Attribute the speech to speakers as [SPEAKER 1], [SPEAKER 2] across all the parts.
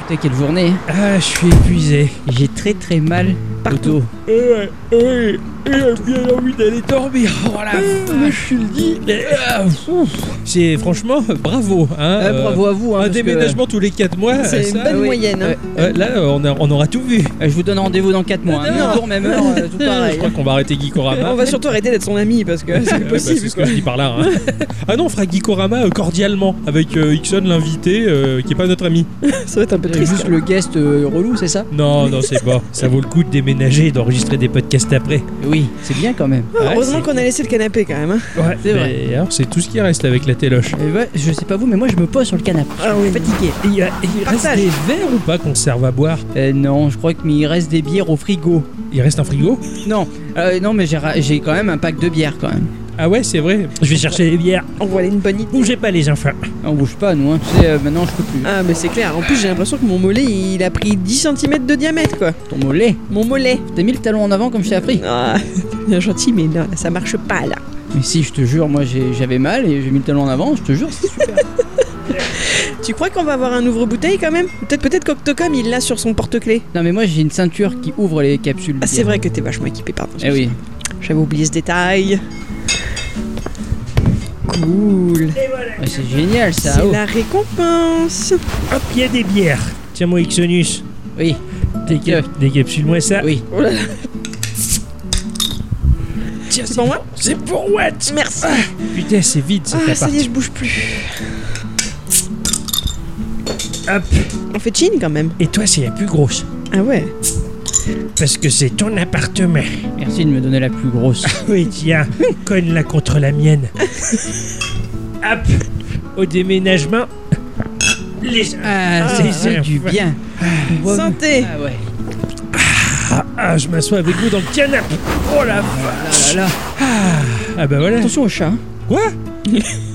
[SPEAKER 1] Putain, quelle journée hein.
[SPEAKER 2] Ah, je suis épuisé.
[SPEAKER 1] J'ai très très mal partout.
[SPEAKER 2] Toto. Ouais, ouais, j'ai eh, bien envie d'aller dormir.
[SPEAKER 1] Oh, Ah,
[SPEAKER 2] Eh, Voilà,
[SPEAKER 1] bah, Eh,
[SPEAKER 2] je te le dis. ah, C'est franchement bravo. Hein,
[SPEAKER 1] Ah,
[SPEAKER 2] euh,
[SPEAKER 1] bravo à vous. hein,
[SPEAKER 2] Un
[SPEAKER 1] parce que,
[SPEAKER 2] déménagement tous les 4 mois,
[SPEAKER 1] euh, C'est
[SPEAKER 2] ça,
[SPEAKER 1] une bonne
[SPEAKER 2] ouais.
[SPEAKER 1] moyenne. hein.
[SPEAKER 2] Ouais, ouais, là, euh, on, a- on aura tout vu.
[SPEAKER 1] Euh, Je vous donne rendez-vous dans 4 mois. hein.
[SPEAKER 3] Non.
[SPEAKER 1] Même jour, même heure, euh, tout
[SPEAKER 2] Je
[SPEAKER 1] pareil.
[SPEAKER 2] crois qu'on va arrêter Gikorama.
[SPEAKER 3] On va surtout arrêter d'être son ami parce que c'est
[SPEAKER 2] Ouais,
[SPEAKER 3] plus
[SPEAKER 2] bah,
[SPEAKER 3] possible.
[SPEAKER 2] c'est ce que je dis par là. hein. ah non, on fera Gikorama euh, cordialement avec euh, Ixon, l'invité, euh, qui est pas notre ami.
[SPEAKER 3] quoi. Ça va être un peu
[SPEAKER 1] C'est
[SPEAKER 3] triste.
[SPEAKER 1] juste le guest euh, relou, c'est ça
[SPEAKER 2] Non, non, c'est bon. Ça vaut le coup de déménager et d'enregistrer des podcasts après.
[SPEAKER 1] Oui, c'est bien quand même.
[SPEAKER 3] Ah,
[SPEAKER 2] Ouais,
[SPEAKER 3] heureusement
[SPEAKER 2] c'est-
[SPEAKER 3] qu'on a laissé le canapé quand même. hein.
[SPEAKER 2] Ouais,
[SPEAKER 1] C'est vrai.
[SPEAKER 2] mais alors, c'est tout ce qui reste avec la téloche.
[SPEAKER 1] Eh ben, je sais pas vous, mais moi je me pose sur le canapé.
[SPEAKER 3] Ah
[SPEAKER 1] Je
[SPEAKER 3] oui.
[SPEAKER 1] suis fatigué.
[SPEAKER 2] Et Il, y a- et il reste
[SPEAKER 3] Partage.
[SPEAKER 2] des verres ou pas qu'on serve à boire
[SPEAKER 1] Euh, non, je crois qu'il reste des bières au frigo.
[SPEAKER 2] Il reste un frigo
[SPEAKER 1] Non, euh, non, mais j'ai ra- j'ai quand même un pack de bières quand même.
[SPEAKER 2] Ah ouais, c'est vrai. Je vais chercher les bières.
[SPEAKER 3] On voit aller une bonne idée.
[SPEAKER 2] Bougez pas les enfants.
[SPEAKER 1] On bouge pas, nous. Hein. Tu sais, euh, maintenant je peux plus.
[SPEAKER 3] Ah mais c'est clair, en plus j'ai l'impression que mon mollet il a pris 10 cm de diamètre quoi.
[SPEAKER 1] Ton mollet.
[SPEAKER 3] Mon mollet.
[SPEAKER 1] T'as mis le talon en avant comme je t'ai appris.
[SPEAKER 3] Ah, bien gentil mais non, là, ça marche pas là.
[SPEAKER 1] Mais si, je te jure, moi j'ai- j'avais mal et j'ai mis le talon en avant. Je te jure, c'est super.
[SPEAKER 3] Tu crois qu'on va avoir un ouvre-bouteille quand même Peut-être peut-être qu'Octocom il l'a sur son porte-clés.
[SPEAKER 1] non, mais moi j'ai une ceinture qui ouvre les capsules.
[SPEAKER 3] Ah c'est
[SPEAKER 1] bières.
[SPEAKER 3] vrai que t'es vachement équipé, pardon.
[SPEAKER 1] Eh oui.
[SPEAKER 3] J'avais oublié ce détail. Cool.
[SPEAKER 1] Ouais, c'est génial ça.
[SPEAKER 3] C'est
[SPEAKER 1] oh.
[SPEAKER 3] la récompense.
[SPEAKER 2] Hop, il y a des bières. Tiens-moi, Ixonus.
[SPEAKER 1] Oui,
[SPEAKER 2] Déca-
[SPEAKER 3] Euh.
[SPEAKER 2] Décapsule-moi ça.
[SPEAKER 1] oui.
[SPEAKER 3] Oh là là,
[SPEAKER 2] Tiens,
[SPEAKER 3] c'est pour moi
[SPEAKER 2] C'est pour Watt
[SPEAKER 3] Merci.
[SPEAKER 2] Putain, c'est vide cet
[SPEAKER 3] Ah ça
[SPEAKER 2] appart.
[SPEAKER 3] y est, je bouge plus.
[SPEAKER 2] Hop.
[SPEAKER 3] On fait chin quand même.
[SPEAKER 2] Et toi, c'est la plus grosse.
[SPEAKER 3] Ah ouais.
[SPEAKER 2] Parce que c'est ton appartement.
[SPEAKER 1] Merci de me donner la plus grosse.
[SPEAKER 2] Oui, tiens, cogne-la contre la mienne. Hop Au déménagement. Les...
[SPEAKER 1] Ah,
[SPEAKER 2] Ah,
[SPEAKER 1] c'est
[SPEAKER 2] ouais.
[SPEAKER 1] du bien. Wow.
[SPEAKER 3] Santé.
[SPEAKER 1] Ah ouais.
[SPEAKER 2] Ah, je m'assois avec vous dans le canapé. Oh la
[SPEAKER 1] Là,
[SPEAKER 2] vache
[SPEAKER 1] là, là.
[SPEAKER 2] Ah bah voilà.
[SPEAKER 1] Attention au chat. hein.
[SPEAKER 2] Quoi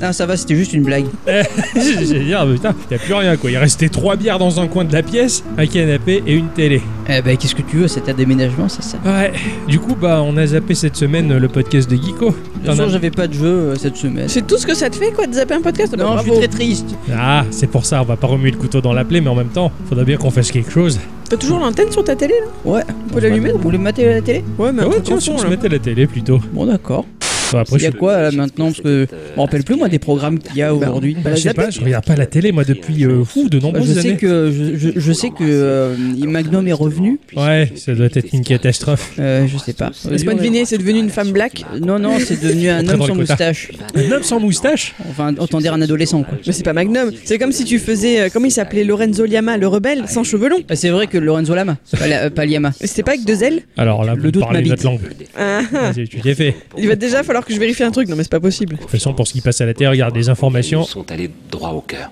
[SPEAKER 1] Ah ça va, c'était juste une blague.
[SPEAKER 2] J'allais dire, putain, t'as plus rien quoi. Il restait trois bières dans un coin de la pièce, un canapé et une télé.
[SPEAKER 1] Eh ben qu'est-ce que tu veux, c'est un déménagement, c'est ça.
[SPEAKER 2] Ouais. Du coup, bah, on a zappé cette semaine euh, le podcast de Geeko. T'en
[SPEAKER 1] Le jour,
[SPEAKER 2] as-
[SPEAKER 1] j'avais pas de jeu euh, cette semaine.
[SPEAKER 3] C'est tout ce que ça te fait quoi de zapper un podcast Bah,
[SPEAKER 1] Non, je suis
[SPEAKER 3] bravo.
[SPEAKER 1] très triste.
[SPEAKER 2] Ah, c'est pour ça, on va pas remuer le couteau dans la plaie, mais en même temps, faudra bien qu'on fasse quelque chose.
[SPEAKER 3] T'as toujours l'antenne sur ta télé là
[SPEAKER 1] Ouais. On
[SPEAKER 3] peut l'allumer,
[SPEAKER 1] Vous voulez mater la télé
[SPEAKER 3] Ouais, mais
[SPEAKER 2] Ah
[SPEAKER 3] un
[SPEAKER 2] ouais,
[SPEAKER 3] truc
[SPEAKER 2] tiens,
[SPEAKER 3] en
[SPEAKER 2] si on
[SPEAKER 3] Bah, fond,
[SPEAKER 2] se
[SPEAKER 3] là.
[SPEAKER 2] mettait la télé plutôt.
[SPEAKER 1] Bon d'accord.
[SPEAKER 2] Enfin, après,
[SPEAKER 1] Il y a
[SPEAKER 2] je-
[SPEAKER 1] quoi là maintenant Parce que je me
[SPEAKER 3] euh,
[SPEAKER 1] rappelle plus moi des programmes qu'il y a aujourd'hui.
[SPEAKER 2] Bah, je sais pas, je regarde pas la télé moi depuis euh, fou,
[SPEAKER 1] Bah,
[SPEAKER 2] de
[SPEAKER 1] Je
[SPEAKER 2] nombreuses
[SPEAKER 1] sais
[SPEAKER 2] années.
[SPEAKER 1] que je, je- je sais que euh, Magnum est revenu.
[SPEAKER 2] Ouais, ça doit être une catastrophe.
[SPEAKER 1] Euh, je sais pas.
[SPEAKER 3] Laisse pas deviner, c'est devenu une femme black.
[SPEAKER 1] Non non, c'est devenu un
[SPEAKER 2] Entrée
[SPEAKER 1] homme
[SPEAKER 2] dans
[SPEAKER 1] sans
[SPEAKER 2] le quota.
[SPEAKER 1] moustache.
[SPEAKER 2] Ah, Un homme sans moustache
[SPEAKER 1] Enfin, autant dire un adolescent quoi.
[SPEAKER 3] Mais c'est pas Magnum. C'est comme si tu faisais, euh, comment il s'appelait Lorenzo Liama, le rebelle,
[SPEAKER 2] Ah,
[SPEAKER 3] sans cheveux longs.
[SPEAKER 1] Euh, C'est vrai que Lorenzo Lama, pas, la- euh, pas Liama.
[SPEAKER 3] Mais C'était pas avec deux ailes
[SPEAKER 2] Alors là,
[SPEAKER 1] Le
[SPEAKER 2] vous
[SPEAKER 1] doute
[SPEAKER 2] parlez
[SPEAKER 1] m'habite.
[SPEAKER 2] notre langue.
[SPEAKER 3] Ah, ah.
[SPEAKER 2] Vas-y, Tu t'es fait. De
[SPEAKER 3] Il va déjà falloir que je vérifie un truc. Non, mais c'est pas possible.
[SPEAKER 2] toute façon, pour ce qui passe à la télé, regarde les informations.
[SPEAKER 4] sont allés droit au cœur.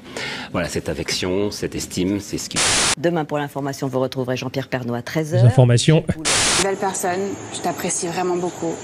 [SPEAKER 4] Voilà, cette affection, cette estime, c'est ce qui...
[SPEAKER 5] Demain, pour l'information, vous retrouverez Jean-Pierre Pernaud à 13h.
[SPEAKER 6] Ah.
[SPEAKER 2] Les informations.
[SPEAKER 7] Belle personne, je t'apprécie vraiment beaucoup.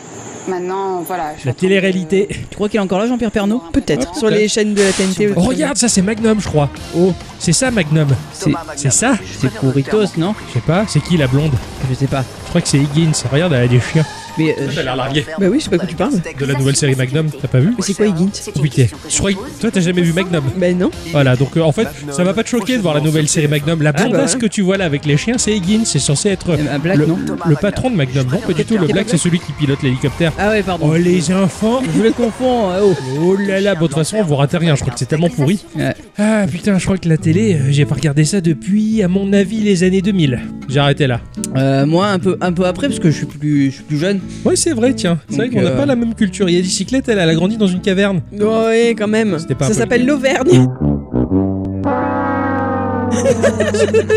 [SPEAKER 7] Maintenant, voilà. je
[SPEAKER 2] La
[SPEAKER 7] attends
[SPEAKER 2] télé-réalité.
[SPEAKER 1] Tu crois qu'il est encore là Jean-Pierre
[SPEAKER 7] que-
[SPEAKER 1] Pernaud
[SPEAKER 3] Peut-être.
[SPEAKER 7] Ah,
[SPEAKER 3] Sur les chaînes de la TNT. ou
[SPEAKER 2] Oh,
[SPEAKER 3] autre.
[SPEAKER 2] regarde, ça c'est Magnum, je crois. Oh, c'est ça Magnum.
[SPEAKER 1] C'est
[SPEAKER 2] C'est ça
[SPEAKER 1] c'est Couritos, non
[SPEAKER 2] Je sais pas, c'est qui la blonde
[SPEAKER 1] Je sais pas.
[SPEAKER 2] Je crois que c'est Higgins. Regarde, elle a des chiens.
[SPEAKER 1] Mais euh,
[SPEAKER 2] l'air larguée.
[SPEAKER 3] Bah oui, je sais pas de quoi tu parles.
[SPEAKER 2] De la nouvelle série Magnum, t'as pas vu
[SPEAKER 3] Mais c'est quoi Higgins
[SPEAKER 2] Oh, Putain, je crois que toi t'as jamais vu Magnum.
[SPEAKER 3] Ben non.
[SPEAKER 2] Voilà, donc euh, en fait, ça va pas te choquer de voir la nouvelle série Magnum. La blondasse
[SPEAKER 3] bah ouais.
[SPEAKER 2] que tu vois là avec les chiens, c'est Higgins. C'est censé être
[SPEAKER 1] un euh, black
[SPEAKER 2] le,
[SPEAKER 1] non
[SPEAKER 2] le patron de Magnum. Non, pas du tout. Le black, c'est celui qui pilote l'hélicoptère.
[SPEAKER 1] Ah ouais, pardon.
[SPEAKER 2] Oh les enfants
[SPEAKER 1] Je le confonds. euh, oh.
[SPEAKER 2] Oh là là, bon, de toute façon, vous ratez rien, je crois que c'est tellement pourri.
[SPEAKER 1] Ouais.
[SPEAKER 2] Ah putain, je crois que la télé, euh, j'ai pas regardé ça depuis, à mon avis, les années 2000. J'ai arrêté là.
[SPEAKER 1] Euh, moi un peu un peu après parce que je suis plus je suis plus jeune.
[SPEAKER 2] Ouais, c'est vrai, tiens. C'est vrai
[SPEAKER 1] Donc,
[SPEAKER 2] qu'on n'a
[SPEAKER 1] euh,
[SPEAKER 2] pas la même culture. Il y a des cyclettes, elle, elle a grandi dans une caverne.
[SPEAKER 3] Ouais, quand même.
[SPEAKER 2] C'était pas un
[SPEAKER 3] Ça
[SPEAKER 2] peu-
[SPEAKER 3] s'appelle l'Auvergne.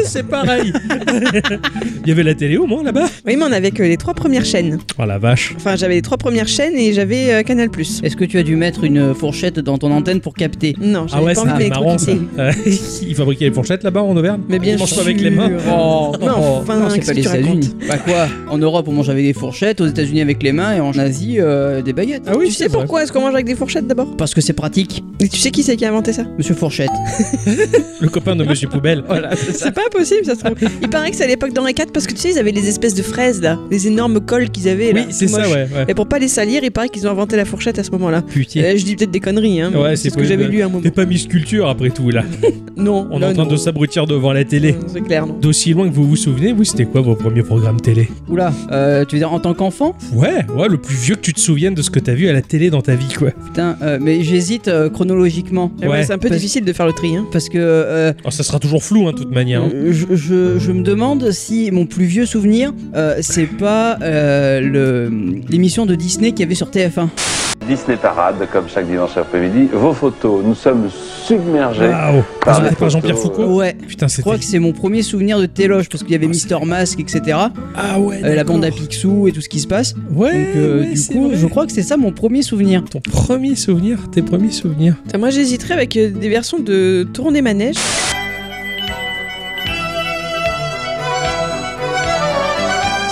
[SPEAKER 2] c'est pareil. Il y avait la télé au moins là-bas.
[SPEAKER 3] Oui, mais on avait que les trois premières chaînes.
[SPEAKER 2] Oh la vache.
[SPEAKER 3] Enfin, j'avais les trois premières chaînes et j'avais euh, Canal+.
[SPEAKER 1] Est-ce que tu as dû mettre une fourchette dans ton antenne pour capter
[SPEAKER 3] Non,
[SPEAKER 2] Ah
[SPEAKER 3] j'avais
[SPEAKER 2] ouais,
[SPEAKER 3] pas envie
[SPEAKER 2] c'était marrant ça.
[SPEAKER 3] d'électrocuter.
[SPEAKER 2] Ils fabriquaient les fourchettes là-bas en Auvergne.
[SPEAKER 3] Mais bien
[SPEAKER 2] Ils mangent
[SPEAKER 3] sûr.
[SPEAKER 2] pas avec les mains.
[SPEAKER 1] Oh,
[SPEAKER 3] Mais enfin,
[SPEAKER 1] non, c'est
[SPEAKER 3] qu'est-ce
[SPEAKER 1] pas
[SPEAKER 3] que
[SPEAKER 1] les
[SPEAKER 3] tu racontes
[SPEAKER 1] États-Unis. Bah quoi En Europe, on mange avec des fourchettes, aux États-Unis avec les mains et en Asie euh, des baguettes.
[SPEAKER 2] Ah oui,
[SPEAKER 3] Tu sais
[SPEAKER 2] c'est vrai.
[SPEAKER 3] pourquoi est-ce qu'on mange avec des fourchettes d'abord
[SPEAKER 1] Parce que c'est pratique,
[SPEAKER 3] Et tu sais qui c'est qui a inventé ça
[SPEAKER 1] Monsieur Fourchette.
[SPEAKER 2] Le copain de Monsieur Poubelle. rebelle.
[SPEAKER 1] Oh
[SPEAKER 2] Voilà, c'est ça.
[SPEAKER 3] C'est pas possible, ça se trouve. Il paraît que c'est à l'époque d'Henri IV parce que tu sais, ils avaient les espèces de fraises là, les énormes cols qu'ils avaient là.
[SPEAKER 2] Oui, c'est
[SPEAKER 3] tout
[SPEAKER 2] ça,
[SPEAKER 3] moche.
[SPEAKER 2] ouais. ouais.
[SPEAKER 3] Et pour pas les salir, il paraît qu'ils ont inventé la fourchette à ce moment-là.
[SPEAKER 2] Putain.
[SPEAKER 3] Euh, je dis peut-être des conneries, hein, mais
[SPEAKER 2] Ouais,
[SPEAKER 3] c'est
[SPEAKER 2] c'est
[SPEAKER 3] ce que j'avais
[SPEAKER 2] possible.
[SPEAKER 3] lu à un moment.
[SPEAKER 2] T'es pas Miss Culture après tout là.
[SPEAKER 3] Non,
[SPEAKER 2] On est
[SPEAKER 3] là,
[SPEAKER 2] en train
[SPEAKER 3] non.
[SPEAKER 2] de s'abrutir devant la télé.
[SPEAKER 3] Non, C'est clair, non.
[SPEAKER 2] D'aussi loin que vous vous souvenez, vous c'était quoi vos premiers programmes télé
[SPEAKER 1] Oula, euh, tu veux dire en tant qu'enfant
[SPEAKER 2] Ouais, ouais, le plus vieux que tu te souviennes de ce que t'as vu à la télé dans ta vie quoi.
[SPEAKER 1] Putain, euh, mais j'hésite euh, chronologiquement.
[SPEAKER 3] Ah ouais,
[SPEAKER 2] Ouais.
[SPEAKER 3] c'est un peu
[SPEAKER 1] Parce-
[SPEAKER 3] difficile de faire le tri. Hein.
[SPEAKER 1] Parce que euh,
[SPEAKER 2] Alors, ça sera toujours flou hein, de toute manière. hein.
[SPEAKER 1] Euh, je, je- je me demande si mon plus vieux souvenir, euh, c'est pas euh, le- l'émission de Disney qu'il y avait sur TF1.
[SPEAKER 8] Disney Parade, comme chaque dimanche après-midi, vos photos, nous sommes submergés.
[SPEAKER 2] Waouh
[SPEAKER 8] Par
[SPEAKER 2] C'était
[SPEAKER 8] les
[SPEAKER 2] pas Jean-Pierre
[SPEAKER 8] photos,
[SPEAKER 2] Foucault
[SPEAKER 1] Ouais,
[SPEAKER 2] Putain,
[SPEAKER 1] je crois
[SPEAKER 2] c'était.
[SPEAKER 1] que c'est mon premier souvenir de Téloche parce qu'il y avait
[SPEAKER 2] Ah,
[SPEAKER 1] Mister Mask, etc.
[SPEAKER 2] Ah ouais,
[SPEAKER 1] euh, la
[SPEAKER 2] d'accord.
[SPEAKER 1] bande à Picsou et tout ce qui se passe.
[SPEAKER 2] Ouais,
[SPEAKER 1] Donc, euh,
[SPEAKER 2] ouais,
[SPEAKER 1] du
[SPEAKER 2] c'est
[SPEAKER 1] coup,
[SPEAKER 2] vrai.
[SPEAKER 1] je crois que c'est ça mon premier souvenir.
[SPEAKER 2] Ton premier souvenir, tes premiers souvenirs.
[SPEAKER 3] Putain, Moi, j'hésiterais avec euh, des versions de Tourner Manège.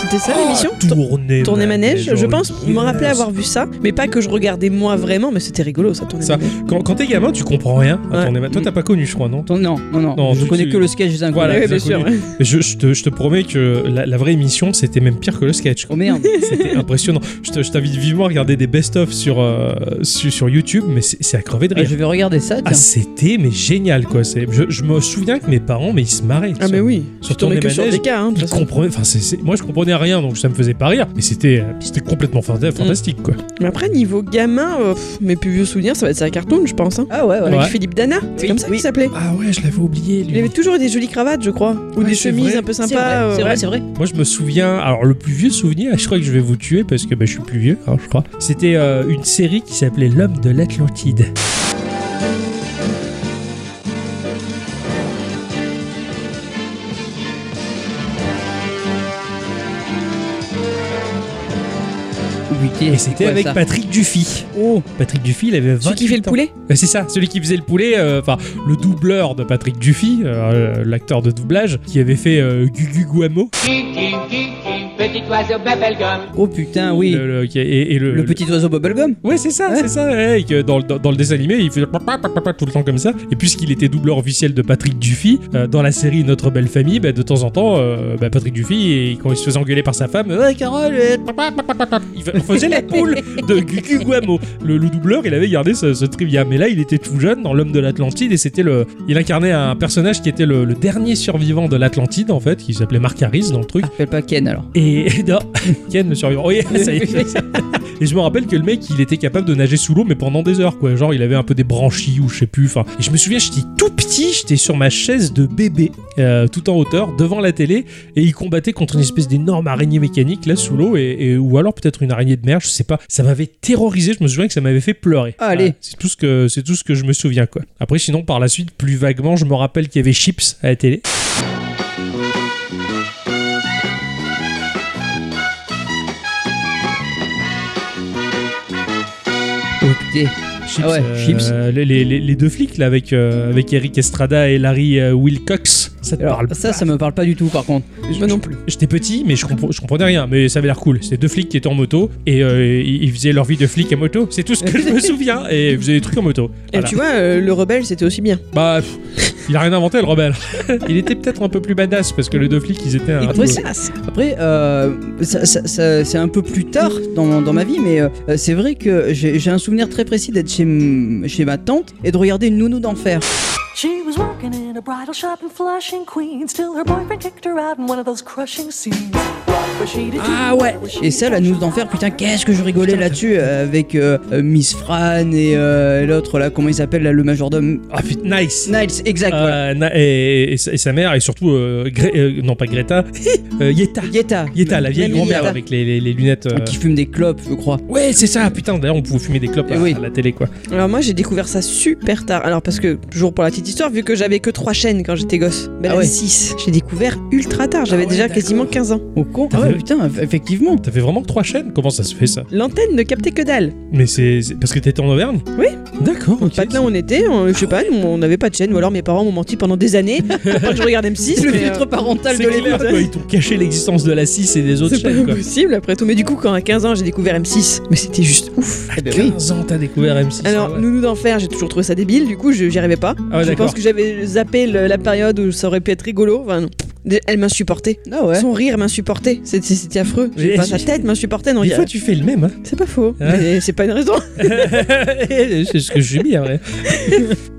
[SPEAKER 3] C'était ça l'émission Tour-
[SPEAKER 2] Ah, Tourner.
[SPEAKER 3] Tourner Manège, je pense
[SPEAKER 2] me
[SPEAKER 3] me rappeler avoir vu ça, mais pas que je regardais moi vraiment, mais c'était rigolo ça, Tourner
[SPEAKER 2] Ça.
[SPEAKER 3] Manège.
[SPEAKER 2] Quand, quand t'es gamin, tu comprends rien. à
[SPEAKER 3] Ouais.
[SPEAKER 2] Tourner Manège. Toi, t'as pas connu, je crois, non
[SPEAKER 1] Attends, Non, non, non,
[SPEAKER 2] Non,
[SPEAKER 1] je
[SPEAKER 2] tu-
[SPEAKER 1] connais
[SPEAKER 2] tu-
[SPEAKER 1] que le sketch des inconnus.
[SPEAKER 2] Voilà,
[SPEAKER 3] Ah Ouais,
[SPEAKER 2] les
[SPEAKER 3] bien sûr.
[SPEAKER 2] inconnus. je, je te, je te promets que la, la vraie émission, c'était même pire que le sketch.
[SPEAKER 1] Oh merde.
[SPEAKER 2] C'était impressionnant. Je te- je t'invite vivement à regarder des best-of sur, euh, sur, sur YouTube, mais c'est c'est à crever de
[SPEAKER 1] Ah,
[SPEAKER 2] rire.
[SPEAKER 1] je vais regarder ça, tiens.
[SPEAKER 2] Ah, c'était mais génial quoi. C'est, je, je me souviens que mes parents, mais ils se marraient.
[SPEAKER 3] Ah, mais oui,
[SPEAKER 2] Sur
[SPEAKER 3] je tournais que
[SPEAKER 2] Tourner
[SPEAKER 3] sur
[SPEAKER 2] Manège,
[SPEAKER 3] des cas. Hein, de
[SPEAKER 2] Ils
[SPEAKER 3] toute façon.
[SPEAKER 2] comprenaient. Enfin, c'est, c'est- moi je comprenais rien, donc ça me faisait pas rire. Mais c'était, euh, c'était complètement fanta- fantastique quoi.
[SPEAKER 3] Mais après, niveau gamin, euh, pff, mes plus vieux souvenirs, ça va être ça, cartoon, je pense. Hein.
[SPEAKER 1] Ah ouais, ouais.
[SPEAKER 3] Avec
[SPEAKER 2] Ouais.
[SPEAKER 3] Philippe Dana, c'est
[SPEAKER 1] Oui,
[SPEAKER 3] comme ça
[SPEAKER 1] oui.
[SPEAKER 3] qu'il s'appelait.
[SPEAKER 2] Ah ouais, je l'avais oublié.
[SPEAKER 3] Il avait toujours des jolies cravates, je crois, ou
[SPEAKER 2] Ouais,
[SPEAKER 3] des
[SPEAKER 2] c'est
[SPEAKER 3] chemises
[SPEAKER 2] vrai.
[SPEAKER 3] un peu
[SPEAKER 1] C'est
[SPEAKER 3] sympas.
[SPEAKER 1] vrai,
[SPEAKER 3] euh,
[SPEAKER 1] c'est
[SPEAKER 3] ouais.
[SPEAKER 1] vrai, c'est vrai.
[SPEAKER 2] Moi je me souviens. Alors le plus vieux souvenir, je crois que je vais vous tuer parce que bah, je suis plus vieux, alors, je crois. C'était euh, une série qui s'appelait L'homme de l'Atlantide.
[SPEAKER 1] Putain,
[SPEAKER 2] Et
[SPEAKER 1] c'est
[SPEAKER 2] c'était
[SPEAKER 1] quoi,
[SPEAKER 2] avec
[SPEAKER 1] ça
[SPEAKER 2] Patrick Dufy. Oh, Patrick Dufy, il avait 20
[SPEAKER 3] Celui qui fait le poulet
[SPEAKER 2] Euh, C'est ça, celui qui faisait le poulet, euh, enfin le doubleur de Patrick Duffy, euh, l'acteur de doublage, qui avait fait euh, Gugu Guamo,
[SPEAKER 1] Oh putain, oui. Le,
[SPEAKER 2] le- le- qui- et, et le, Ah,
[SPEAKER 1] petit oiseau bubblegum
[SPEAKER 2] Ouais, c'est ça, c'est ça. ouais, et que dans, le- dans- dans le dessin animé, il faisait papa, papa, papa tout le temps comme ça. Et puisqu'il était doubleur officiel de Patrick Duffy, euh, dans la série Notre belle famille, bah, de temps en temps, euh, bah, Patrick Duffy, et, quand il se faisait engueuler par sa femme, ouais, Carole, euh, papa, papa, papa, il fa- on faisait la poule de Gugu Guamo. Le, le doubleur, il avait gardé ce, ce trivia. Mais là, il était tout jeune dans L'homme de l'Atlantide, et c'était le. Il incarnait un personnage qui était le, le dernier survivant de l'Atlantide, en fait, qui s'appelait Mark Harris dans le truc.
[SPEAKER 1] Ah, appelle pas Ken alors.
[SPEAKER 2] Et non, Ken le survivant. Oui, ça y est. Et je me rappelle que le mec, il était capable de nager sous l'eau, mais pendant des heures, quoi. Genre, il avait un peu des branchies ou je sais plus. Enfin, et je me souviens, j'étais tout petit, j'étais sur ma chaise de bébé, euh, tout en hauteur, devant la télé, et il combattait contre une espèce d'énorme araignée mécanique là sous l'eau, et, et- ou alors peut-être une araignée de mer, je sais pas. Ça m'avait terrorisé. Je me souviens que ça m'avait fait pleurer.
[SPEAKER 1] Allez.
[SPEAKER 2] Voilà, c'est tout ce que c'est tout ce que je me souviens, quoi. Après, sinon, par la suite, plus vaguement, je me rappelle qu'il y avait Chips à la télé.
[SPEAKER 1] Oh putain.
[SPEAKER 2] Chips,
[SPEAKER 1] Ah ouais,
[SPEAKER 2] euh,
[SPEAKER 1] Chips.
[SPEAKER 2] Les, les- les- les deux flics là avec, euh, avec Eric Estrada et Larry euh, Wilcox. Ça te
[SPEAKER 1] Alors, euh,
[SPEAKER 2] parle
[SPEAKER 1] ça,
[SPEAKER 2] pas.
[SPEAKER 1] ça me parle pas du tout par contre.
[SPEAKER 3] Moi non plus.
[SPEAKER 2] J'étais petit, mais je, compre- je comprenais rien. Mais ça avait l'air cool. C'était deux flics qui étaient en moto et euh, ils ils faisaient leur vie de flic à moto. C'est tout ce que je me souviens. Et ils faisaient des trucs en moto.
[SPEAKER 3] Et
[SPEAKER 2] Voilà.
[SPEAKER 3] tu vois, euh, le rebelle, c'était aussi bien.
[SPEAKER 2] Bah, pff, il a rien inventé le rebelle. il était peut-être un peu plus badass parce que les deux flics ils étaient. un
[SPEAKER 1] Et
[SPEAKER 2] peu-
[SPEAKER 1] toi, c'est- Après, euh, ça- ça- ça- c'est un peu plus tard dans, dans ma vie, mais euh, c'est vrai que j'ai j'ai un souvenir très précis d'être chez, m- chez ma tante et de regarder Nounou d'enfer.
[SPEAKER 9] She was working in a bridal shop in Flushing, Queens, till her boyfriend kicked her out in one of those crushing scenes. What was she to do?
[SPEAKER 1] Ah ouais Et ça, la Nounou d'enfer, putain, qu'est-ce que je rigolais là-dessus euh, avec euh, euh, Miss Fran et, euh, et l'autre là, comment il s'appelle là, le majordome
[SPEAKER 2] Ah putain, nice.
[SPEAKER 1] Niles, exact. voilà.
[SPEAKER 2] Euh, na- et, et- et sa- et sa mère et surtout euh, Gré- euh, non pas Greta, euh, Yetta.
[SPEAKER 1] Yetta.
[SPEAKER 2] Yetta, la vieille
[SPEAKER 1] Mamie
[SPEAKER 2] grand-mère
[SPEAKER 1] Yetta,
[SPEAKER 2] avec les, les- les lunettes. euh,
[SPEAKER 1] Qui fume des clopes, je crois.
[SPEAKER 2] Ouais, c'est ça, putain, d'ailleurs on pouvait fumer des clopes
[SPEAKER 1] Eh
[SPEAKER 2] à,
[SPEAKER 1] oui.
[SPEAKER 2] à la télé quoi.
[SPEAKER 3] Alors moi j'ai découvert ça super tard. Alors parce que, toujours pour la petite histoire, vu que j'avais que 3 chaînes quand j'étais gosse, ben
[SPEAKER 1] Ah
[SPEAKER 3] là,
[SPEAKER 1] ouais. Ah
[SPEAKER 3] six. j'ai découvert ultra tard, j'avais déjà quasiment 15 ans.
[SPEAKER 1] Au con.
[SPEAKER 2] T'as
[SPEAKER 1] ouais,
[SPEAKER 2] T'avais-
[SPEAKER 1] putain, eff- effectivement.
[SPEAKER 2] T'avais vraiment que trois chaînes Comment ça se fait ça
[SPEAKER 3] L'antenne ne captait que dalle.
[SPEAKER 2] Mais c'est c'est parce que t'étais en Auvergne
[SPEAKER 3] Oui.
[SPEAKER 2] D'accord, ok.
[SPEAKER 3] Pas de là où on était, on- hein, je sais pas, nous, on n'avait pas de chaîne, ou alors mes parents m'ont menti pendant des années pour pas que je regarde M6.
[SPEAKER 1] Le
[SPEAKER 3] mais, euh,
[SPEAKER 1] filtre parental
[SPEAKER 2] C'est
[SPEAKER 1] de
[SPEAKER 2] clair,
[SPEAKER 1] l'époque.
[SPEAKER 2] quoi, Ils t'ont caché l'existence de la 6 et des autres
[SPEAKER 3] C'est
[SPEAKER 2] chaînes.
[SPEAKER 3] pas
[SPEAKER 2] Quoi.
[SPEAKER 3] possible après tout. Mais du coup, quand à 15 ans j'ai découvert M6, mais c'était juste ouf.
[SPEAKER 2] À 15 ans, t'as découvert M6.
[SPEAKER 3] Alors,
[SPEAKER 2] ah ouais.
[SPEAKER 3] Nounou d'enfer, j'ai toujours trouvé ça débile, du coup, je- j'y arrivais pas.
[SPEAKER 2] Ah ouais,
[SPEAKER 3] je
[SPEAKER 2] d'accord.
[SPEAKER 3] pense que j'avais zappé le- la période où ça aurait pu être rigolo. Enfin, non. Dé- elle m'insupportait.
[SPEAKER 1] Ah ouais.
[SPEAKER 3] Son rire m'insupportait. C'était- C'était affreux.
[SPEAKER 2] Mais-
[SPEAKER 3] Enfin, sa tête m'insupportait. Non,
[SPEAKER 2] Des
[SPEAKER 3] il y a-
[SPEAKER 2] fois, tu fais le même. Hein.
[SPEAKER 3] c'est pas faux.
[SPEAKER 2] Hein
[SPEAKER 3] Mais c'est pas une raison.
[SPEAKER 2] c'est ce que je suis mis après.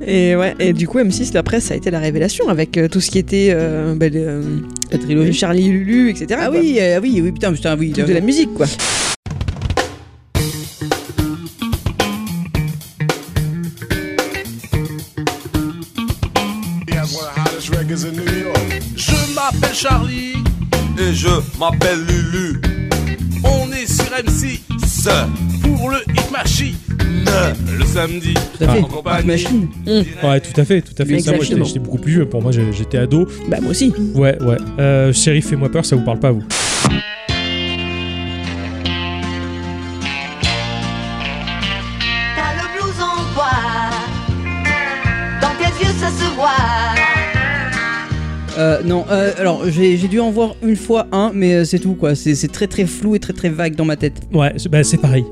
[SPEAKER 3] Et ouais, et du coup, M6, après, ça a été la révélation avec euh, tout ce qui était euh, bah, le-
[SPEAKER 1] La
[SPEAKER 3] le
[SPEAKER 1] trilogie.
[SPEAKER 3] Charlie et Lulu, etc.
[SPEAKER 1] Ah
[SPEAKER 3] quoi.
[SPEAKER 1] oui, euh, ah oui, oui, putain, putain, oui. euh,
[SPEAKER 3] Truc de
[SPEAKER 1] là-
[SPEAKER 3] la musique, quoi.
[SPEAKER 10] Je m'appelle Charlie et je m'appelle Lulu. On est sur M6 pour le Hit Machine le samedi.
[SPEAKER 1] Tout à fait. Ah,
[SPEAKER 10] En compagnie.
[SPEAKER 1] Machine.
[SPEAKER 2] Ouais, tout à fait, tout à fait. Ça, moi, j'étais
[SPEAKER 3] Exactement.
[SPEAKER 2] j'étais beaucoup plus vieux. Pour moi, j'ai- j'étais ado.
[SPEAKER 3] Bah, moi aussi.
[SPEAKER 2] Ouais, ouais. Euh, Shérif, fais-moi peur, ça vous parle pas, vous
[SPEAKER 6] T'as le blouson noir. Dans tes yeux, ça se voit.
[SPEAKER 1] Euh, non, euh, alors j'ai j'ai dû en voir une fois un, mais euh, c'est tout quoi. C'est c'est très très flou et très très vague dans ma tête.
[SPEAKER 2] Ouais, c'est- bah, c'est pareil.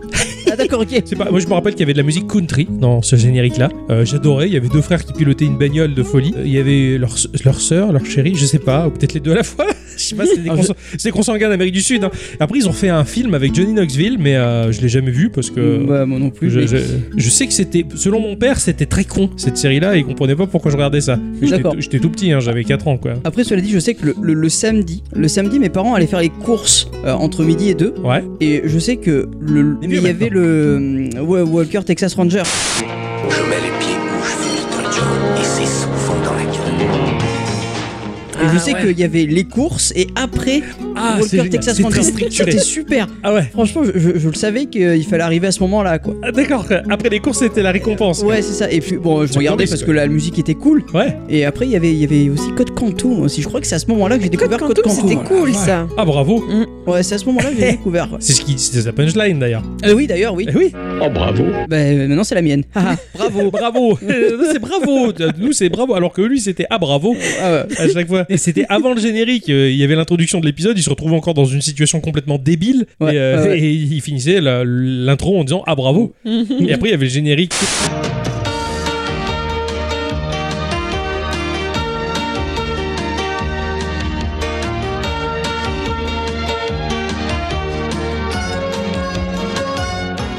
[SPEAKER 1] Ah d'accord, ok.
[SPEAKER 2] C'est pas... Moi, je me rappelle qu'il y avait de la musique country dans ce générique-là. Euh, J'adorais. Il y avait deux frères qui pilotaient une bagnole de folie. Euh, Il y avait leur, s- leur sœur, leur chérie, je sais pas, ou peut-être les deux à la fois. Je sais pas, c'est des
[SPEAKER 1] Ah, je-
[SPEAKER 2] consan- c'est des consanguins d'Amérique du Sud. hein. Après, ils ont fait un film avec Johnny Knoxville, mais euh, je l'ai jamais vu parce que.
[SPEAKER 1] Bah, moi non plus.
[SPEAKER 2] Je,
[SPEAKER 1] mais-
[SPEAKER 2] je- je sais que c'était, selon mon père, c'était très con cette série-là et il comprenait pas pourquoi je regardais ça. J'étais
[SPEAKER 1] D'accord.
[SPEAKER 2] tout- J'étais tout petit, hein, j'avais 4 ans quoi.
[SPEAKER 1] Après cela dit, je sais que le, le- le samedi, le samedi, mes parents allaient faire les courses euh, entre midi et deux,
[SPEAKER 2] Ouais.
[SPEAKER 1] et je sais que le, mais
[SPEAKER 2] vieux
[SPEAKER 1] il y avait le euh, ouais, Walker Texas Ranger.
[SPEAKER 10] Je mets les pieds où je vis dans le job et c'est souvent dans la gueule. Ah
[SPEAKER 1] Et je sais qu'il y avait les courses et après
[SPEAKER 2] Ah, c'est
[SPEAKER 1] Walker
[SPEAKER 2] génial,
[SPEAKER 1] Texas
[SPEAKER 2] c'est
[SPEAKER 1] Ranger.
[SPEAKER 2] très structuré.
[SPEAKER 1] C'était super.
[SPEAKER 2] Ah ouais.
[SPEAKER 1] Franchement, je, je- je le savais qu'il fallait arriver à ce moment-là quoi.
[SPEAKER 2] Ah, d'accord. Après les courses, c'était la récompense.
[SPEAKER 1] Ouais, c'est ça. Et puis bon, je
[SPEAKER 2] C'est
[SPEAKER 1] regardais
[SPEAKER 2] cool,
[SPEAKER 1] parce
[SPEAKER 2] ouais.
[SPEAKER 1] que la musique était cool.
[SPEAKER 2] Ouais.
[SPEAKER 1] Et après, il y avait, il y avait aussi Code Quantum aussi. Je crois que c'est à ce moment-là que j'ai
[SPEAKER 3] Code
[SPEAKER 1] découvert Code
[SPEAKER 3] Quantum, oh
[SPEAKER 1] Quantum.
[SPEAKER 3] c'était
[SPEAKER 1] voilà.
[SPEAKER 3] cool, ça.
[SPEAKER 2] Ah bravo.
[SPEAKER 1] Mm. Ouais, c'est à ce moment-là que j'ai découvert. ouais.
[SPEAKER 2] C'est ce qui, c'était sa punchline d'ailleurs.
[SPEAKER 1] Euh, oui, d'ailleurs, oui.
[SPEAKER 2] Eh oui.
[SPEAKER 1] Bah, euh, maintenant, c'est la mienne. Ah,
[SPEAKER 2] Bravo, bravo. Euh, c'est bravo. Nous c'est bravo. Alors que lui c'était ah bravo
[SPEAKER 1] ah, ouais.
[SPEAKER 2] à chaque fois. Et c'était avant le générique. euh, Il y avait l'introduction de l'épisode. Il se retrouvait encore dans une situation complètement débile.
[SPEAKER 1] Ouais,
[SPEAKER 2] et, euh,
[SPEAKER 1] ouais, ouais.
[SPEAKER 2] et il finissait la- l'intro en disant ah bravo. et après il y avait le générique.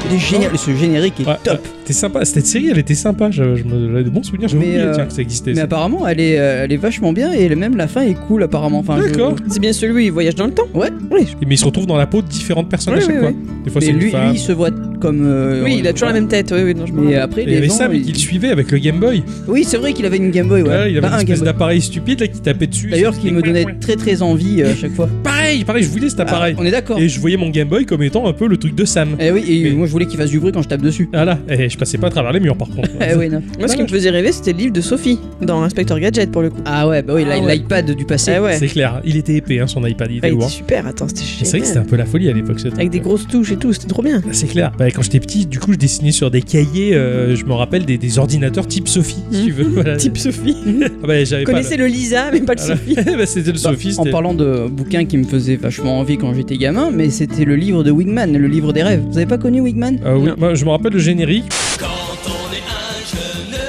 [SPEAKER 1] Il est génial. Ce générique est
[SPEAKER 2] Ouais,
[SPEAKER 1] top.
[SPEAKER 2] ouais. C'était sympa. Cette série, elle était sympa. Je, je me, j'avais de bons souvenirs. J'avais
[SPEAKER 1] Mais,
[SPEAKER 2] oublié
[SPEAKER 1] euh,
[SPEAKER 2] tiens, que ça existait.
[SPEAKER 1] Mais
[SPEAKER 2] ça.
[SPEAKER 1] apparemment, elle est, euh, elle est vachement bien et même la fin est cool apparemment. Enfin, je-
[SPEAKER 2] D'accord.
[SPEAKER 3] C'est bien celui où il voyage dans le temps.
[SPEAKER 1] Ouais.
[SPEAKER 3] Oui,
[SPEAKER 2] Mais ils se retrouvent dans la peau de différentes personnes à
[SPEAKER 3] Oui,
[SPEAKER 2] chaque
[SPEAKER 3] oui,
[SPEAKER 2] fois. Des fois, c'est
[SPEAKER 1] Mais
[SPEAKER 2] une
[SPEAKER 1] lui, lui,
[SPEAKER 2] femme.
[SPEAKER 1] il se voit comme. euh,
[SPEAKER 3] oui il a
[SPEAKER 1] euh,
[SPEAKER 3] toujours la
[SPEAKER 1] voilà.
[SPEAKER 3] même tête. Oui, oui, non, je me
[SPEAKER 1] Mais
[SPEAKER 3] rappelle.
[SPEAKER 1] après,
[SPEAKER 2] Et il y
[SPEAKER 1] les
[SPEAKER 2] avait
[SPEAKER 1] gens.
[SPEAKER 2] Sam
[SPEAKER 1] ils-
[SPEAKER 2] qui le suivait avec le Game Boy.
[SPEAKER 1] Oui, c'est vrai qu'il avait une Game Boy. Ouais.
[SPEAKER 2] Là, il avait
[SPEAKER 1] Bah,
[SPEAKER 2] une
[SPEAKER 1] un Game
[SPEAKER 2] espèce
[SPEAKER 1] Boy.
[SPEAKER 2] d'appareil stupide là, qui tapait dessus.
[SPEAKER 1] D'ailleurs, qui me donnait très très envie euh, à chaque fois.
[SPEAKER 2] Pareil, pareil, je voulais cet appareil.
[SPEAKER 1] Ah, on est d'accord.
[SPEAKER 2] et je voyais mon Game Boy comme étant un peu le truc de Sam.
[SPEAKER 1] Eh oui, et
[SPEAKER 2] Mais-
[SPEAKER 1] moi je voulais qu'il fasse du bruit quand je tape dessus.
[SPEAKER 2] Voilà, et je passais pas à travers les murs par contre.
[SPEAKER 1] Eh oui, non.
[SPEAKER 3] Moi, ce qui me faisait rêver, c'était le livre de Sophie dans Inspector Gadget pour le coup.
[SPEAKER 1] Ah ouais, bah oui, l'i-
[SPEAKER 3] Ah ouais.
[SPEAKER 1] l'iPad du passé.
[SPEAKER 3] Ah ouais.
[SPEAKER 2] C'est clair, il était épais hein, son iPad, il était
[SPEAKER 3] Ah, il était
[SPEAKER 2] lourd.
[SPEAKER 3] super, attends, c'était
[SPEAKER 2] C'est vrai que c'était
[SPEAKER 3] génial.
[SPEAKER 2] un peu la folie à l'époque. ce truc.
[SPEAKER 3] Avec des grosses touches et tout, c'était trop bien.
[SPEAKER 2] C'est clair. Bah, quand j'étais petit, du coup, je dessinais sur des cahiers, euh, je me rappelle des, des ordinateurs type Sophie, si tu veux.
[SPEAKER 1] Hmm.
[SPEAKER 2] Voilà.
[SPEAKER 3] Type Sophie.
[SPEAKER 2] Ah bah, j'avais
[SPEAKER 3] Je
[SPEAKER 2] pas
[SPEAKER 3] connaissais le Lisa, mais pas le
[SPEAKER 2] Voilà.
[SPEAKER 3] Sophie.
[SPEAKER 2] Bah, c'était le
[SPEAKER 1] Bah,
[SPEAKER 2] Sophie.
[SPEAKER 1] en
[SPEAKER 2] c'était-
[SPEAKER 1] parlant de bouquin qui me faisait vachement envie quand j'étais gamin, mais c'était le livre de Wigman, le livre des rêves. Vous avez pas connu Wigman
[SPEAKER 2] Euh, oui, moi, je me rappelle le générique.
[SPEAKER 10] Quand on est un jeune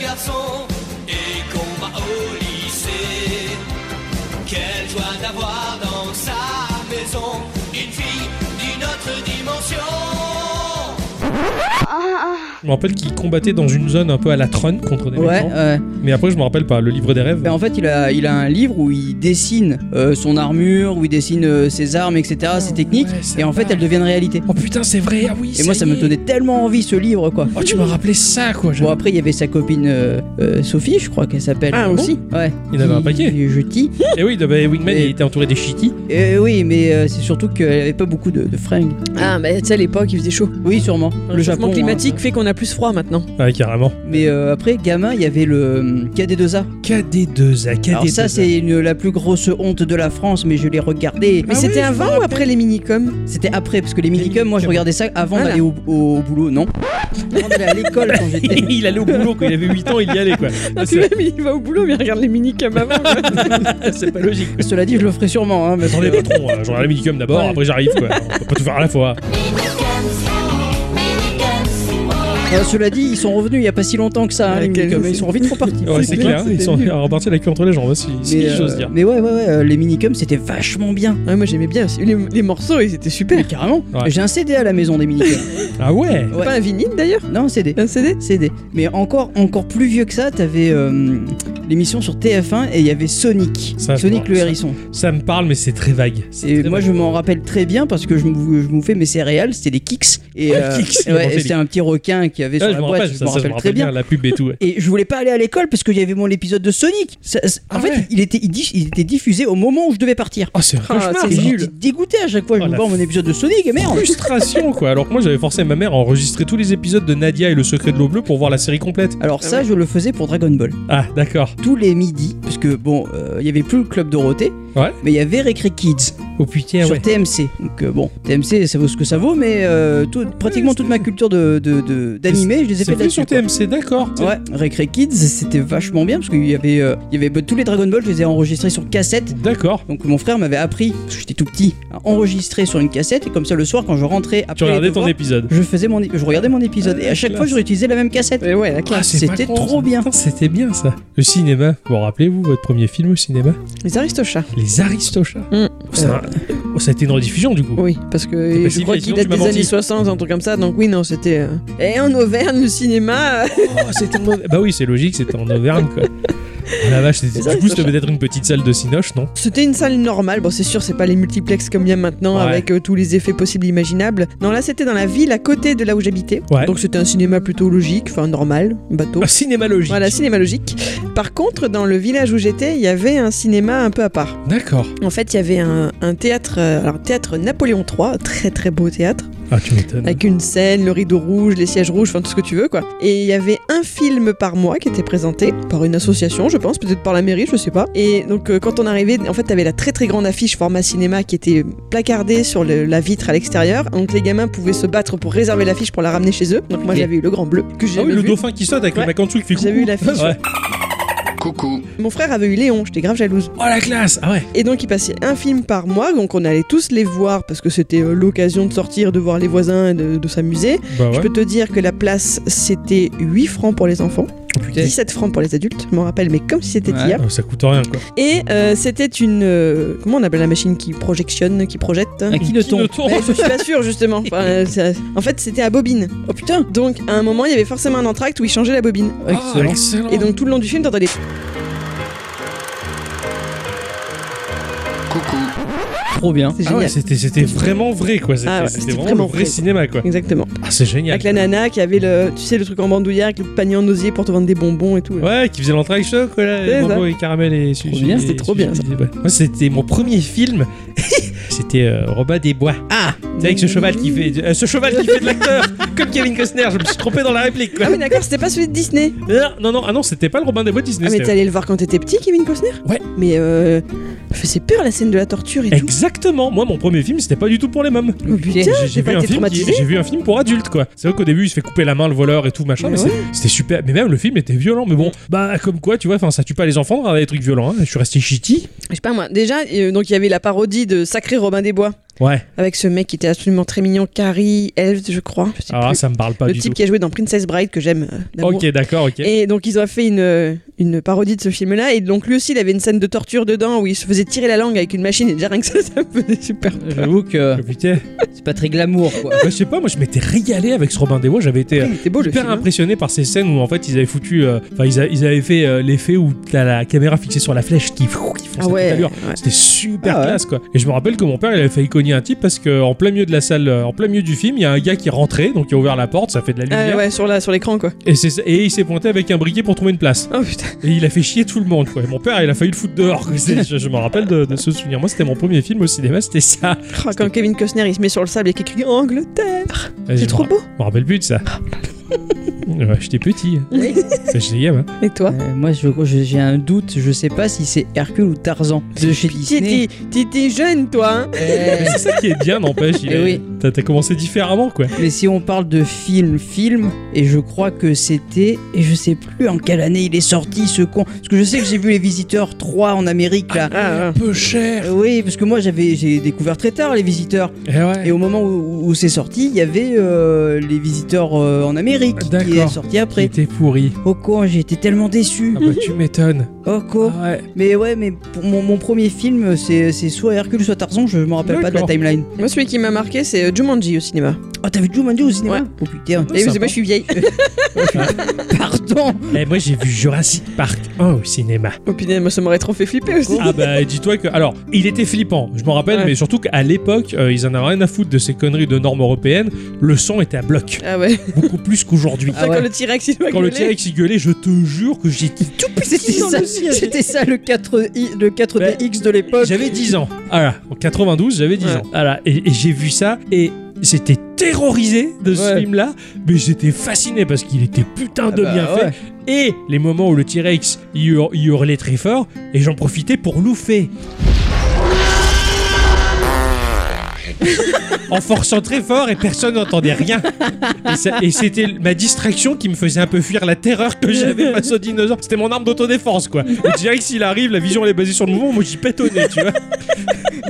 [SPEAKER 10] garçon et qu'on va au lycée, quelle joie d'avoir dans sa maison une fille d'une autre dimension.
[SPEAKER 2] Je me rappelle qu'il combattait dans une zone un peu à la Tron contre des
[SPEAKER 1] Ouais,
[SPEAKER 2] méchants.
[SPEAKER 1] ouais.
[SPEAKER 2] Mais après, je me rappelle pas. Le livre des rêves.
[SPEAKER 1] Ben, en fait, il a, il a un livre où il dessine euh, son armure, où il dessine euh, ses armes, etc., ses techniques,
[SPEAKER 2] ouais, ça
[SPEAKER 1] et en fait,
[SPEAKER 2] va.
[SPEAKER 1] elles deviennent réalité.
[SPEAKER 2] Oh putain, c'est vrai. Ah oui.
[SPEAKER 1] Et moi,
[SPEAKER 2] y
[SPEAKER 1] ça me
[SPEAKER 2] est.
[SPEAKER 1] donnait tellement envie ce livre, quoi.
[SPEAKER 2] Oh, tu m'as rappelé ça, quoi.
[SPEAKER 1] Bon, après, il y avait sa copine euh, euh, Sophie, je crois qu'elle s'appelle.
[SPEAKER 3] Ah, aussi
[SPEAKER 1] Ouais.
[SPEAKER 2] Il en avait un paquet.
[SPEAKER 1] Jeudi.
[SPEAKER 2] Et oui, bah, Wingman,
[SPEAKER 1] Et-
[SPEAKER 2] il était entouré des shitty.
[SPEAKER 1] Et oui, mais euh, c'est surtout qu'elle avait pas beaucoup de, de fringues.
[SPEAKER 3] Ah, mais tu sais, à l'époque, il faisait chaud.
[SPEAKER 1] Oui, sûrement.
[SPEAKER 3] Le changement
[SPEAKER 1] Japon, hein.
[SPEAKER 3] climatique fait qu'on a plus froid maintenant.
[SPEAKER 2] Ouais, carrément.
[SPEAKER 1] Mais euh, après, gamin, il y avait le hum, KD2A.
[SPEAKER 2] KD2A, KD2A.
[SPEAKER 1] Alors ça, c'est une- la plus grosse honte de la France, mais je l'ai regardé.
[SPEAKER 3] Mais
[SPEAKER 1] Mais
[SPEAKER 3] c'était
[SPEAKER 2] Ah je me
[SPEAKER 3] avant ou
[SPEAKER 2] rappelle.
[SPEAKER 3] après les minicoms
[SPEAKER 1] c'était après, parce que les minicums, moi, je
[SPEAKER 2] minicums.
[SPEAKER 1] regardais ça avant
[SPEAKER 3] Voilà.
[SPEAKER 1] d'aller au, au- au boulot, non Avant d'aller à l'école quand j'étais...
[SPEAKER 2] il allait au boulot quand il avait 8 ans, il y allait quoi.
[SPEAKER 3] Ah, puis
[SPEAKER 2] C'est
[SPEAKER 3] même, il va au boulot, mais il regarde les minicums avant. quoi.
[SPEAKER 2] c'est pas logique.
[SPEAKER 1] Cela dit, je le ferai sûrement, hein, parce
[SPEAKER 2] Attendez
[SPEAKER 1] que-
[SPEAKER 2] patron, euh, je regarde les minicums d'abord,
[SPEAKER 1] Ouais.
[SPEAKER 2] après j'arrive quoi. On peut pas tout faire à la fois.
[SPEAKER 1] Euh, cela dit, ils sont revenus il y a pas si longtemps que ça, hein, les
[SPEAKER 3] Ouais,
[SPEAKER 1] minicums,
[SPEAKER 3] c'est-
[SPEAKER 1] ils sont vite repartis.
[SPEAKER 2] Ouais, c'est clair, ils
[SPEAKER 3] c'était
[SPEAKER 2] sont
[SPEAKER 3] nul.
[SPEAKER 2] repartis la queue entre les jambes, hein, si, si
[SPEAKER 1] Mais, euh,
[SPEAKER 2] j'ose dire.
[SPEAKER 1] mais ouais, ouais, ouais, euh, les minicums, c'était vachement bien.
[SPEAKER 3] Ouais, moi j'aimais bien. Les, les morceaux, ils étaient super.
[SPEAKER 1] Mais carrément.
[SPEAKER 2] Ouais.
[SPEAKER 1] J'ai un CD à la maison des minicums.
[SPEAKER 2] Ah ouais
[SPEAKER 1] Ouais.
[SPEAKER 3] Pas un vinyle d'ailleurs
[SPEAKER 1] non, un CD.
[SPEAKER 3] Un CD
[SPEAKER 1] CD. Mais encore, encore plus vieux que ça, t'avais euh, l'émission sur TF1 et il y avait Sonic.
[SPEAKER 2] Ça, je
[SPEAKER 1] Sonic
[SPEAKER 2] me-
[SPEAKER 1] le
[SPEAKER 2] ça-
[SPEAKER 1] hérisson.
[SPEAKER 2] Ça me parle, mais c'est très vague. C'est
[SPEAKER 1] Et
[SPEAKER 2] très
[SPEAKER 1] moi,
[SPEAKER 2] vague.
[SPEAKER 1] je m'en rappelle très bien parce que je mou- je bouffais mes céréales, c'était des Kicks. Et, euh,
[SPEAKER 2] Ah, Kix,
[SPEAKER 1] ouais,
[SPEAKER 2] ils m'ont fait
[SPEAKER 1] c'était
[SPEAKER 2] les-
[SPEAKER 1] un petit requin qui avait
[SPEAKER 2] Ah,
[SPEAKER 1] sur
[SPEAKER 2] je
[SPEAKER 1] la
[SPEAKER 2] me
[SPEAKER 1] boîte,
[SPEAKER 2] rappelle,
[SPEAKER 1] je
[SPEAKER 2] ça,
[SPEAKER 1] m'en
[SPEAKER 2] ça, je me
[SPEAKER 1] rappelle très
[SPEAKER 2] rappelle
[SPEAKER 1] bien.
[SPEAKER 2] bien, la pub et tout. ouais.
[SPEAKER 1] Et je voulais pas aller à l'école parce qu'il y avait mon épisode de Sonic. Ça- ça- en
[SPEAKER 2] Ah
[SPEAKER 1] fait,
[SPEAKER 2] ouais.
[SPEAKER 1] il était, il, dis- il était diffusé au moment où je devais partir.
[SPEAKER 2] Oh, c'est un
[SPEAKER 3] Ah,
[SPEAKER 2] cauchemar,
[SPEAKER 3] c'est
[SPEAKER 2] ça.
[SPEAKER 1] Et j'étais dégoûté à chaque fois. Je
[SPEAKER 2] Oh,
[SPEAKER 1] me
[SPEAKER 2] la Ah
[SPEAKER 1] vois mon épisode de Sonic et merde.
[SPEAKER 2] Frustration quoi. Alors que moi j'avais forcé ma mère à enregistrer tous les épisodes de Nadia et le secret de l'eau bleue pour voir la série complète.
[SPEAKER 1] Alors ça, je le faisais pour Dragon Ball.
[SPEAKER 2] Ah d'accord.
[SPEAKER 1] Tous les midis, parce que bon, euh, il y avait plus le club Dorothée,
[SPEAKER 2] Ouais.
[SPEAKER 1] mais il y avait Recre Kids
[SPEAKER 2] Oh putain
[SPEAKER 1] sur
[SPEAKER 2] ouais.
[SPEAKER 1] TMC. Donc euh, bon, TMC, ça vaut ce que ça vaut, mais euh, tout- pratiquement toute ma culture de de- de- d'animé, je les ai
[SPEAKER 2] C'est
[SPEAKER 1] fait
[SPEAKER 2] fait
[SPEAKER 1] là-dessus.
[SPEAKER 2] sur TMC, d'accord.
[SPEAKER 1] quoi. Ouais, Recre Kids, c'était vachement bien parce qu'il y avait, euh, il y avait bah, tous les Dragon Ball, je les ai enregistrés sur cassette.
[SPEAKER 2] D'accord.
[SPEAKER 1] Donc mon frère m'avait appris, parce que j'étais tout petit, à enregistrer sur une cassette et comme ça le soir quand je rentrais après
[SPEAKER 2] Tu
[SPEAKER 1] les
[SPEAKER 2] regardais ton
[SPEAKER 1] devoirs,
[SPEAKER 2] épisode. Ah,
[SPEAKER 1] je faisais mon, é- je regardais mon épisode et à chaque
[SPEAKER 2] classe.
[SPEAKER 1] fois je réutilisais la même cassette.
[SPEAKER 3] Ouais, ouais, la classe.
[SPEAKER 2] Ah, c'est pas
[SPEAKER 1] C'était
[SPEAKER 2] con,
[SPEAKER 1] trop
[SPEAKER 2] ça.
[SPEAKER 1] bien.
[SPEAKER 2] Putain, C'était bien ça. Le cinéma. Bon, rappelez-vous votre premier film au cinéma
[SPEAKER 3] Les Aristochats.
[SPEAKER 2] Les Aristochats.
[SPEAKER 3] Mm.
[SPEAKER 2] Ça, oh, ça a été une rediffusion du coup.
[SPEAKER 3] Oui, parce
[SPEAKER 2] C'est
[SPEAKER 3] que
[SPEAKER 2] pas
[SPEAKER 3] je
[SPEAKER 2] si
[SPEAKER 3] crois
[SPEAKER 2] vieille,
[SPEAKER 3] qu'il
[SPEAKER 2] sinon
[SPEAKER 3] date
[SPEAKER 2] tu m'as
[SPEAKER 3] des
[SPEAKER 2] menti.
[SPEAKER 3] années 60, un truc comme ça. Donc oui, non, c'était. euh, Et en Auvergne, le cinéma. euh,
[SPEAKER 2] Oh, c'était en Auvergne. Bah oui, c'est logique, c'était en Auvergne quoi. Ah La vache, c'était
[SPEAKER 3] Les
[SPEAKER 2] du coup, c'était peut-être une petite salle de cinoche, non
[SPEAKER 3] C'était une salle normale. Bon, c'est sûr, c'est pas les multiplexes comme il y a maintenant
[SPEAKER 2] Ouais.
[SPEAKER 3] avec euh, tous les effets possibles et imaginables. Non, là, c'était dans la ville à côté de là où j'habitais.
[SPEAKER 2] Ouais.
[SPEAKER 3] Donc c'était un cinéma plutôt logique, enfin normal, bateau.
[SPEAKER 2] Ah, Cinéma logique.
[SPEAKER 3] Voilà, cinéma logique. Par contre, dans le village où j'étais, il y avait un cinéma un peu à part.
[SPEAKER 2] D'accord.
[SPEAKER 3] En fait, il y avait un, un théâtre, euh, alors théâtre Napoléon III, très très beau théâtre,
[SPEAKER 2] Ah, tu m'étonnes.
[SPEAKER 3] avec une scène, le rideau rouge, les sièges rouges, enfin tout ce que tu veux quoi. Et il y avait un film par mois qui était présenté par une association, je pense, peut-être par la mairie, je sais pas. Et donc euh, quand on arrivait, en fait, t'avais la très très grande affiche format cinéma qui était placardée sur le- la vitre à l'extérieur, donc les gamins pouvaient se battre pour réserver l'affiche pour la ramener chez eux. Donc moi
[SPEAKER 1] Ok.
[SPEAKER 3] j'avais eu le grand bleu que j'ai
[SPEAKER 2] Ah oui, le dauphin qui saute avec
[SPEAKER 3] Ouais.
[SPEAKER 2] le mec en dessous qui fait
[SPEAKER 3] J'avais
[SPEAKER 2] coucou.
[SPEAKER 3] eu l'affiche.
[SPEAKER 2] Ouais.
[SPEAKER 4] Coucou.
[SPEAKER 3] Mon frère avait eu Léon, j'étais grave jalouse.
[SPEAKER 2] Oh la classe Ah ouais
[SPEAKER 3] Et donc il passait un film par mois, donc on allait tous les voir parce que c'était euh, l'occasion de sortir, de voir les voisins, et de, de s'amuser.
[SPEAKER 1] Ah
[SPEAKER 2] Bah
[SPEAKER 3] Je peux te dire que la place c'était 8 francs pour les enfants,
[SPEAKER 1] Putain.
[SPEAKER 3] 17 francs pour les adultes, je m'en rappelle, mais comme si c'était
[SPEAKER 1] Ouais.
[SPEAKER 3] hier.
[SPEAKER 2] Oh, ça coûte rien quoi.
[SPEAKER 3] Et euh, c'était une. euh, comment on appelle la machine qui projectionne, qui projette
[SPEAKER 1] Un kinoton.
[SPEAKER 2] Kinoton.
[SPEAKER 3] Ouais, Je suis pas sûre justement. Enfin, euh, ça- En fait c'était à bobine.
[SPEAKER 1] Oh putain.
[SPEAKER 3] Donc à un moment il y avait forcément un entracte où ils changeaient la bobine.
[SPEAKER 2] Ah,
[SPEAKER 1] Excellent.
[SPEAKER 2] excellent.
[SPEAKER 3] Et donc tout le long du film t'entendais.
[SPEAKER 1] Trop bien.
[SPEAKER 3] C'est
[SPEAKER 2] Ah ouais,
[SPEAKER 3] génial.
[SPEAKER 2] c'était c'était vraiment vrai quoi. C'était
[SPEAKER 3] Ah ouais,
[SPEAKER 2] c'était
[SPEAKER 3] c'était
[SPEAKER 2] vraiment,
[SPEAKER 3] vraiment
[SPEAKER 2] le vrai
[SPEAKER 3] vrai.
[SPEAKER 2] cinéma quoi.
[SPEAKER 3] Exactement.
[SPEAKER 2] Ah, c'est génial.
[SPEAKER 3] Avec la nana qui avait le, tu sais, le truc en bandoulière avec le panier en osier pour te vendre des bonbons et tout. là.
[SPEAKER 2] Ouais, qui faisait l'entrée avec chocolat,
[SPEAKER 3] C'est
[SPEAKER 2] et
[SPEAKER 3] ça.
[SPEAKER 2] bonbons et caramel et sushi.
[SPEAKER 3] bien,
[SPEAKER 2] et
[SPEAKER 3] c'était trop bien, ça.
[SPEAKER 2] sushi, ouais. Moi, c'était mon premier film. c'était euh, Robin des Bois. Ah C'est avec ce cheval qui fait, euh, ce cheval qui fait de l'acteur, comme Kevin Costner. Je me suis trompé dans la réplique. Quoi.
[SPEAKER 3] Ah oui d'accord, c'était pas celui de Disney.
[SPEAKER 2] Non, non, non, ah non, c'était pas le Robin des Bois Disney.
[SPEAKER 3] Ah mais t'es
[SPEAKER 2] c'était-
[SPEAKER 3] allé le voir quand t'étais petit, Kevin Costner
[SPEAKER 2] Ouais.
[SPEAKER 3] Mais euh, faisait peur la scène de la torture et tout.
[SPEAKER 2] Exactement. Moi, mon premier film, c'était pas du tout pour les mêmes.
[SPEAKER 3] Oh, putain,
[SPEAKER 2] J'ai-
[SPEAKER 3] j'ai
[SPEAKER 2] J'ai vu,
[SPEAKER 3] pas
[SPEAKER 2] un film
[SPEAKER 3] été
[SPEAKER 2] qui-
[SPEAKER 3] traumatisé.
[SPEAKER 2] j'ai vu un film pour adultes, quoi. C'est vrai qu'au début, il se fait couper la main, le voleur et tout, machin,
[SPEAKER 3] Mais
[SPEAKER 2] mais, c'est- c'était super. Mais même le film était violent. Mais bon, bah, comme quoi, tu vois, enfin, ça tue pas les enfants de regarder des trucs violents. hein. Je suis resté chiti.
[SPEAKER 3] Je sais pas moi. Déjà, euh, donc il y avait la parodie de Sacré Robin des Bois
[SPEAKER 2] Ouais.
[SPEAKER 3] avec ce mec qui était absolument très mignon, Carrie, Elves, je crois. Je sais
[SPEAKER 2] Ah,
[SPEAKER 3] plus.
[SPEAKER 2] ça me parle pas
[SPEAKER 3] le
[SPEAKER 2] du
[SPEAKER 3] type
[SPEAKER 2] tout.
[SPEAKER 3] qui a joué dans Princess Bride que j'aime. euh, d'amour.
[SPEAKER 2] Ok, d'accord, ok.
[SPEAKER 3] Et donc ils ont fait une, euh, une parodie de ce film-là et donc lui aussi il avait une scène de torture dedans où il se faisait tirer la langue avec une machine et déjà rien que ça ça me faisait super peur.
[SPEAKER 1] J'avoue que
[SPEAKER 2] Oh, Putain,
[SPEAKER 1] c'est pas très glamour quoi.
[SPEAKER 2] Bah, je sais pas, moi je m'étais régalé avec ce Robin des Bois, j'avais été euh,
[SPEAKER 3] Il était beau le
[SPEAKER 2] hyper
[SPEAKER 3] film. hein.
[SPEAKER 2] impressionné par ces scènes où en fait ils avaient foutu, euh, enfin ils, a- ils avaient fait euh, l'effet où t'as la caméra fixée sur la flèche qui, qui fonce à
[SPEAKER 3] Ah
[SPEAKER 2] toute
[SPEAKER 3] ouais,
[SPEAKER 2] allure.
[SPEAKER 3] ouais.
[SPEAKER 2] C'était super
[SPEAKER 1] Ah ouais.
[SPEAKER 2] classe quoi. Et je me rappelle que mon père il avait failli cogner un type parce que en plein milieu de la salle, euh, en plein milieu du film, il y a un gars qui est rentré, donc il a ouvert la porte, ça fait de la
[SPEAKER 3] Ah
[SPEAKER 2] lumière,
[SPEAKER 3] ouais, sur la- sur l'écran quoi.
[SPEAKER 2] et, c'est ça- et il s'est pointé avec un briquet pour trouver une place.
[SPEAKER 3] Oh putain.
[SPEAKER 2] Et il a fait chier tout le monde quoi. Et mon père il a failli le foutre dehors. quoi. C'est- Je, je me rappelle de, de ce souvenir. Moi c'était mon premier film au cinéma, c'était ça.
[SPEAKER 3] Oh, quand Kevin Costner il se met sur le sable et qu'il crie Angleterre.
[SPEAKER 2] Et je
[SPEAKER 3] C'est
[SPEAKER 2] me
[SPEAKER 3] trop beau.
[SPEAKER 2] Je me rappelle plus de ça. Euh, J'étais petit. Ça, ah j'étais gamin.
[SPEAKER 3] Et toi
[SPEAKER 1] Euh, moi, je- je- j'ai un doute. Je sais pas si c'est Hercule ou Tarzan de chez Disney. Euh,
[SPEAKER 3] T'étais t'étais jeune, toi, hein
[SPEAKER 2] Mais c'est ça qui est bien, n'empêche. il
[SPEAKER 1] Eh
[SPEAKER 2] est-
[SPEAKER 1] oui.
[SPEAKER 2] T'as t'as commencé différemment, quoi.
[SPEAKER 1] Mais si on parle de film, film, et je crois que c'était, et je sais plus en quelle année il est sorti ce con, parce que je sais que j'ai vu Les Visiteurs 3 en Amérique là.
[SPEAKER 3] Ah, ah.
[SPEAKER 2] Peu cher.
[SPEAKER 1] Euh, Oui, parce que moi j'avais j'ai découvert très tard Les Visiteurs,
[SPEAKER 2] Eh ouais.
[SPEAKER 1] et au moment où, où c'est sorti, il y avait euh, Les Visiteurs euh, en Amérique qui est
[SPEAKER 2] D'accord.
[SPEAKER 1] sorti
[SPEAKER 2] Il
[SPEAKER 1] après.
[SPEAKER 2] était pourri.
[SPEAKER 1] Oh con, j'ai été tellement déçu.
[SPEAKER 2] Ah bah tu m'étonnes.
[SPEAKER 1] Oh con.
[SPEAKER 2] Ah ouais.
[SPEAKER 1] Mais ouais, mais pour mon, mon premier film, c'est c'est soit Hercule, soit Tarzan, je me rappelle pas de la
[SPEAKER 2] D'accord.
[SPEAKER 1] timeline.
[SPEAKER 3] Moi, celui qui m'a marqué, c'est euh, Jumanji au cinéma.
[SPEAKER 1] Oh, t'as vu Jumanji au cinéma
[SPEAKER 3] Ouais.
[SPEAKER 1] Oh putain,
[SPEAKER 3] Et vous savez,
[SPEAKER 2] sympa.
[SPEAKER 3] moi, je suis vieille.
[SPEAKER 1] pardon
[SPEAKER 2] Eh, moi j'ai vu Jurassic Park 1 au cinéma.
[SPEAKER 3] Oh putain, moi, ça m'aurait trop fait flipper aussi.
[SPEAKER 2] Ah bah dis-toi que... Alors, il était flippant, je m'en rappelle,
[SPEAKER 3] Ouais.
[SPEAKER 2] mais surtout qu'à l'époque, euh, ils en avaient rien à foutre de ces conneries de normes européennes. Le son était à bloc,
[SPEAKER 3] Ah ouais.
[SPEAKER 2] beaucoup plus qu'aujourd'hui.
[SPEAKER 1] Ah ouais.
[SPEAKER 3] Quand le T-Rex, il doit
[SPEAKER 2] Quand le
[SPEAKER 3] gueuler.
[SPEAKER 2] T-Rex il gueulait, je te jure que j'ai tout
[SPEAKER 1] C'était
[SPEAKER 2] petit dans
[SPEAKER 1] ça,
[SPEAKER 2] le siège.
[SPEAKER 1] c'était ça le 4i, le 4DX de l'époque.
[SPEAKER 2] J'avais 10 ans. Voilà, en 92, j'avais 10
[SPEAKER 3] Ouais.
[SPEAKER 2] ans. Voilà, et, et j'ai vu ça et j'étais terrorisé de ce
[SPEAKER 1] Ouais.
[SPEAKER 2] film-là, mais j'étais fasciné parce qu'il était putain de
[SPEAKER 1] Ah bah
[SPEAKER 2] bien
[SPEAKER 1] ouais.
[SPEAKER 2] fait. Et les moments où le T-Rex il, hur- il hurlait très fort et j'en profitais pour louffer. en forçant très fort et personne n'entendait rien. Et, ça- et c'était ma distraction qui me faisait un peu fuir la terreur que j'avais face au dinosaure. C'était mon arme d'autodéfense, quoi. Le T-Rex, s'il arrive, la vision elle est basée sur le mouvement, moi j'y pète au nez, tu vois.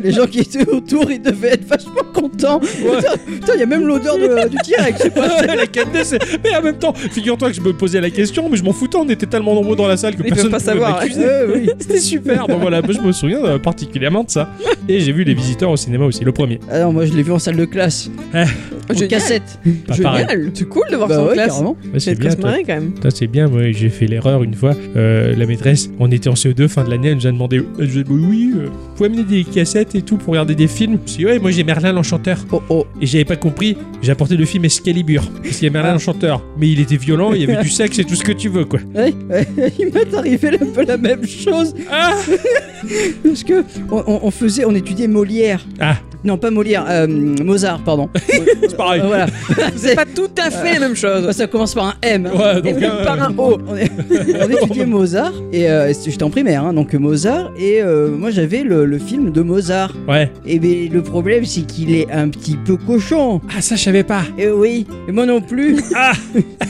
[SPEAKER 1] Les gens qui étaient autour, ils devaient être vachement contents. Putain, Putain, il y a même l'odeur de- du T-Rex. c'est pas-
[SPEAKER 2] la 4D, c'est- Mais en même temps, figure-toi que je me posais la question, mais je m'en foutais, on était tellement nombreux dans la salle que
[SPEAKER 3] Ils
[SPEAKER 2] personne
[SPEAKER 3] peuvent pas
[SPEAKER 2] pouvait
[SPEAKER 3] savoir,
[SPEAKER 2] m'accuser.
[SPEAKER 1] Ouais, oui.
[SPEAKER 2] C'était super. Bon voilà, moi, je me souviens euh, particulièrement de ça. Et j'ai vu les visiteurs au cinéma aussi, le premier.
[SPEAKER 1] Ah non, moi je l'ai vu en salle de classe.
[SPEAKER 3] Oh,
[SPEAKER 1] En
[SPEAKER 3] génial.
[SPEAKER 1] cassette.
[SPEAKER 2] Pas Ah, pareil.
[SPEAKER 3] Génial. C'est cool de voir ça
[SPEAKER 1] Bah
[SPEAKER 3] en
[SPEAKER 1] ouais,
[SPEAKER 3] classe.
[SPEAKER 1] carrément.
[SPEAKER 2] Ouais, c'est
[SPEAKER 3] C'est
[SPEAKER 2] bien.
[SPEAKER 3] classe
[SPEAKER 2] Toi.
[SPEAKER 3] marée quand même.
[SPEAKER 2] Toi, c'est bien. Moi, j'ai fait l'erreur une fois. euh, la maîtresse, on était en CE2 fin de l'année, elle nous a demandé, elle nous a dit, oui, euh, vous pouvez amener des cassettes et tout pour regarder des films. Je dis ouais, moi j'ai Merlin l'enchanteur.
[SPEAKER 1] Oh oh.
[SPEAKER 2] Et j'avais pas compris, j'ai apporté le film Excalibur. Parce qu'il y a Merlin l'enchanteur. Mais il était violent, il y avait du sexe et tout ce que tu veux, quoi.
[SPEAKER 1] Ouais, ouais, il m'est arrivé un peu la même chose.
[SPEAKER 2] Ah
[SPEAKER 1] Parce que on, on- on faisait, on étudiait Molière.
[SPEAKER 2] Ah.
[SPEAKER 1] Non, pas Molière, euh, Mozart, pardon.
[SPEAKER 2] C'est pareil.
[SPEAKER 1] Euh, voilà.
[SPEAKER 3] C'est pas tout à fait la même chose.
[SPEAKER 1] Ça commence par un M. hein.
[SPEAKER 2] Ouais, donc,
[SPEAKER 1] Et même
[SPEAKER 2] euh,
[SPEAKER 1] par un O. On, est- on étudiait Mozart et euh, j'étais en primaire, hein, donc Mozart et euh, moi j'avais le, le film de Mozart.
[SPEAKER 2] Ouais.
[SPEAKER 1] Et ben le problème c'est qu'il est un petit peu cochon.
[SPEAKER 2] Ah, ça, je savais pas.
[SPEAKER 1] Et oui, et moi non plus.
[SPEAKER 2] Ah.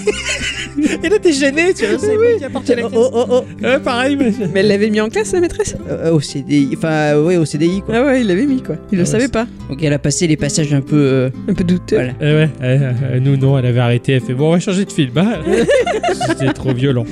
[SPEAKER 2] Et là, t'es gêné, tu vois. C'est moi qui ai apporté la
[SPEAKER 1] oh oh oh, oh.
[SPEAKER 2] caisse. Ouais, pareil, mais.
[SPEAKER 3] Mais elle l'avait mis en classe, la maîtresse.
[SPEAKER 1] Euh, au CDI, enfin euh, ouais au CDI quoi.
[SPEAKER 3] Ah ouais, il l'avait mis quoi. Il
[SPEAKER 2] Ah ouais,
[SPEAKER 3] le savait
[SPEAKER 2] c'est-
[SPEAKER 3] pas.
[SPEAKER 1] Donc elle a passé les passages un peu. euh,
[SPEAKER 3] Un peu douteux.
[SPEAKER 1] Voilà.
[SPEAKER 2] Eh ouais, eh, euh, nous non, elle avait arrêté, elle fait bon, on va changer de film. hein. c'était trop violent.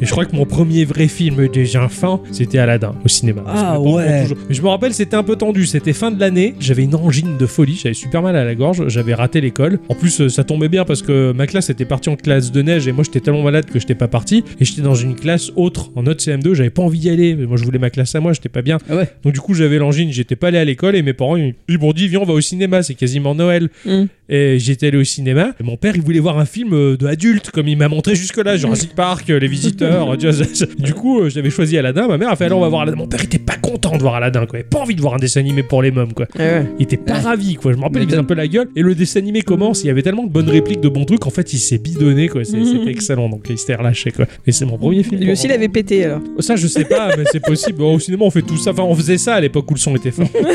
[SPEAKER 2] Et je crois que mon premier vrai film des enfants, c'était Aladdin au cinéma. Parce
[SPEAKER 1] Ah
[SPEAKER 2] que mes parents
[SPEAKER 1] ouais.
[SPEAKER 2] ont toujours- Mais je me rappelle, c'était un peu tendu, c'était fin de l'année, j'avais une angine de folie, j'avais super mal à la gorge, j'avais raté l'école. En plus, euh, ça tombait bien parce que ma classe était partie en classe de neige et moi j'étais tellement malade que j'étais pas parti et j'étais dans une classe autre en autre CM2, j'avais pas envie d'y aller, mais moi je voulais ma classe à moi, j'étais pas bien.
[SPEAKER 1] Ah ouais.
[SPEAKER 2] Donc du coup, j'avais l'angine, j'étais pas allé à l'école et mes parents ils ils m'ont dit viens, on va au cinéma, c'est quasiment Noël.
[SPEAKER 3] Mm.
[SPEAKER 2] Et j'étais allé au cinéma. Et mon père, il voulait voir un film euh, de adulte, comme il m'a montré jusque-là, Jurassic Park, euh, Les Visiteurs. euh, tu vois, ça- ça- du coup, euh, j'avais choisi Aladdin. Ma mère a fait alors on va voir Aladdin. Mon père était pas content de voir Aladdin, quoi. Il avait pas envie de voir un dessin animé pour les mômes, quoi.
[SPEAKER 3] Ah ouais.
[SPEAKER 2] Il était pas
[SPEAKER 1] Ouais.
[SPEAKER 2] ravi, quoi. Je me rappelle, il faisait un peu la gueule. Et le dessin animé commence. Il y avait tellement de bonnes répliques, de bons trucs. En fait, il s'est bidonné, quoi. C'est- C'était excellent. Donc, il s'était relâché, quoi. Et c'est mon premier film.
[SPEAKER 3] Mm. Lui aussi, il
[SPEAKER 2] Pour-
[SPEAKER 3] avait pété alors.
[SPEAKER 2] Ça, je sais pas, mais c'est possible. Au cinéma, on fait tout ça. Enfin, on faisait ça à l'époque où le son était fort.
[SPEAKER 1] euh,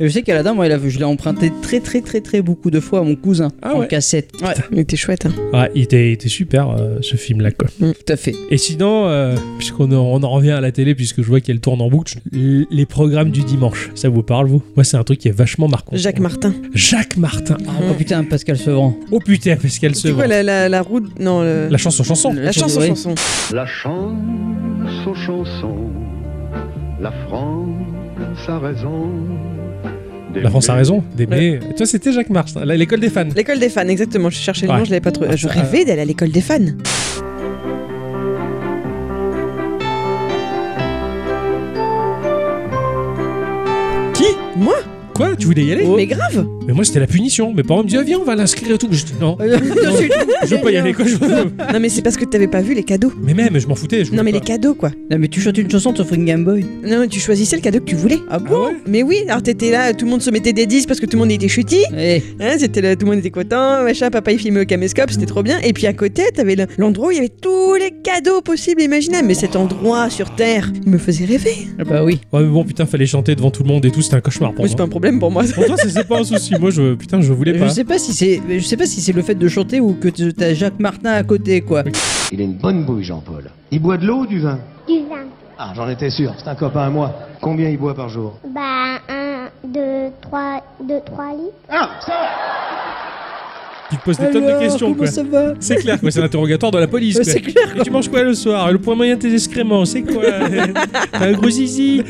[SPEAKER 1] Je sais qu'Aladin, moi, il a- je l'ai emprunté très, très, très, très beaucoup de fois à mon cousin
[SPEAKER 2] Ah
[SPEAKER 1] en
[SPEAKER 2] ouais.
[SPEAKER 1] cassette. Ouais,
[SPEAKER 3] Il était chouette. Hein.
[SPEAKER 2] Ouais, il était, il était super, euh, ce film-là, quoi.
[SPEAKER 1] tout à fait.
[SPEAKER 2] Et sinon, euh, puisqu'on en- on en revient à la télé, puisque je vois qu'elle tourne en boucle, l- les programmes du dimanche, ça vous parle, vous Moi, c'est un truc qui est vachement marquant.
[SPEAKER 3] Jacques Martin.
[SPEAKER 2] Jacques Martin. Ah,
[SPEAKER 1] Oh putain, Pascal Sevran.
[SPEAKER 2] Oh putain, parce qu'elle se
[SPEAKER 3] C'est quoi
[SPEAKER 2] vend.
[SPEAKER 3] la, la, la route Non, le-
[SPEAKER 2] La chanson, chanson.
[SPEAKER 1] La
[SPEAKER 3] la chanson,
[SPEAKER 1] oui.
[SPEAKER 3] chanson.
[SPEAKER 10] La chance aux chansons, la France a raison.
[SPEAKER 2] La France a raison, d'aimer. Toi, c'était Jacques Martin, la- l'école des fans.
[SPEAKER 3] L'école des fans, exactement. Je cherchais le
[SPEAKER 2] Ouais.
[SPEAKER 3] nom, je l'avais pas trouvé. Je
[SPEAKER 2] Ah,
[SPEAKER 3] rêvais d'aller à l'école des fans. Qui Moi
[SPEAKER 2] Quoi Tu voulais y
[SPEAKER 1] Eh, Oh.
[SPEAKER 2] aller
[SPEAKER 3] Mais grave
[SPEAKER 2] Mais moi, c'était la punition. Mes parents me disaient, ah, viens, on va l'inscrire et tout. Je dis, non, non, je veux pas y aller, quoi. je veux-
[SPEAKER 3] Non, mais c'est parce que t'avais pas vu les cadeaux.
[SPEAKER 2] Mais même, je m'en foutais. Je
[SPEAKER 3] Non,
[SPEAKER 2] voulais
[SPEAKER 3] mais les
[SPEAKER 2] pas.
[SPEAKER 3] cadeaux, quoi.
[SPEAKER 1] Non, mais tu chantes une chanson, tu offres une Game Boy.
[SPEAKER 3] Non, mais tu choisissais le cadeau que tu voulais. Ah
[SPEAKER 2] bon ouais
[SPEAKER 3] Mais oui, alors t'étais là, tout le monde se mettait des 10 parce que tout le monde était chutis.
[SPEAKER 1] Eh,
[SPEAKER 3] Hein, c'était là, tout le monde était content, machin, papa il filmait au caméscope, c'était trop bien. Et puis à côté, t'avais le- l'endroit où il y avait tous les cadeaux possibles et imaginables. Mais cet endroit sur Terre, il me faisait rêver.
[SPEAKER 1] ah bah oui.
[SPEAKER 2] Ouais, mais bon, putain, fallait chanter devant tout le monde et tout. C'était un cauchemar pour
[SPEAKER 3] Mais c'est pas
[SPEAKER 2] moi.
[SPEAKER 3] un problème pour moi.
[SPEAKER 2] Pour toi, c'est- c'est pas un souci. Moi, je, putain, je voulais
[SPEAKER 1] Je
[SPEAKER 2] pas.
[SPEAKER 1] sais pas si c'est, je sais pas si c'est le fait de chanter ou que tu- t'as Jacques Martin à côté, quoi.
[SPEAKER 10] Il a une bonne bouille, Jean-Paul. Il boit de l'eau ou du vin
[SPEAKER 11] Du vin.
[SPEAKER 10] Ah, j'en étais sûr, c'est un copain à moi. Combien il boit par jour
[SPEAKER 11] Bah, 1, 2, 3, 2, 3 litres.
[SPEAKER 2] Tu te poses des tonnes de questions,
[SPEAKER 1] comment
[SPEAKER 2] quoi.
[SPEAKER 1] ça va
[SPEAKER 2] C'est clair, quoi. C'est l'interrogatoire de la police.
[SPEAKER 1] Euh,
[SPEAKER 2] quoi.
[SPEAKER 1] C'est clair.
[SPEAKER 2] Et tu manges quoi le soir Et Le point moyen de tes excréments, c'est quoi T'as un gros zizi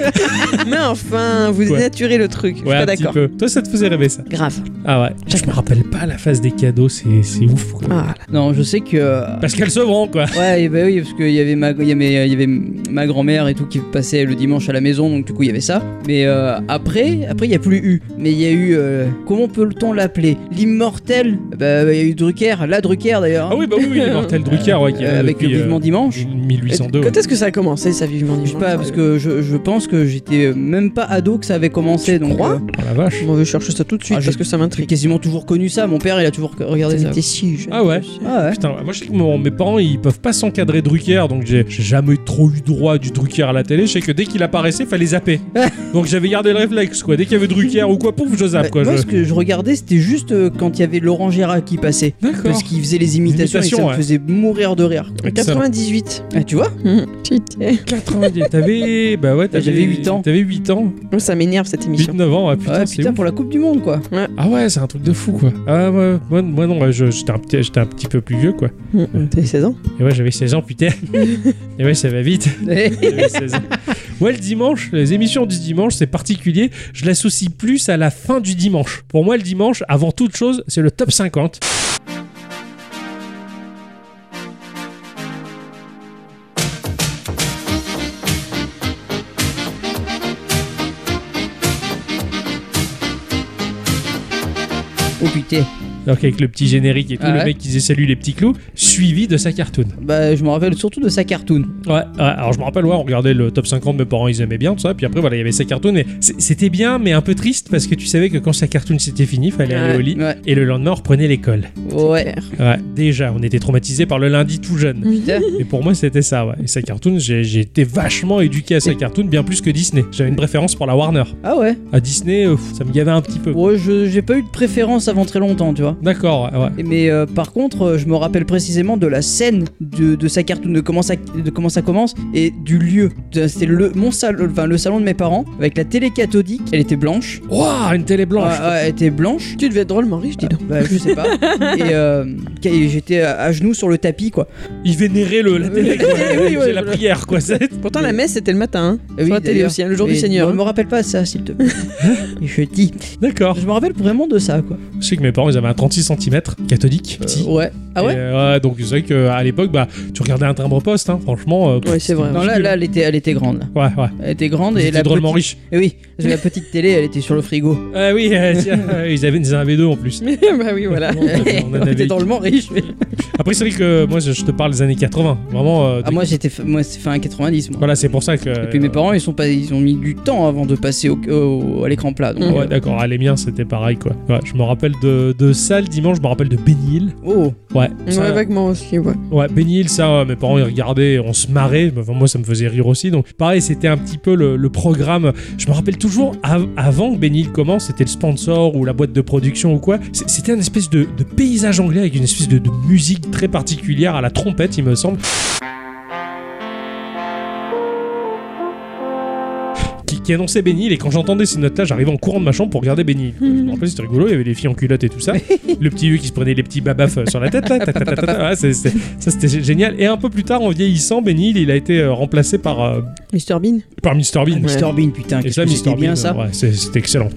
[SPEAKER 3] Mais enfin, vous
[SPEAKER 2] Ouais.
[SPEAKER 3] dénaturez le truc. Je suis
[SPEAKER 2] Ouais,
[SPEAKER 3] pas
[SPEAKER 2] un petit
[SPEAKER 3] d'accord.
[SPEAKER 2] peu. Toi, ça te faisait rêver, ça
[SPEAKER 3] Grave.
[SPEAKER 2] Ah ouais. Je me rappelle pas la phase des cadeaux, c'est c'est ouf. quoi.
[SPEAKER 3] Ah, là.
[SPEAKER 1] Non, je sais que. euh,
[SPEAKER 2] Pascal Sevran, quoi.
[SPEAKER 1] Ouais, et bah oui, parce qu'il y avait ma, il y avait, il y avait ma grand-mère et tout qui passait le dimanche à la maison, donc du coup il y avait ça. Mais euh, après, après il y a plus eu. Mais il y a eu, euh, comment peut-on l'appeler L'immortel. Bah il y a eu Drucker, la Drucker d'ailleurs.
[SPEAKER 2] Ah oui, bah oui, oui l'immortel Drucker, ouais, qui est
[SPEAKER 1] Euh,
[SPEAKER 2] là
[SPEAKER 1] avec
[SPEAKER 2] depuis,
[SPEAKER 1] le Vivement
[SPEAKER 2] euh,
[SPEAKER 1] Dimanche.
[SPEAKER 2] 1802. ouais.
[SPEAKER 3] Quand est-ce que ça a commencé, ça vivement
[SPEAKER 1] Je sais pas, parce que je, je pense que j'étais même pas ado que ça avait commencé, donc.
[SPEAKER 3] crois
[SPEAKER 1] euh,
[SPEAKER 2] Oh la vache.
[SPEAKER 3] Bon, je cherche ça tout de suite
[SPEAKER 1] Ah, j'ai-
[SPEAKER 3] parce que ça
[SPEAKER 1] j'ai
[SPEAKER 3] m'intrigue.
[SPEAKER 1] quasiment toujours connu ça. Mon père, il a toujours regardé ça.
[SPEAKER 3] T'étais si jeune.
[SPEAKER 2] Ah ouais.
[SPEAKER 1] Ah ouais.
[SPEAKER 2] Putain, moi je sais que mon- mes parents ils peuvent pas s'encadrer Drucker, donc j'ai j'ai jamais trop eu droit du Drucker à la télé. Je sais que dès qu'il apparaissait, fallait zapper. donc j'avais gardé le réflexe quoi. Dès qu'il y avait Drucker ou quoi, pouf, je zappe quoi.
[SPEAKER 1] Bah, moi,
[SPEAKER 2] je-
[SPEAKER 1] ce que je regardais, c'était juste euh, quand il y avait Laurent Gérard qui passait.
[SPEAKER 2] D'accord.
[SPEAKER 1] Parce qu'il faisait les imitations,
[SPEAKER 2] imitations,
[SPEAKER 1] et ça
[SPEAKER 2] ouais.
[SPEAKER 1] me faisait mourir de rire. quoi.
[SPEAKER 3] 98.
[SPEAKER 1] Ah, tu vois
[SPEAKER 3] Putain.
[SPEAKER 2] 90. T'avais. Bah ouais, t'avais.
[SPEAKER 1] J'avais huit ans.
[SPEAKER 2] T'avais 8 ans.
[SPEAKER 3] Ça m'énerve cette émission.
[SPEAKER 2] 8-9 ans, ah, putain,
[SPEAKER 1] Ouais,
[SPEAKER 2] c'est
[SPEAKER 1] putain,
[SPEAKER 2] ouf.
[SPEAKER 1] pour la Coupe du Monde, quoi.
[SPEAKER 2] Ah ouais, c'est un truc de fou quoi. Ah ouais, moi, moi non, ouais, je- j'étais un, petit- j'étais un petit peu plus vieux quoi.
[SPEAKER 3] Mmh, T'avais 16 ans
[SPEAKER 2] Et ouais, j'avais 16 ans, putain. Et ouais, ça va vite.
[SPEAKER 1] Eh,
[SPEAKER 2] J'avais 16 ans. Moi, le dimanche, les émissions du dimanche, c'est particulier. Je l'associe plus à la fin du dimanche. Pour moi, le dimanche, avant toute chose, c'est le top 50.
[SPEAKER 1] oh putain.
[SPEAKER 2] Donc, avec le petit générique et tout,
[SPEAKER 1] Ah
[SPEAKER 2] le
[SPEAKER 1] ouais
[SPEAKER 2] mec qui disait salut les petits clous, suivi de sa cartoon.
[SPEAKER 1] Bah, je me rappelle surtout de sa cartoon.
[SPEAKER 2] Ouais, ouais, alors je me rappelle, ouais, on regardait le top 50, mes parents ils aimaient bien, tout ça. Puis après, voilà, il y avait sa cartoon. Et c- c'était bien, mais un peu triste parce que tu savais que quand sa cartoon c'était fini, fallait aller au lit.
[SPEAKER 1] Ouais.
[SPEAKER 2] Et le lendemain, on reprenait l'école.
[SPEAKER 1] Ouais.
[SPEAKER 2] Ouais, déjà, on était traumatisés par le lundi tout jeune.
[SPEAKER 1] Putain.
[SPEAKER 2] Et pour moi, c'était ça, ouais. Et sa cartoon, j'ai j'ai été vachement éduqué à sa cartoon, bien plus que Disney. J'avais une préférence pour la Warner.
[SPEAKER 1] Ah ouais.
[SPEAKER 2] À Disney, euh, pff, ça me gavait un petit peu.
[SPEAKER 1] Ouais, je- j'ai pas eu de préférence avant très longtemps, tu vois.
[SPEAKER 2] D'accord, ouais, ouais.
[SPEAKER 1] Et Mais euh, par contre, euh, je me rappelle précisément de la scène de, de sa cartoon, de comment ça, de comment ça commence et du lieu. De- C'était le, mon salon, enfin, le salon de mes parents avec la télé cathodique. Elle était blanche.
[SPEAKER 2] Ouah, une télé blanche.
[SPEAKER 1] Ouais, ouais, elle était blanche.
[SPEAKER 3] Tu devais être drôlement riche, dis donc.
[SPEAKER 1] Bah, je sais pas. et euh, et j'étais à, à genoux sur le tapis, quoi.
[SPEAKER 2] Il vénérait le, la télé. quoi.
[SPEAKER 1] Oui, ouais,
[SPEAKER 2] C'est la
[SPEAKER 1] voilà.
[SPEAKER 2] prière, quoi. c'est-
[SPEAKER 3] Pourtant, la messe, c'était le matin. Hein.
[SPEAKER 1] Euh,
[SPEAKER 3] Sur
[SPEAKER 1] d'ailleurs.
[SPEAKER 3] la télé aussi, hein, le jour du
[SPEAKER 1] Mais
[SPEAKER 3] Seigneur.
[SPEAKER 1] Ne me rappelle pas ça, s'il te plaît. Et je dis.
[SPEAKER 2] D'accord.
[SPEAKER 1] Je me rappelle vraiment de ça, quoi.
[SPEAKER 2] Je sais que mes parents, ils avaient un 36 cm cathodique, petit.
[SPEAKER 1] Euh, ouais. Ah ouais
[SPEAKER 2] Et, euh, ouais, donc c'est vrai qu'à l'époque, bah, tu regardais un timbre poste, hein, franchement. euh, pff,
[SPEAKER 3] Ouais, c'est vrai.
[SPEAKER 1] Non, là, là, elle était, elle était grande. là.
[SPEAKER 2] ouais, ouais.
[SPEAKER 1] Elle était grande
[SPEAKER 2] Ils
[SPEAKER 1] et
[SPEAKER 2] étaient
[SPEAKER 1] la
[SPEAKER 2] drôlement
[SPEAKER 1] petite...
[SPEAKER 2] riche.
[SPEAKER 1] Eh oui, parce que la petite télé, elle était sur le frigo.
[SPEAKER 2] Ah oui, euh, tiens, euh, ils, avaient, ils en avaient deux en plus.
[SPEAKER 3] Mais bah oui, voilà.
[SPEAKER 2] On en avait
[SPEAKER 1] On était
[SPEAKER 2] huit.
[SPEAKER 1] drôlement riche. mais-
[SPEAKER 2] Après, c'est vrai que moi, je, je te parle des années 80. Vraiment. euh,
[SPEAKER 1] Ah, moi, j'étais, f- moi, c'est fin 90, moi.
[SPEAKER 2] Voilà, c'est pour ça que.
[SPEAKER 1] Et puis mes parents, ils sont pas, ils ont mis du temps avant de passer au, au- à l'écran plat. Donc,
[SPEAKER 2] Ouais,
[SPEAKER 1] euh,
[SPEAKER 2] d'accord, ah, les miens c'était pareil quoi. Ouais, je me rappelle de, de ça le dimanche, je me rappelle de Benny Hill.
[SPEAKER 1] oh,
[SPEAKER 2] Ouais,
[SPEAKER 3] Ouais,
[SPEAKER 2] ça,
[SPEAKER 3] vaguement aussi, ouais.
[SPEAKER 2] ouais, Benny Hill, ça, euh, mes parents ils regardaient, on se marrait. Enfin, moi ça me faisait rire aussi. Donc pareil, c'était un petit peu le, le programme. Je me rappelle toujours, av- avant que Benny Hill commence, c'était le sponsor ou la boîte de production ou quoi. C'est- C'était un espèce de, de paysage anglais avec une espèce de, de musique très particulière à la trompette, il me semble. qui, qui annonçait Benny Hill. Et quand j'entendais ces notes-là, j'arrivais en courant de ma chambre pour regarder Benny Hill. Je me rappelle, c'était rigolo, il y avait les filles en culotte et tout ça. le petit vieux qui se prenait les petits babafs euh, sur la tête. Là. Ta, ta, ta, ta, ta. Ouais, c'est- c'est- ça, c'était gé- génial. Et un peu plus tard, en vieillissant, Benny Hill, il a été euh, remplacé par, euh,
[SPEAKER 3] Mr Bean
[SPEAKER 2] par Mr. Bean.
[SPEAKER 1] Mr Ah, Bean, putain,
[SPEAKER 2] Et
[SPEAKER 1] qu'est-ce
[SPEAKER 2] ça,
[SPEAKER 1] que
[SPEAKER 2] Mr.
[SPEAKER 1] c'était
[SPEAKER 2] Bean,
[SPEAKER 1] bien ça.
[SPEAKER 2] ouais, c'est- c'était excellent.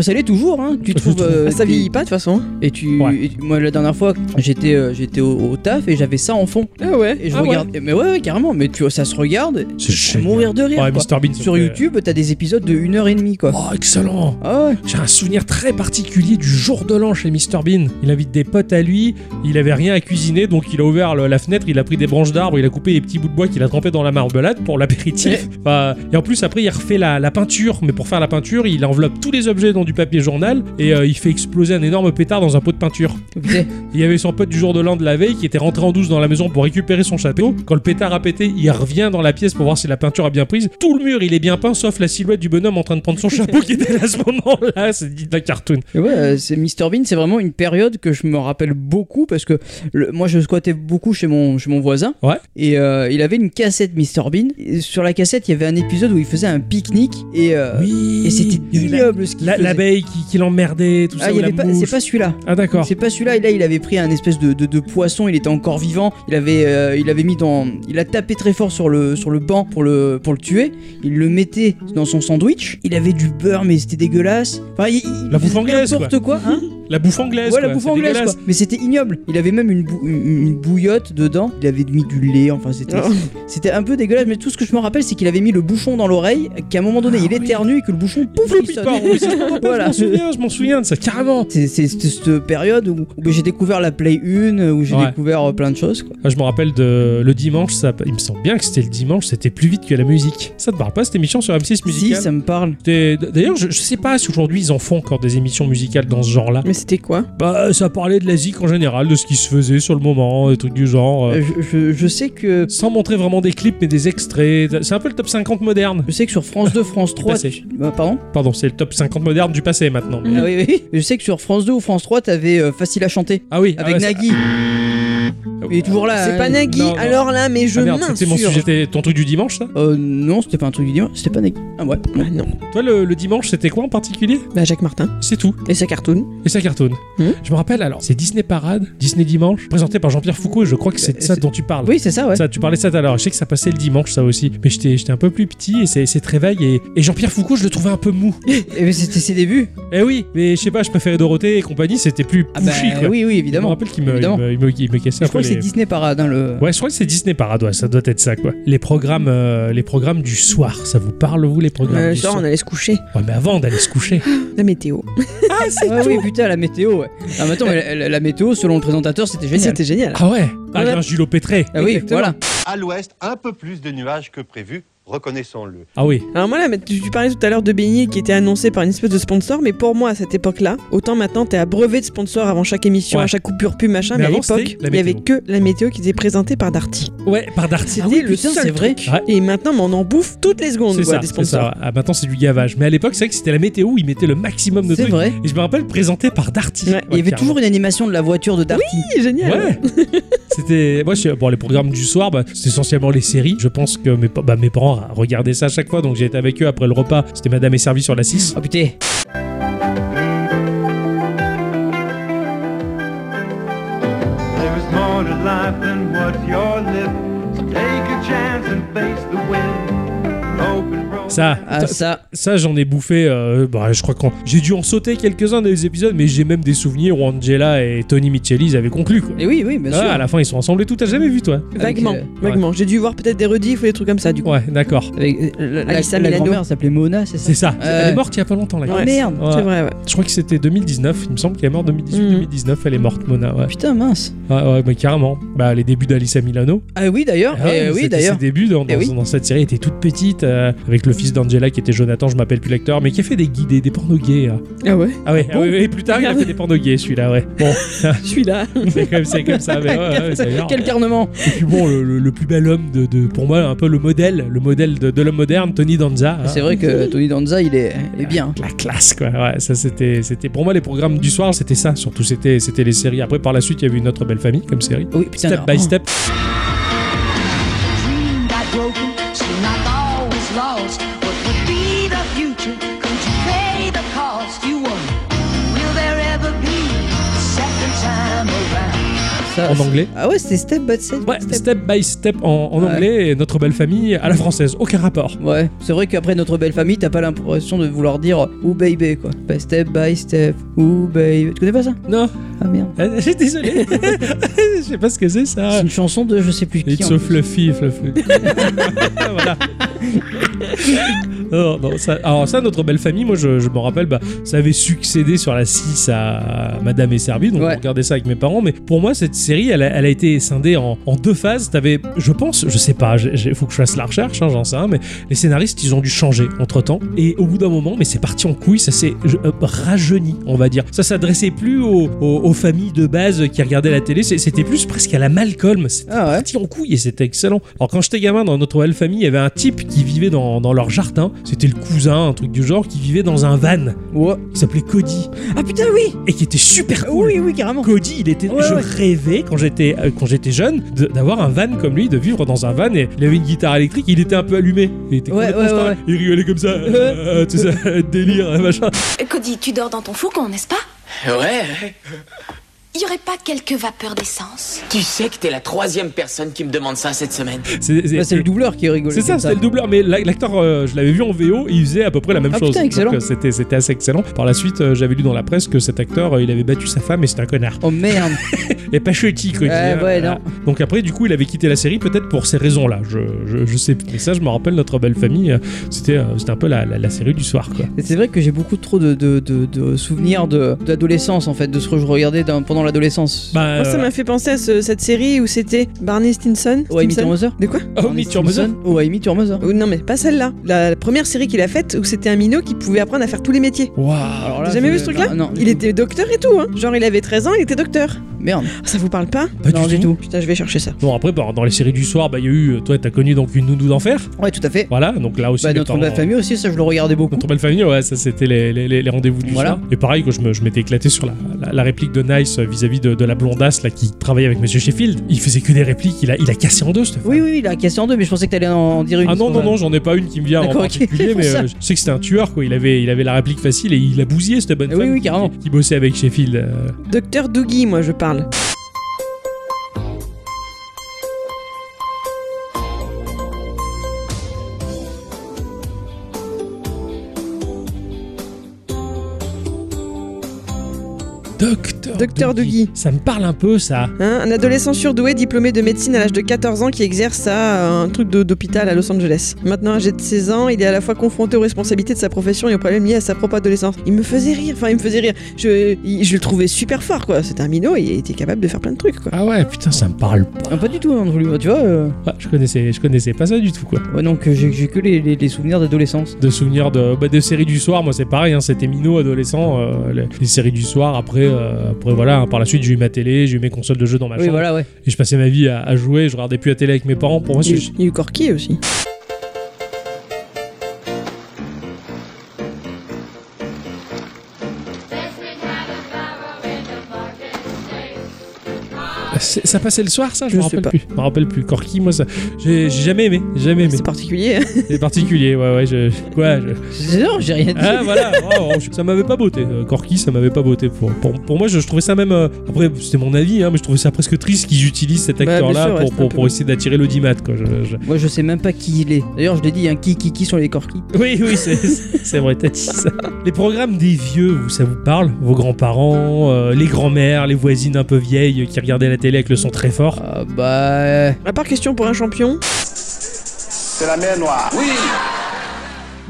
[SPEAKER 1] Ça l'est toujours, hein. Tu trouves. euh,
[SPEAKER 3] ça
[SPEAKER 1] tu-
[SPEAKER 3] vieillit pas de toute façon.
[SPEAKER 1] Et tu,
[SPEAKER 2] Ouais.
[SPEAKER 1] et tu- moi la dernière fois, j'étais, euh, j'étais au, au taf et j'avais ça en fond.
[SPEAKER 3] Ah ouais.
[SPEAKER 1] Et je
[SPEAKER 2] Ah ouais.
[SPEAKER 1] regarde. Mais ouais, ouais, carrément. Mais tu vois, ça se regarde.
[SPEAKER 2] C'est génial.
[SPEAKER 1] Mourir de rire.
[SPEAKER 2] Ouais,
[SPEAKER 1] quoi.
[SPEAKER 2] Mr. Bean, ça
[SPEAKER 1] Sur
[SPEAKER 2] fait-
[SPEAKER 1] YouTube, t'as des épisodes de 1h30 quoi.
[SPEAKER 2] Oh, excellent
[SPEAKER 1] Ah ouais.
[SPEAKER 2] J'ai un souvenir très particulier du jour de l'an chez Mr Bean. Il invite des potes à lui, il avait rien à cuisiner, donc il a ouvert le- la fenêtre, il a pris des branches d'arbres, il a coupé les petits bouts de bois qu'il a trempés dans la marmelade pour l'apéritif. Enfin, et en plus, après, il refait la, la peinture, mais pour faire la peinture, il enveloppe tous les objets dans du papier journal et euh, il fait exploser un énorme pétard dans un pot de peinture.
[SPEAKER 1] Putain.
[SPEAKER 2] Il y avait son pote du jour de l'an de la veille qui était rentré en douce dans la maison pour récupérer son château. Quand le pétard a pété, il revient dans la pièce pour voir si la peinture a bien prise. Tout le mur, il est bien peint, sauf la silhouette du bonhomme en train de prendre son chapeau qui était là à ce moment-là. C'est dit d'un cartoon.
[SPEAKER 1] Mais ouais, euh, c'est Mr Bean, c'est vraiment une période que je me rappelle beaucoup parce que le- moi je squattais beaucoup chez mon, chez mon voisin.
[SPEAKER 2] Ouais.
[SPEAKER 1] Et euh, il avait une cassette Mr Bean. Et sur la cassette, il y avait un épisode où il faisait un pique-nique et, euh,
[SPEAKER 2] Oui.
[SPEAKER 1] et c'était
[SPEAKER 2] il y avait la-
[SPEAKER 1] ignoble ce qu'il
[SPEAKER 2] la-
[SPEAKER 1] faisait.
[SPEAKER 2] L'abeille qui, qui l'emmerdait, tout ça.
[SPEAKER 1] Ah, il
[SPEAKER 2] ou
[SPEAKER 1] y
[SPEAKER 2] la
[SPEAKER 1] avait pas,
[SPEAKER 2] mouche.
[SPEAKER 1] c'est pas celui-là.
[SPEAKER 2] Ah, d'accord.
[SPEAKER 1] C'est pas celui-là. Et là, il avait pris un espèce de, de, de poisson. Il était encore vivant. Il avait, euh, il avait mis dans, il a tapé très fort sur le sur le banc pour le pour le tuer. Il le mettait dans son sandwich. Il avait du beurre, mais c'était dégueulasse. Enfin, il, il
[SPEAKER 2] La bouffe
[SPEAKER 1] faisait
[SPEAKER 2] anglaise,
[SPEAKER 1] N'importe quoi. hein.
[SPEAKER 2] La bouffe anglaise.
[SPEAKER 1] ouais, la
[SPEAKER 2] quoi,
[SPEAKER 1] bouffe
[SPEAKER 2] c'est
[SPEAKER 1] anglaise.
[SPEAKER 2] dégueulasse.
[SPEAKER 1] Quoi. Mais c'était ignoble. Il avait même une, bou- une- une bouillotte dedans. Il avait mis du lait. Enfin, c'était
[SPEAKER 3] Oh.
[SPEAKER 1] c'était un peu dégueulasse. Mais tout ce que je me rappelle, c'est qu'il avait mis le bouchon dans l'oreille. Qu'à un moment donné,
[SPEAKER 2] Ah
[SPEAKER 1] il éternue et que le bouchon pouf,
[SPEAKER 2] Pouf,
[SPEAKER 1] il
[SPEAKER 2] il
[SPEAKER 1] sonne.
[SPEAKER 2] part, oui, c'est-
[SPEAKER 1] Voilà.
[SPEAKER 2] Je m'en souviens, je m'en souviens de ça, carrément.
[SPEAKER 1] C'est c'est cette cette période où, où j'ai découvert la Play 1, où j'ai
[SPEAKER 2] Ouais.
[SPEAKER 1] découvert euh, plein de choses. Quoi.
[SPEAKER 2] Ah, Je me rappelle de le dimanche, ça, il me semble bien que c'était le dimanche, c'était plus vite que la musique. Ça te parle pas cette émission sur M6
[SPEAKER 1] Si,
[SPEAKER 2] musicale
[SPEAKER 1] ça me parle.
[SPEAKER 2] C'était- D'ailleurs, je, je sais pas si aujourd'hui ils en font encore des émissions musicales dans ce genre-là.
[SPEAKER 3] Mais c'était quoi
[SPEAKER 2] Bah, ça parlait de la zik en général, de ce qui se faisait sur le moment, des trucs du genre. euh,
[SPEAKER 1] Euh, Je, je- je sais que
[SPEAKER 2] Sans montrer vraiment des clips, mais des extraits. C'est un peu le top 50 moderne.
[SPEAKER 1] je sais que sur France 2, France 3,
[SPEAKER 2] passé. Mm.
[SPEAKER 1] tu- bah, pardon.
[SPEAKER 2] Pardon, c'est le top 50 moderne du passé maintenant. mais-
[SPEAKER 1] Ah oui, oui. Je sais que sur France 2 ou France 3, t'avais euh, facile à chanter
[SPEAKER 2] Ah oui,
[SPEAKER 1] avec
[SPEAKER 2] ah ouais, Ah ça-
[SPEAKER 1] Nagui. Il est toujours là.
[SPEAKER 3] C'est
[SPEAKER 1] hein.
[SPEAKER 3] pas Nagui.
[SPEAKER 2] Euh, non, non.
[SPEAKER 3] Alors là, mais je
[SPEAKER 2] Ah merde, c'était mon
[SPEAKER 3] m'insure.
[SPEAKER 2] sujet, c'était ton truc du dimanche ça
[SPEAKER 1] Euh, non, c'était pas un truc du dimanche, c'était pas Nagui. Ah ouais.
[SPEAKER 3] Ah non.
[SPEAKER 2] Toi, le, le dimanche, c'était quoi en particulier
[SPEAKER 3] Bah Jacques Martin
[SPEAKER 2] C'est tout.
[SPEAKER 3] et sa cartoon.
[SPEAKER 2] Et ça cartonne.
[SPEAKER 1] Mm.
[SPEAKER 3] Hmm.
[SPEAKER 2] Je me rappelle alors, c'est Disney Parade, Disney Dimanche, présenté par Jean-Pierre Foucault, et je crois que c'est de ça
[SPEAKER 1] Euh, c'est-
[SPEAKER 2] dont tu parles.
[SPEAKER 1] Oui, c'est ça, ouais.
[SPEAKER 2] Ça, tu parlais de ça tout à l'heure. Je sais que ça passait le dimanche, ça aussi. Mais j'étais j'étais un peu plus petit et c'est c'est très vague. Et, et Jean-Pierre Foucault, je le trouvais un peu mou.
[SPEAKER 1] Et C'était ses débuts.
[SPEAKER 2] eh oui, mais je sais pas, je préférais Dorothée et compagnie, c'était plus
[SPEAKER 1] Ah bah,
[SPEAKER 2] pushy, quoi.
[SPEAKER 1] oui, oui,
[SPEAKER 2] Je me
[SPEAKER 1] évidemment.
[SPEAKER 2] rappelle qu'il me, il
[SPEAKER 1] Évidemment.
[SPEAKER 2] me, il me, il me cassait
[SPEAKER 1] Je
[SPEAKER 2] un peu
[SPEAKER 1] crois que
[SPEAKER 2] les...
[SPEAKER 1] c'est Disney Parade, hein, le.
[SPEAKER 2] Ouais, je crois que c'est Disney Parade, ouais, ça doit être ça, quoi. Les programmes, euh, les programmes du soir, ça vous parle, vous, les programmes
[SPEAKER 3] Euh,
[SPEAKER 2] du
[SPEAKER 3] genre,
[SPEAKER 2] soir
[SPEAKER 3] on allait se coucher.
[SPEAKER 2] Ouais, mais avant d'aller se coucher.
[SPEAKER 3] La météo.
[SPEAKER 1] Ah, oui, putain, la météo, ouais. Ah, mais attends, mais la, la météo, selon le présentateur, c'était génial.
[SPEAKER 3] C'était génial.
[SPEAKER 2] Ah ouais Ah,
[SPEAKER 3] Ouais.
[SPEAKER 2] j'ai un Julot Pétré
[SPEAKER 1] Ah oui,
[SPEAKER 3] Exactement.
[SPEAKER 1] voilà.
[SPEAKER 10] À l'ouest, un peu plus de nuages que prévu, reconnaissons-le.
[SPEAKER 2] Ah oui,
[SPEAKER 3] Alors moi là, mais tu tu parlais tout à l'heure de beignets qui était annoncé par une espèce de sponsor, mais pour moi à cette époque-là, autant maintenant t'es abreuvé de sponsors avant chaque émission,
[SPEAKER 2] Ouais.
[SPEAKER 3] à chaque coupure pub machin,
[SPEAKER 2] Mais
[SPEAKER 3] mais, à
[SPEAKER 2] avant,
[SPEAKER 3] l'époque,
[SPEAKER 2] c'était la
[SPEAKER 3] il y avait
[SPEAKER 2] météo.
[SPEAKER 3] que la météo qui était présentée par Darty.
[SPEAKER 2] ouais, par Darty.
[SPEAKER 3] C'était
[SPEAKER 1] Ah oui,
[SPEAKER 3] le
[SPEAKER 1] putain,
[SPEAKER 3] seul
[SPEAKER 1] c'est vrai.
[SPEAKER 3] truc. Et maintenant, mais on en bouffe toutes les secondes
[SPEAKER 2] Ah, C'est
[SPEAKER 3] quoi,
[SPEAKER 2] ça,
[SPEAKER 3] des
[SPEAKER 2] c'est
[SPEAKER 3] sponsors.
[SPEAKER 2] ça. Ah, maintenant, c'est du gavage. Mais à l'époque, c'est vrai que c'était la météo où ils mettaient le maximum de
[SPEAKER 1] C'est
[SPEAKER 2] trucs.
[SPEAKER 1] vrai.
[SPEAKER 2] Et je me rappelle présenté par Darty.
[SPEAKER 3] Ouais,
[SPEAKER 1] Il y avait
[SPEAKER 2] carrément.
[SPEAKER 1] toujours une animation de la voiture de Darty.
[SPEAKER 3] Oui, génial.
[SPEAKER 2] Ouais. C'était moi je- bon les programmes du soir bah, c'est essentiellement les séries. Je pense que mes, pa- bah, mes parents regardaient ça à chaque fois donc j'ai été avec eux après le repas. C'était madame est servie sur la 6.
[SPEAKER 1] Oh putain.
[SPEAKER 10] There's more to life than what's your lip. Take a chance and face the wind. Open road.
[SPEAKER 2] Ça
[SPEAKER 1] Ah,
[SPEAKER 2] ça-
[SPEAKER 1] ça.
[SPEAKER 2] ça, j'en ai bouffé euh, bah, je crois que j'ai dû en sauter quelques-uns des épisodes mais j'ai même des souvenirs où Angela et Tony Micheli ils avaient conclu quoi.
[SPEAKER 1] Et oui, oui, bien
[SPEAKER 2] Ah,
[SPEAKER 1] sûr.
[SPEAKER 2] à la fin ils sont ensemble et tout, t'as jamais vu toi
[SPEAKER 3] Vaguement,
[SPEAKER 1] Avec,
[SPEAKER 3] vaguement. J'ai dû voir peut-être des rediffs ou des trucs comme ça du coup.
[SPEAKER 2] Ouais, d'accord.
[SPEAKER 1] Avec, euh, la, la,
[SPEAKER 3] Alissa
[SPEAKER 1] la
[SPEAKER 3] Milano.
[SPEAKER 1] grand-mère s'appelait Mona, c'est ça
[SPEAKER 2] C'est ça.
[SPEAKER 1] Euh.
[SPEAKER 2] Elle est morte il y a pas longtemps la
[SPEAKER 1] Oh
[SPEAKER 2] grèce.
[SPEAKER 1] merde. Mm.
[SPEAKER 2] Ouais.
[SPEAKER 3] C'est vrai, ouais.
[SPEAKER 2] Je crois que c'était 2019, il me semble qu'elle est morte 2018-2019, elle est morte Mona, ouais.
[SPEAKER 1] Putain, mince.
[SPEAKER 2] Ah ouais, mais carrément. Bah, les débuts d'Alissa Milano.
[SPEAKER 1] Ah oui, d'ailleurs.
[SPEAKER 2] Ah ouais,
[SPEAKER 1] eh oui,
[SPEAKER 2] c'était
[SPEAKER 1] d'ailleurs.
[SPEAKER 2] Ses débuts dans,
[SPEAKER 1] Eh
[SPEAKER 2] dans-
[SPEAKER 1] oui.
[SPEAKER 2] dans cette série étaient toute petite, euh, avec le fils d'Angela qui était Jonathan, je m'appelle plus l'acteur, mais qui a fait des guidés, des pornos gays. euh.
[SPEAKER 3] Ah ouais.
[SPEAKER 2] Ah ouais,
[SPEAKER 3] bon
[SPEAKER 2] ah ouais, et plus tard, il a fait des pornos gays, celui-là, ouais. Bon,
[SPEAKER 3] Je suis là.
[SPEAKER 2] c'est comme, c'est comme ça, mais ouais, ouais, d'ailleurs.
[SPEAKER 1] Quel carnement
[SPEAKER 2] Et puis bon, le, le- le plus bel homme de, de- pour moi, un peu le modèle, le modèle de, de l'homme moderne, Tony Danza. hein.
[SPEAKER 1] C'est vrai que Tony Danza, il est, il est bien.
[SPEAKER 2] La classe, quoi. Ouais, ça c'était, c'était pour moi les programmes du soir, c'était ça. Surtout, c'était, c'était les séries. Après, par la suite, il y avait une autre belle famille comme série.
[SPEAKER 1] Oui, putain.
[SPEAKER 2] Step
[SPEAKER 1] alors,
[SPEAKER 2] by
[SPEAKER 1] oh.
[SPEAKER 2] step.
[SPEAKER 6] dream got broken, seemed like all was lost. What would be the future? Could you pay the cost? You won't. Will there ever be a second time around?
[SPEAKER 1] ça.
[SPEAKER 2] en anglais.
[SPEAKER 1] Ah ouais, c'était Step by Step.
[SPEAKER 2] Ouais,
[SPEAKER 1] Step.
[SPEAKER 2] step by step en, en
[SPEAKER 1] Ouais.
[SPEAKER 2] anglais et notre belle famille à la française, aucun rapport.
[SPEAKER 1] Ouais, c'est vrai qu'après notre belle famille, t'as pas l'impression de vouloir dire ou baby quoi. Bah, step by step, ou baby. Tu connais pas ça
[SPEAKER 2] Non,
[SPEAKER 1] Ah merde.
[SPEAKER 2] euh, j'ai désolé, je sais pas ce que c'est
[SPEAKER 1] C'est
[SPEAKER 2] ça.
[SPEAKER 1] une chanson de je sais plus qui.
[SPEAKER 2] Ah. It's
[SPEAKER 1] en
[SPEAKER 2] so
[SPEAKER 1] plus.
[SPEAKER 2] fluffy, fluffy. voilà. Non, non, ça- alors ça, notre belle famille, moi je, je m'en rappelle, bah, ça avait succédé sur la 6 à Madame et Servie, donc
[SPEAKER 1] Ouais.
[SPEAKER 2] on regardait ça avec mes parents, mais pour moi cette série, elle a, elle a été scindée en, en deux phases. T'avais, je pense, je sais pas, il faut que je fasse la recherche, hein, j'en sais rien, mais les scénaristes, ils ont dû changer entre temps, et au bout d'un moment, mais c'est parti en couille, ça s'est je- euh, rajeuni, on va dire. Ça s'adressait plus aux, aux- aux familles de base qui regardaient la télé, c'est- c'était plus presque à la Malcolm, c'était
[SPEAKER 1] Ah ouais.
[SPEAKER 2] parti en couille et c'était excellent. Alors quand j'étais gamin dans notre belle famille, il y avait un type qui vivait dans, dans leur jardin, c'était le cousin, un truc du genre, qui vivait dans un van
[SPEAKER 1] Ouais.
[SPEAKER 2] qui s'appelait Cody
[SPEAKER 1] Ah putain, oui
[SPEAKER 2] et qui était super cool.
[SPEAKER 3] Eh
[SPEAKER 1] Oui, oui, carrément.
[SPEAKER 2] Cody, il était,
[SPEAKER 1] Ouais,
[SPEAKER 2] je
[SPEAKER 1] ouais.
[SPEAKER 2] rêvais quand j'étais euh, quand j'étais jeune de- d'avoir un van comme lui, de vivre dans un van et il avait une guitare électrique, il était un peu allumé, il était
[SPEAKER 1] Ouais,
[SPEAKER 2] complètement
[SPEAKER 1] ouais,
[SPEAKER 2] star.
[SPEAKER 1] ouais.
[SPEAKER 2] il rigolait comme ça, euh, tu sais, délire, machin.
[SPEAKER 6] Cody, tu dors dans ton fourgon, n'est-ce pas
[SPEAKER 10] Ouais,
[SPEAKER 6] Il y aurait pas quelques vapeurs d'essence
[SPEAKER 10] tu sais que t'es la troisième personne qui me demande ça cette semaine.
[SPEAKER 2] C'est c'est-
[SPEAKER 1] Bah, c'est le doubleur qui rigole.
[SPEAKER 2] C'est ça, c'était le doubleur, mais la- l'acteur, euh, je l'avais vu en VO, il faisait à peu près la même
[SPEAKER 1] Ah,
[SPEAKER 2] chose.
[SPEAKER 1] putain, excellent.
[SPEAKER 2] Donc, euh, C'était c'était assez excellent. Par la suite, euh, j'avais lu dans la presse que cet acteur, euh, il avait battu sa femme et c'était un connard.
[SPEAKER 1] Oh merde.
[SPEAKER 2] Et pas chouetti, quoi. il
[SPEAKER 1] Ouais,
[SPEAKER 2] disait,
[SPEAKER 1] ouais,
[SPEAKER 2] voilà.
[SPEAKER 1] non.
[SPEAKER 2] Donc après, du coup, il avait quitté la série peut-être pour ces raisons-là. Je, je, je sais. plus. Mais ça, je me rappelle, notre belle famille, euh, c'était euh, c'était un peu la, la- la série du soir, quoi.
[SPEAKER 1] Et C'est vrai que j'ai beaucoup trop de, de, de, de souvenirs de- d'adolescence en fait, de ce que je regardais dans- pendant l'adolescence.
[SPEAKER 2] Bah,
[SPEAKER 3] Moi, ça m'a fait penser à ce- cette série où c'était Barney Stinson.
[SPEAKER 1] Ou I Meet Your
[SPEAKER 3] Stinson
[SPEAKER 1] Mother
[SPEAKER 3] De quoi
[SPEAKER 2] Oh, Meet Your Mother.
[SPEAKER 1] Ou I Meet Your Mother.
[SPEAKER 3] Oh, Non, mais pas celle-là. La, la première série qu'il a faite où c'était un minot qui pouvait apprendre à faire tous les métiers.
[SPEAKER 2] Waouh.
[SPEAKER 1] là,
[SPEAKER 3] T'as jamais
[SPEAKER 1] je-
[SPEAKER 3] vu ce truc-là
[SPEAKER 1] Non, non, du
[SPEAKER 3] Il
[SPEAKER 1] tout.
[SPEAKER 3] était docteur et tout, hein. Genre, il avait 13 ans, il était docteur. Ah,
[SPEAKER 1] Merde.
[SPEAKER 3] Ça vous parle pas
[SPEAKER 2] Pas
[SPEAKER 1] non,
[SPEAKER 2] du tout.
[SPEAKER 3] Putain, je vais chercher ça.
[SPEAKER 2] Bon, après, bah, dans les séries du soir, bah, il y a eu. euh, Toi, t'as connu donc une nounou d'enfer.
[SPEAKER 1] Ouais, tout à fait.
[SPEAKER 2] Voilà, donc là aussi.
[SPEAKER 1] Bah,
[SPEAKER 2] mes
[SPEAKER 1] notre
[SPEAKER 2] parents-
[SPEAKER 1] belle famille aussi, ça je le regardais beaucoup.
[SPEAKER 2] Notre belle famille, ouais, ça c'était les, les- les- les rendez-vous du
[SPEAKER 1] Voilà.
[SPEAKER 2] soir. Et pareil, que je me- je m'étais éclaté sur la, la- la réplique de Nice euh, vis-à-vis de, de la blondasse là, qui travaillait avec Monsieur Sheffield. Il faisait que des répliques, il a, il a cassé en deux cette femme.
[SPEAKER 1] Oui, oui, il a cassé en deux, mais je pensais que t'allais en- en dire une.
[SPEAKER 2] Ah non, non, non, j'en ai pas une qui me vient en
[SPEAKER 1] D'accord, ok,
[SPEAKER 2] particulier,
[SPEAKER 1] pour
[SPEAKER 2] mais
[SPEAKER 1] ça.
[SPEAKER 2] euh, je sais que c'était un tueur, quoi. Il avait, il avait la réplique facile et il a bousillé cette bonne
[SPEAKER 1] Eh Ah Oui,
[SPEAKER 2] femme
[SPEAKER 1] oui,
[SPEAKER 2] qui,
[SPEAKER 1] carrément.
[SPEAKER 2] qui bossait avec Sheffield. euh.
[SPEAKER 3] Docteur Doogie, moi, je parle.
[SPEAKER 2] Docteur,
[SPEAKER 3] Docteur Dougie.
[SPEAKER 2] Ça me parle un peu, ça.
[SPEAKER 3] Hein, un adolescent surdoué diplômé de médecine à l'âge de 14 ans qui exerce à un truc de- d'hôpital à Los Angeles. Maintenant âgé de 16 ans, il est à la fois confronté aux responsabilités de sa profession et aux problèmes liés à sa propre adolescence. Il me faisait rire, enfin il me faisait rire. Je, il- je le trouvais super fort quoi. C'était un minot, il était capable de faire plein de trucs quoi.
[SPEAKER 2] Ah ouais, putain, ça me parle pas.
[SPEAKER 1] Ah, pas du tout, Andrew, Lee, tu vois. euh,
[SPEAKER 2] Ah, je, connaissais, je connaissais pas ça du tout, quoi.
[SPEAKER 1] Ouais, donc euh, j'ai j'ai que les, les- les souvenirs d'adolescence.
[SPEAKER 2] de souvenirs de, bah, de séries du soir. Moi, c'est pareil, hein, c'était minot, adolescent, euh, les, les séries du soir. Après, euh, après voilà, hein, par la suite, j'ai eu ma télé, j'ai eu mes consoles de jeux dans ma
[SPEAKER 1] Oui,
[SPEAKER 2] chambre.
[SPEAKER 1] voilà, ouais.
[SPEAKER 2] Et Ah, je passais ma vie à, à jouer. Je regardais plus la télé avec mes parents. Pour moi,
[SPEAKER 3] Il y a
[SPEAKER 2] c'est
[SPEAKER 3] eu- il y a eu Corky aussi.
[SPEAKER 2] c'est- ça passait le soir, ça. Je,
[SPEAKER 3] Je
[SPEAKER 2] me
[SPEAKER 3] sais
[SPEAKER 2] rappelle
[SPEAKER 3] pas.
[SPEAKER 2] plus. Je me rappelle plus. Corky, moi, ça, j'ai j'ai jamais aimé, jamais aimé.
[SPEAKER 3] C'est particulier.
[SPEAKER 2] C'est particulier, ouais, ouais. Je, quoi, je-
[SPEAKER 1] C'est non, j'ai rien dit.
[SPEAKER 2] Ah voilà, oh, oh, ça m'avait pas beauté. Euh, Corky, ça m'avait pas beauté. Pour, pour, pour moi, je, je trouvais ça même. euh, après, c'était mon avis, hein, mais je trouvais ça presque triste qu'ils utilisent cet
[SPEAKER 3] Bah, bien
[SPEAKER 2] acteur-là
[SPEAKER 3] sûr, ouais,
[SPEAKER 2] pour,
[SPEAKER 3] c'est un
[SPEAKER 2] pour,
[SPEAKER 3] peu
[SPEAKER 2] pour
[SPEAKER 3] bon.
[SPEAKER 2] essayer d'attirer l'audimat. quoi. Je- je-
[SPEAKER 1] Moi, je sais même pas qui il est. D'ailleurs, je l'ai dit, hein, qui, qui, qui sont les corquis.
[SPEAKER 2] Oui, oui, c'est- c'est vrai, t'as dit ça. Les programmes des vieux, vous, ça vous parle Vos grands-parents, euh, les grands-mères, les voisines un peu vieilles euh, qui regardaient la télé avec le son très fort.
[SPEAKER 1] Ah, bah.
[SPEAKER 3] À part question pour un champion.
[SPEAKER 8] C'est la mer noire.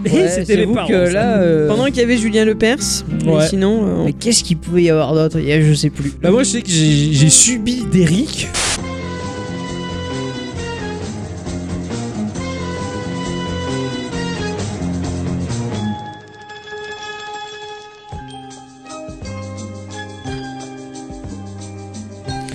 [SPEAKER 2] Et
[SPEAKER 1] ouais,
[SPEAKER 2] c'était les
[SPEAKER 1] j'avoue
[SPEAKER 2] parents.
[SPEAKER 1] que
[SPEAKER 2] ça.
[SPEAKER 1] là. euh,
[SPEAKER 3] Pendant qu'il y avait Julien Lepers, mais
[SPEAKER 2] Ouais.
[SPEAKER 3] sinon. euh, on-
[SPEAKER 1] Mais qu'est-ce qu'il pouvait y avoir d'autre Il y a- Je sais plus.
[SPEAKER 2] Bah, moi, je sais que j'ai j'ai subi d'Eric.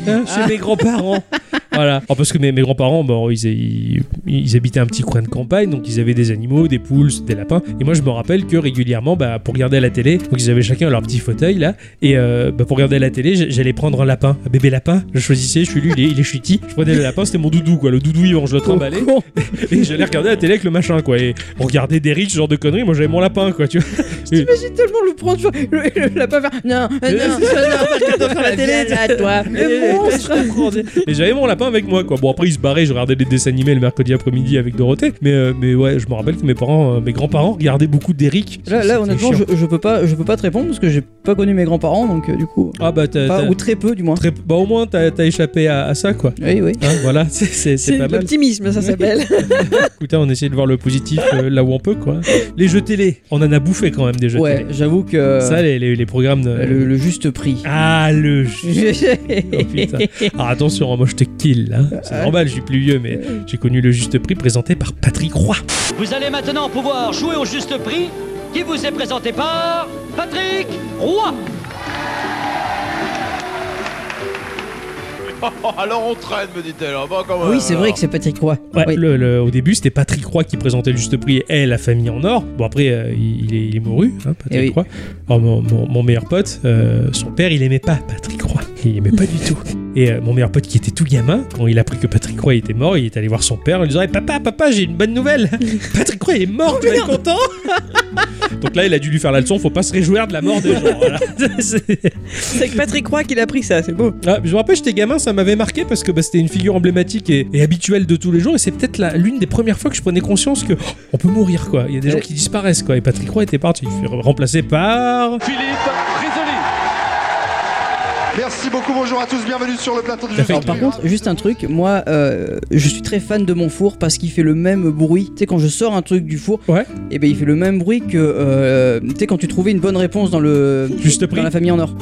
[SPEAKER 2] Hein, Chez mes grands-parents. voilà. Oh, parce que mes, mes grands-parents, bon, ils, ils, ils habitaient un petit coin de campagne, donc ils avaient des animaux, des poules, des lapins. Et moi, je me rappelle que régulièrement, bah, pour regarder la télé, donc ils avaient chacun leur petit fauteuil là, et euh, bah, pour regarder la télé, j- j'allais prendre un lapin, un bébé lapin. Je choisissais, je suis lui, il est, il est chutis. Je prenais le lapin, c'était mon doudou quoi, le doudou Yvan, je le trimballais. Et j'allais regarder la télé avec le machin quoi. Et on regardait des riches, ce genre de conneries. Moi, j'avais mon lapin quoi, tu vois. Et-
[SPEAKER 1] J'imagine tellement le prendre, tu vois, le, le lapin faire Non, non,
[SPEAKER 2] Eh,
[SPEAKER 1] non,
[SPEAKER 2] c'est-
[SPEAKER 1] non, non,
[SPEAKER 3] la télé,
[SPEAKER 1] viens là, toi,
[SPEAKER 2] Eh,
[SPEAKER 1] le monstre
[SPEAKER 2] je comprends, c'est- Et j'avais mon lapin avec moi, quoi. Bon, après, il se barrait, je regardais des dessins animés le mercredi après-midi avec Dorothée. Mais, euh, mais ouais, je me rappelle que mes parents, euh, mes grands-parents regardaient beaucoup d'Eric.
[SPEAKER 1] Là, là
[SPEAKER 2] C'était
[SPEAKER 1] honnêtement,
[SPEAKER 2] chiant.
[SPEAKER 1] je, je peux pas, je peux pas te répondre parce que j'ai pas connu mes grands-parents, donc euh, du coup.
[SPEAKER 2] Ah bah, t'as.
[SPEAKER 1] pas-
[SPEAKER 2] t'as-
[SPEAKER 1] ou très peu, du moins.
[SPEAKER 2] très- Bah, au moins, t'as t'as échappé à, à ça, quoi.
[SPEAKER 1] Oui, oui.
[SPEAKER 2] Hein, voilà, c'est- c'est c'est
[SPEAKER 3] C'est
[SPEAKER 2] pas mal.
[SPEAKER 3] l'optimisme, ça s'appelle.
[SPEAKER 2] Écoutez, on essaie de voir le positif euh, là où on peut, quoi. Les jeux télé, on en a bouffé quand même des jeux
[SPEAKER 1] Ouais,
[SPEAKER 2] télé.
[SPEAKER 1] j'avoue que.
[SPEAKER 2] Ça, les, les- les programmes. de-
[SPEAKER 1] Euh, le, le juste prix.
[SPEAKER 2] Ah, le jeu. Oh, putain.
[SPEAKER 1] J'ai
[SPEAKER 2] Ah, attention, moi je te kill. Hein. C'est
[SPEAKER 1] Ah.
[SPEAKER 2] normal, je suis plus vieux, mais j'ai connu le juste prix présenté par Patrick Roy.
[SPEAKER 10] Vous allez maintenant pouvoir jouer au juste prix qui vous est présenté par Patrick Roy.
[SPEAKER 12] Alors on traîne, me dit-elle. Ah bah, quand même,
[SPEAKER 1] Oui, c'est vrai
[SPEAKER 12] alors.
[SPEAKER 1] que c'est Patrick Roy.
[SPEAKER 2] Ouais,
[SPEAKER 1] Oui.
[SPEAKER 2] le- le- au début, c'était Patrick Roy qui présentait le juste prix et elle, la famille en or. Bon, après, euh, il, il est, il est mouru, hein, Patrick
[SPEAKER 1] Eh oui.
[SPEAKER 2] Roy. Alors, mon, mon- mon meilleur pote, euh, son père, il aimait pas Patrick Roy. Il aimait pas du tout. Et euh, mon meilleur pote, qui était tout gamin, quand il a appris que Patrick Roy était mort, il est allé voir son père en lui disant Hey, Papa, papa, j'ai une bonne nouvelle Patrick Roy est
[SPEAKER 1] Oh,
[SPEAKER 2] mort, tu vas être content Donc là, il a dû lui faire la leçon faut pas se réjouir de la mort des gens. Voilà. C'est-
[SPEAKER 3] C'est avec Patrick Roy qu'il a pris ça, c'est beau.
[SPEAKER 2] Ah, je me rappelle, j'étais gamin, ça m'avait marqué parce que bah, c'était une figure emblématique et, et habituelle de tous les jours. Et c'est peut-être la- l'une des premières fois que je prenais conscience que oh, on peut mourir, quoi. Il y a des gens qui disparaissent, quoi. Et Patrick Roy était parti, il fut remplacé par.
[SPEAKER 12] Philippe Risoli. Merci beaucoup, bonjour à tous, bienvenue sur le plateau du jeu.
[SPEAKER 1] Alors, par contre, juste un truc, moi, euh, je suis très fan de mon four parce qu'il fait le même bruit. Tu sais, quand je sors un truc du four,
[SPEAKER 2] Ouais.
[SPEAKER 1] et ben il fait le même bruit que, euh, tu sais, quand tu trouvais une bonne réponse dans le
[SPEAKER 2] Juste prix.
[SPEAKER 1] dans la famille en or.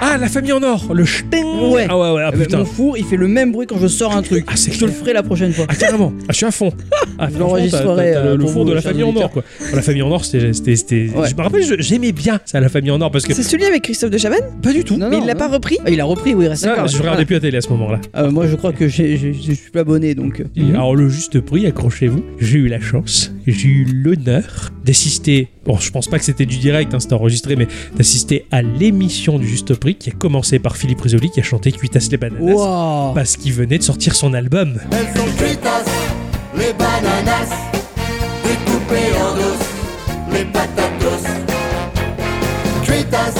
[SPEAKER 2] Ah, la famille en or, le ch'ting.
[SPEAKER 1] Ouais.
[SPEAKER 2] Ah ouais, ouais, ah,
[SPEAKER 1] Eh ben,
[SPEAKER 2] putain.
[SPEAKER 1] mon four, il fait le même bruit quand je sors un truc.
[SPEAKER 2] Ah, c'est
[SPEAKER 1] je te le ferai la prochaine fois.
[SPEAKER 2] Ah, carrément. Ah, je suis à fond. Ah, franchement,
[SPEAKER 1] l'enregistrerai,
[SPEAKER 2] t'as- t'as
[SPEAKER 1] euh,
[SPEAKER 2] le
[SPEAKER 1] pour
[SPEAKER 2] fond
[SPEAKER 1] vous,
[SPEAKER 2] de la
[SPEAKER 1] chers
[SPEAKER 2] famille en or,
[SPEAKER 1] auditeurs.
[SPEAKER 2] quoi. Ah, La famille en or, c'était. c'était- c'était-
[SPEAKER 1] Ouais.
[SPEAKER 2] Je me rappelle, je- j'aimais bien ça, la famille en or, parce que.
[SPEAKER 3] C'est celui avec Christophe de Chavannes
[SPEAKER 2] Pas du tout.
[SPEAKER 1] Non,
[SPEAKER 3] Mais
[SPEAKER 1] non,
[SPEAKER 3] il l'a
[SPEAKER 1] non.
[SPEAKER 3] pas repris
[SPEAKER 1] Ah, il a repris, oui, reste
[SPEAKER 2] Ça, je regardais plus la télé à ce moment-là.
[SPEAKER 1] euh, moi, je crois que j'ai- j'ai- je suis plus abonné, donc. euh,
[SPEAKER 3] Mhm.
[SPEAKER 2] Et Alors le juste prix, accrochez-vous, j'ai eu la chance, j'ai eu l'honneur d'assister, bon je pense pas que c'était du direct, hein, c'était enregistré, mais d'assister à l'émission du juste prix qui a commencé par Philippe Risoli qui a chanté Cuitas les bananas.
[SPEAKER 1] Wow.
[SPEAKER 2] Parce qu'il venait de sortir son album.
[SPEAKER 10] Elles sont cuitas, les bananas, découpées en dos, les patatos. Cuitas,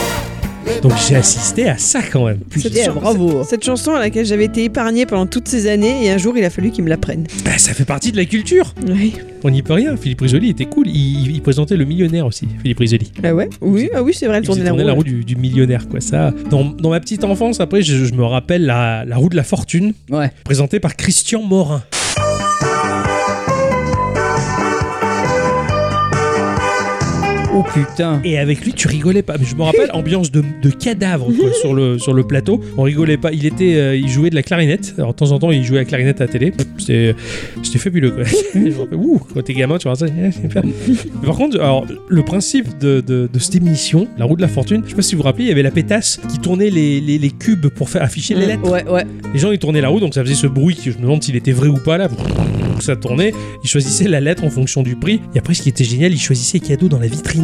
[SPEAKER 10] les
[SPEAKER 2] Donc j'ai assisté à ça quand même.
[SPEAKER 1] Putain, bravo.
[SPEAKER 3] Cette chanson à laquelle j'avais été épargnée pendant toutes ces années et un jour il a fallu qu'il me la prenne.
[SPEAKER 2] Bah, ça fait partie de la culture.
[SPEAKER 3] Oui.
[SPEAKER 2] On n'y peut rien. Philippe Risoli était cool. Il, il présentait le millionnaire aussi. Philippe Risoli.
[SPEAKER 3] Ah ouais Oui, ah oui, c'est vrai, elle
[SPEAKER 2] Il faisait
[SPEAKER 3] tournait la roue.
[SPEAKER 2] tourner la roue du, du millionnaire quoi. Ça. Dans, dans ma petite enfance après je, je me rappelle la- la roue de la fortune
[SPEAKER 1] Ouais.
[SPEAKER 2] présenté par Christian Morin.
[SPEAKER 1] Oh putain.
[SPEAKER 2] Et avec lui, tu rigolais pas. Mais je me rappelle, ambiance de, de cadavre quoi, sur, le, sur le plateau. On rigolait pas. Il, était, euh, il jouait de la clarinette. Alors, de temps en temps, il jouait la clarinette à la télé. C'était c'était fabuleux. Quoi. je me rappelle, ouh, quand t'es gamin, tu vois ça. eh, super. Mais Par contre, alors, le principe de, de- de cette émission, La roue de la fortune, je sais pas si vous vous rappelez, il y avait la pétasse qui tournait les, les- les cubes pour faire afficher les lettres.
[SPEAKER 1] Ouais, ouais.
[SPEAKER 2] Les gens ils tournaient la roue, donc ça faisait ce bruit que je me demande s'il était vrai ou pas là. Ça tournait, ils choisissaient la lettre en fonction du prix. Et après, ce qui était génial, ils choisissaient cadeau dans la vitrine.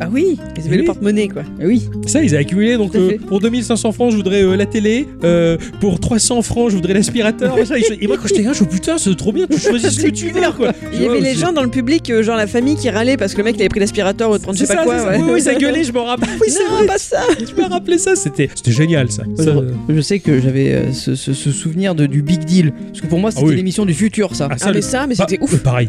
[SPEAKER 1] Ah oui.
[SPEAKER 3] Mm. Ils avaient
[SPEAKER 2] Oui.
[SPEAKER 3] le porte-monnaie quoi.
[SPEAKER 1] Ah Oui.
[SPEAKER 2] Ça, ils avaient accumulé. Donc,
[SPEAKER 1] Tout à
[SPEAKER 2] euh,
[SPEAKER 1] fait.
[SPEAKER 2] pour 2500 francs, je voudrais euh, la télé. euh, pour 300 francs, je voudrais l'aspirateur. machin. Ils cho- et moi, quand j'étais gamin, je me dis, putain, c'est trop bien, tu choisis ce que tu veux. Quoi.
[SPEAKER 3] Il y avait les gens dans le public, euh, genre la famille qui râlait parce que le mec il avait pris l'aspirateur ou de prendre je
[SPEAKER 2] C'est
[SPEAKER 3] sais
[SPEAKER 2] ça,
[SPEAKER 3] pas quoi.
[SPEAKER 2] c'est ça.
[SPEAKER 3] ouais.
[SPEAKER 2] Oui, oui, ça gueulait, je m'en rappelle. Oui, c'est
[SPEAKER 3] Non,
[SPEAKER 2] vrai,
[SPEAKER 3] pas ça
[SPEAKER 2] tu m'as rappelé ça. C'était c'était génial, ça. euh,
[SPEAKER 1] Je,
[SPEAKER 2] Ça,
[SPEAKER 1] je sais que j'avais euh, ce, ce- ce souvenir de, du Big Deal. Parce que pour moi, c'était
[SPEAKER 2] Ah oui.
[SPEAKER 1] l'émission du futur, ça.
[SPEAKER 2] Ah, ça,
[SPEAKER 3] Ah, mais
[SPEAKER 2] le-
[SPEAKER 3] ça, mais
[SPEAKER 2] bah,
[SPEAKER 3] c'était ouf.
[SPEAKER 2] euh, Pareil.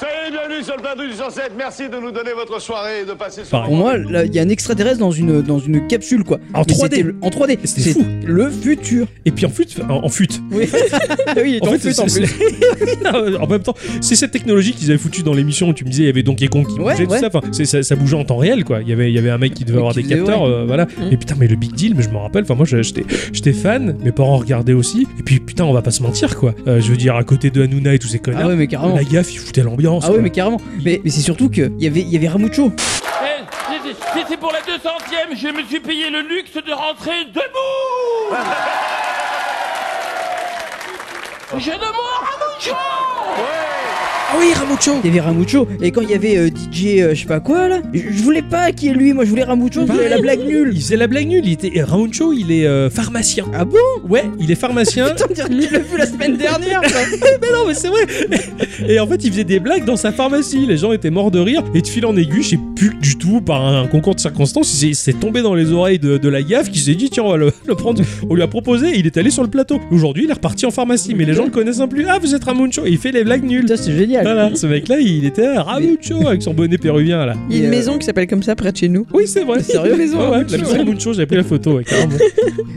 [SPEAKER 12] Salut, bienvenue sur le plateau du 107. Merci de nous donner votre soirée et de passer sur.
[SPEAKER 2] Pareil.
[SPEAKER 1] Pour moi, là, il y a un extraterrestre dans une, dans une capsule, quoi.
[SPEAKER 2] En
[SPEAKER 1] Mais
[SPEAKER 2] 3D.
[SPEAKER 1] c'était le- En 3D.
[SPEAKER 2] C'était
[SPEAKER 1] C'est
[SPEAKER 2] fou.
[SPEAKER 1] Le futur.
[SPEAKER 2] Et puis en fut, en, en fut.
[SPEAKER 1] Oui. oui,
[SPEAKER 2] En, fait, c'est- c'est- en même temps, c'est cette technologie qu'ils avaient foutue dans l'émission où tu me disais il y avait Donkey Kong qui
[SPEAKER 1] Ouais,
[SPEAKER 2] bougeait, tout
[SPEAKER 1] ouais.
[SPEAKER 2] ça. Enfin, c'est- ça. ça bougeait en temps réel, quoi. Il y avait, il y avait un mec qui devait
[SPEAKER 1] Et
[SPEAKER 2] avoir
[SPEAKER 1] qui
[SPEAKER 2] des
[SPEAKER 1] faisait,
[SPEAKER 2] capteurs,
[SPEAKER 1] ouais. Mm.
[SPEAKER 2] euh, voilà. Et putain, mais le Big Deal, mais je me rappelle. Enfin, moi, je- j'étais, j'étais fan. Mes parents regardaient aussi. Et puis, putain, on va pas se mentir, quoi. Euh, je veux dire, à côté de Hanouna et tous ces
[SPEAKER 1] Ah
[SPEAKER 2] connards.
[SPEAKER 1] ouais, mais carrément.
[SPEAKER 2] La gaffe, ils foutaient l'ambiance.
[SPEAKER 1] Ah ouais,
[SPEAKER 2] quoi.
[SPEAKER 1] mais carrément. Mais, mais c'est surtout qu'il y avait, il y avait Ramucho.
[SPEAKER 13] Eh, c'est- c'est c'est pour la 200ème, je me suis payé le luxe de rentrer debout Je demeure à
[SPEAKER 1] Ah oui, Ramucho Il y avait Ramucho, et quand il y avait euh, DJ euh, je sais pas quoi là, je je voulais pas qu'il y ait lui, moi je voulais Ramucho, je voulais la blague nulle
[SPEAKER 2] Il faisait la blague nulle. Il était et Rauncho, il est euh, pharmacien.
[SPEAKER 1] Ah bon
[SPEAKER 2] Ouais, il est pharmacien.
[SPEAKER 1] Putain, on dirait que tu l'as vu la semaine dernière quoi.
[SPEAKER 2] mais non, mais c'est vrai. Et en fait, il faisait des blagues dans sa pharmacie. Les gens étaient morts de rire. Et de fil en aiguille, je sais plus du tout, par un concours de circonstances, il s'est- s'est tombé dans les oreilles de, de la gaffe qui s'est dit tiens, on va le, le prendre. On lui a proposé. et il est allé sur le plateau. Aujourd'hui, il est reparti en pharmacie. Mais les gens le connaissent un plus. Ah, vous êtes Ramuncho. Et il fait les blagues nulles.
[SPEAKER 1] Ça, c'est génial.
[SPEAKER 2] Voilà, ce mec-là, il était un Ramuncho avec son bonnet péruvien là.
[SPEAKER 3] Il y a une maison qui s'appelle comme ça près de chez nous.
[SPEAKER 2] Oui, c'est vrai.
[SPEAKER 3] Sérieux maison
[SPEAKER 2] Ouais, ouais,
[SPEAKER 3] Ramucho,
[SPEAKER 2] la maison
[SPEAKER 3] ouais.
[SPEAKER 2] Ramuncho, j'avais pris la photo, ouais, carrément.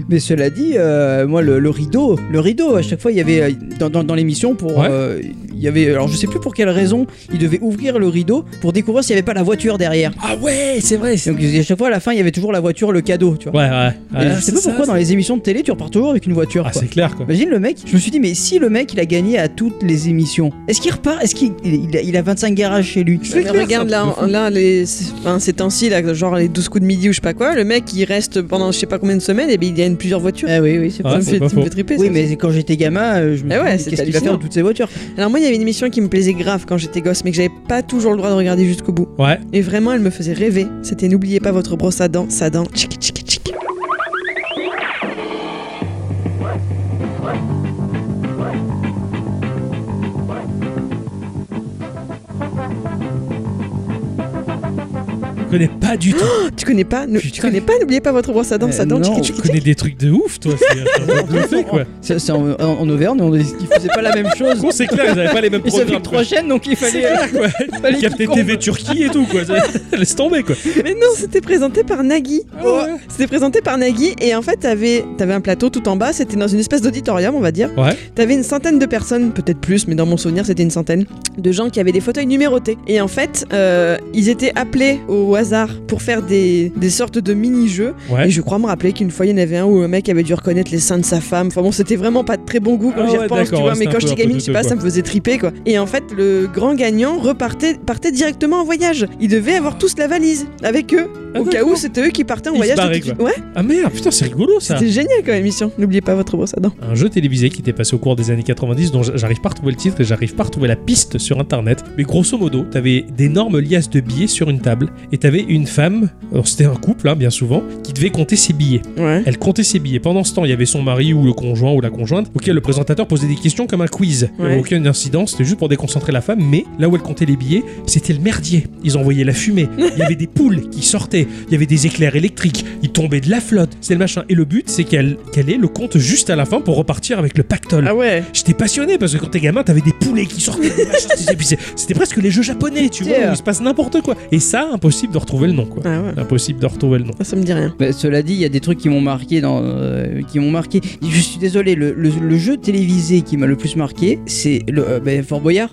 [SPEAKER 1] Mais cela dit, euh, moi le, le rideau, le rideau, à chaque fois il y avait euh, dans, dans- dans l'émission pour,
[SPEAKER 2] Ouais.
[SPEAKER 1] euh, il y avait, alors je sais plus pour quelle raison, il devait ouvrir le rideau pour découvrir s'il y avait pas la voiture derrière.
[SPEAKER 2] Ah ouais, c'est vrai.
[SPEAKER 1] Donc à chaque fois à la fin il y avait toujours la voiture, le cadeau, tu vois.
[SPEAKER 2] Ouais, ouais.
[SPEAKER 1] Et
[SPEAKER 2] Ouais,
[SPEAKER 1] je sais
[SPEAKER 2] c'est
[SPEAKER 1] pas
[SPEAKER 2] ça,
[SPEAKER 1] pourquoi dans les émissions de télé tu repars toujours avec une voiture.
[SPEAKER 2] Ah,
[SPEAKER 1] quoi.
[SPEAKER 2] c'est clair, quoi.
[SPEAKER 1] Imagine le mec, je me suis dit mais si le mec il a gagné à toutes les émissions, est-ce qu'il repart, est-ce qu'il il a, il a 25 garages chez lui
[SPEAKER 3] Mais regarde là, en- là les, enfin, ces temps-ci, là, genre les 12 coups de midi ou je sais pas quoi, le mec il reste pendant je sais pas combien de semaines et ben, il gagne plusieurs voitures.
[SPEAKER 1] Ah oui oui c'est
[SPEAKER 2] Ah,
[SPEAKER 1] pas-
[SPEAKER 2] c'est pas
[SPEAKER 1] ça me fait
[SPEAKER 2] faux.
[SPEAKER 1] triper, Oui
[SPEAKER 3] ça.
[SPEAKER 1] mais quand j'étais gamin, euh, je me
[SPEAKER 3] Eh
[SPEAKER 1] suis
[SPEAKER 3] ouais,
[SPEAKER 1] dit,
[SPEAKER 3] c'est
[SPEAKER 1] qu'est-ce qu'il va faire
[SPEAKER 3] hallucinant.
[SPEAKER 1] de toutes ces voitures
[SPEAKER 3] Alors moi il y avait une émission qui me plaisait grave quand j'étais gosse mais que j'avais pas toujours le droit de regarder jusqu'au bout.
[SPEAKER 2] Ouais.
[SPEAKER 3] Et vraiment elle me faisait rêver. C'était n'oubliez pas votre brosse à dents, sa dent. Tchic, tchic, tchic.
[SPEAKER 2] Je connais pas du tout.
[SPEAKER 3] Oh, tu connais pas nous- Tu connais pas n'oubliez pas votre brosse à dents, sa dent.
[SPEAKER 1] non,
[SPEAKER 3] tchic,
[SPEAKER 2] Tu
[SPEAKER 3] tchic, tchic.
[SPEAKER 2] connais des trucs de ouf, toi. C'est t'es bluffé, quoi.
[SPEAKER 1] C'est c'est en, en- en Auvergne, on, ils faisaient pas la même chose.
[SPEAKER 2] Bon, c'est clair, ils avaient pas les mêmes
[SPEAKER 1] Ils avaient
[SPEAKER 2] programmes,
[SPEAKER 1] que trois
[SPEAKER 2] quoi.
[SPEAKER 1] chaînes, donc il
[SPEAKER 2] C'est
[SPEAKER 1] fallait. euh,
[SPEAKER 2] clair, quoi.
[SPEAKER 1] fallait
[SPEAKER 2] Capté
[SPEAKER 1] qu'ils
[SPEAKER 2] TV Turquie et tout, quoi. C'est- Laisse tomber, quoi.
[SPEAKER 3] Mais non, c'était présenté par Nagui. C'était présenté par Nagui et en fait, t'avais avais un plateau tout en bas, c'était dans une espèce d'auditorium, on va dire.
[SPEAKER 2] Ouais.
[SPEAKER 3] T'avais une centaine de personnes, peut-être plus, mais dans mon souvenir, c'était une centaine de gens qui avaient des fauteuils numérotés. Et en fait, euh, ils étaient appelés au hasard pour faire des, des sortes de mini-jeux.
[SPEAKER 2] Ouais.
[SPEAKER 3] Et je crois me rappeler qu'une fois, il y en avait un où un mec avait dû reconnaître les seins de sa femme. Enfin bon, c'était vraiment pas de très bon goût quand
[SPEAKER 2] Ah
[SPEAKER 3] j'y
[SPEAKER 2] ouais,
[SPEAKER 3] repense, tu
[SPEAKER 2] d'accord,
[SPEAKER 3] vois.
[SPEAKER 2] ouais, c'était
[SPEAKER 3] Mais quand
[SPEAKER 2] un peu-
[SPEAKER 3] j'étais
[SPEAKER 2] un peu
[SPEAKER 3] gamine, je sais pas,
[SPEAKER 2] douteux,
[SPEAKER 3] ça
[SPEAKER 2] quoi.
[SPEAKER 3] me faisait triper quoi. Et en fait, le grand gagnant repartait partait directement en voyage. Il devait avoir tous la valise avec eux.
[SPEAKER 2] Ah,
[SPEAKER 3] Au cas où, c'était eux qui partaient en
[SPEAKER 2] Ils se
[SPEAKER 3] voyage.
[SPEAKER 2] barraient,
[SPEAKER 3] tout de suite.
[SPEAKER 2] quoi.
[SPEAKER 3] Ouais.
[SPEAKER 2] Ah merde, putain, c'est rigolo, ça.
[SPEAKER 3] C'était génial comme émission. N'oubliez pas votre brosse à dents.
[SPEAKER 2] Un jeu télévisé qui était passé au cours des années 90, dont j'arrive pas à retrouver le titre et j'arrive pas à retrouver la piste sur internet. Mais grosso modo, t'avais d'énormes liasses de billets sur une table et t'avais une femme, alors c'était un couple, hein, bien souvent, qui devait compter ses billets.
[SPEAKER 3] Ouais.
[SPEAKER 2] Elle comptait ses billets. Pendant ce temps, il y avait son mari ou le conjoint ou la conjointe auquel le présentateur posait des questions comme un quiz. Il n'y avait
[SPEAKER 3] Ouais.
[SPEAKER 2] aucune incidence, c'était juste pour déconcentrer la femme, mais là où elle comptait les billets, c'était le merdier. Ils envoyaient la fumée, il y avait des poules qui sortaient, il y avait des éclairs électriques, il tombait de la flotte, c'est le machin. Et le but, c'est qu'elle qu'elle ait le compte juste à la fin pour repartir avec le pactole.
[SPEAKER 3] Ah ouais.
[SPEAKER 2] J'étais passionné parce que quand t'es gamin, t'avais des poulets qui sortaient, des machins, et puis c'est- c'était presque les jeux japonais, tu vois,
[SPEAKER 1] Tiens.
[SPEAKER 2] où il se passe n'importe quoi. Et ça, impossible de retrouver le nom, quoi.
[SPEAKER 3] Ah ouais.
[SPEAKER 2] Impossible de retrouver le nom.
[SPEAKER 3] Ah, Ça me dit rien.
[SPEAKER 1] Mais cela dit, il y a des trucs qui m'ont marqué dans, euh, qui m'ont marqué. Je suis désolé, le, le- le jeu télévisé qui m'a le plus marqué, c'est le euh, ben, Fort Boyard.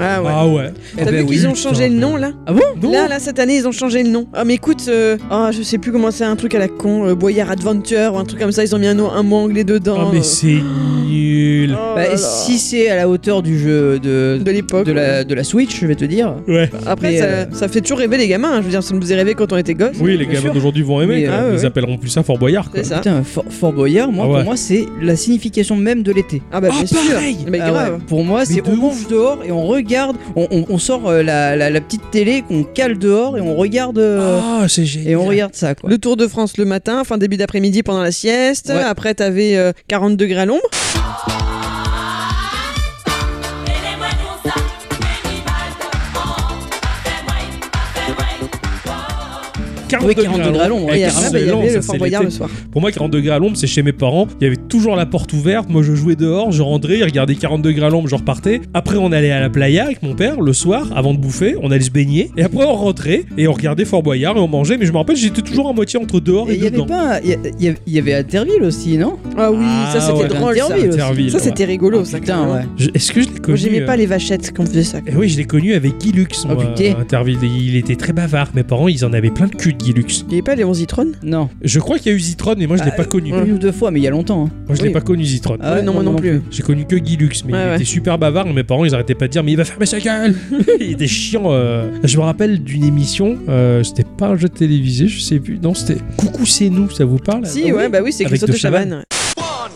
[SPEAKER 3] Ah ouais.
[SPEAKER 2] Ah ouais.
[SPEAKER 3] T'as
[SPEAKER 1] Eh ben
[SPEAKER 3] vu qu'ils
[SPEAKER 1] oui,
[SPEAKER 3] ont changé le
[SPEAKER 2] putain.
[SPEAKER 3] nom là
[SPEAKER 1] Ah bon
[SPEAKER 2] Non.
[SPEAKER 3] Là, là, cette année, ils ont changé le nom. Ah, mais écoute, euh, ah, je sais plus comment c'est, un truc à la con, euh, Boyard Adventure, ou un truc comme ça, ils ont mis un, nom, un mot anglais dedans.
[SPEAKER 2] Ah
[SPEAKER 3] euh.
[SPEAKER 2] mais c'est nul.
[SPEAKER 3] Oh
[SPEAKER 1] Bah,
[SPEAKER 3] là là.
[SPEAKER 1] si c'est à la hauteur du jeu de,
[SPEAKER 3] De l'époque.
[SPEAKER 1] de la, de la Switch, je vais te dire.
[SPEAKER 2] Ouais.
[SPEAKER 3] Après,
[SPEAKER 1] Mais,
[SPEAKER 3] ça,
[SPEAKER 1] euh,
[SPEAKER 3] ça fait toujours rêver les gamins. hein. Je veux dire, ça nous faisait rêver quand on était gosses.
[SPEAKER 2] Oui, les
[SPEAKER 1] Bien
[SPEAKER 2] gamins
[SPEAKER 1] sûr.
[SPEAKER 2] d'aujourd'hui vont aimer.
[SPEAKER 1] Mais,
[SPEAKER 2] quoi.
[SPEAKER 3] ah ouais,
[SPEAKER 2] Ils
[SPEAKER 3] ouais.
[SPEAKER 2] appelleront plus ça Fort Boyard. Quoi.
[SPEAKER 3] C'est ça.
[SPEAKER 1] Putain, Fort, Fort Boyard, moi,
[SPEAKER 2] Ah ouais.
[SPEAKER 1] pour moi, c'est la signification même de l'été.
[SPEAKER 3] Ah bah,
[SPEAKER 2] Ah,
[SPEAKER 3] bien sûr.
[SPEAKER 2] pareil.
[SPEAKER 3] Mais
[SPEAKER 1] Ah
[SPEAKER 3] grave.
[SPEAKER 1] ouais, Pour moi,
[SPEAKER 2] Mais
[SPEAKER 1] c'est
[SPEAKER 2] de
[SPEAKER 1] on mange dehors et on regarde, on, on- on sort euh, la, la- la petite télé qu'on cale dehors et on regarde euh,
[SPEAKER 2] Ah, c'est génial.
[SPEAKER 1] et on regarde ça quoi.
[SPEAKER 3] Le Tour de France le matin, enfin début d'après-midi pendant la sieste.
[SPEAKER 1] Ouais.
[SPEAKER 3] Après, t'avais euh, 40 degrés à l'ombre.
[SPEAKER 1] Oui, 40 degrés à l'ombre, ouais,
[SPEAKER 3] Et
[SPEAKER 1] carrément.
[SPEAKER 3] après, bah, il y
[SPEAKER 2] Excellent,
[SPEAKER 3] avait
[SPEAKER 2] ça,
[SPEAKER 3] le
[SPEAKER 2] c'est
[SPEAKER 3] Fort Boyard le
[SPEAKER 2] l'été.
[SPEAKER 3] soir.
[SPEAKER 2] Pour moi, 40 degrés à l'ombre, c'est chez mes parents. Il y avait toujours la porte ouverte. Moi, je jouais dehors, je rentrais, il regardait 40 degrés à l'ombre, je repartais. Après, on allait à la playa avec mon père le soir, avant de bouffer, on allait se baigner. Et après, on rentrait et on regardait Fort Boyard et on mangeait. Mais je me rappelle, j'étais toujours à moitié entre dehors et,
[SPEAKER 1] Et il y avait
[SPEAKER 2] dedans.
[SPEAKER 1] pas, il y, a- il y a- il y avait Interville aussi, non
[SPEAKER 3] Ah oui, ça
[SPEAKER 2] Ah
[SPEAKER 3] c'était
[SPEAKER 2] ouais.
[SPEAKER 3] drôle. Ça,
[SPEAKER 1] Interville aussi. Oh,
[SPEAKER 2] Interville,
[SPEAKER 3] Ça,
[SPEAKER 2] ouais.
[SPEAKER 3] c'était rigolo. ça, hein.
[SPEAKER 1] Putain,
[SPEAKER 3] carrément.
[SPEAKER 1] ouais.
[SPEAKER 2] Je- Est-ce que je l'ai
[SPEAKER 3] Moi,
[SPEAKER 2] connu
[SPEAKER 3] J'aimais
[SPEAKER 2] euh,
[SPEAKER 3] pas les vachettes quand on faisait ça.
[SPEAKER 2] Et oui, je l'ai connu avec Guy Lux,
[SPEAKER 1] Oh,
[SPEAKER 2] moi,
[SPEAKER 1] putain.
[SPEAKER 2] à Interville. Il était très bavard. Mes parents, ils en avaient plein de cul de Guy Lux.
[SPEAKER 3] Il est pas allé en Zitron
[SPEAKER 1] Non.
[SPEAKER 2] Je crois qu'il y a eu Zitron et moi je l'ai
[SPEAKER 1] Ah,
[SPEAKER 2] pas connu.
[SPEAKER 1] Une ou deux fois, mais il y a longtemps. hein.
[SPEAKER 2] Moi je l'ai
[SPEAKER 1] Oui.
[SPEAKER 2] pas connu Zitron.
[SPEAKER 1] Ah ouais, non, moi non plus.
[SPEAKER 2] J'ai connu que Guy Lux, mais
[SPEAKER 1] Ouais,
[SPEAKER 2] il
[SPEAKER 1] ouais.
[SPEAKER 2] était super bavard. Mes parents ils arrêtaient pas de dire mais il va fermer sa gueule. il était chiant. euh. Je me rappelle d'une émission, euh, c'était pas un jeu télévisé, je sais plus. Non, c'était Coucou c'est nous, ça vous parle
[SPEAKER 3] Si, ouais, bah oui, c'est
[SPEAKER 2] Ah, Avec
[SPEAKER 3] Christophe de
[SPEAKER 2] Chavannes.
[SPEAKER 3] Chavannes.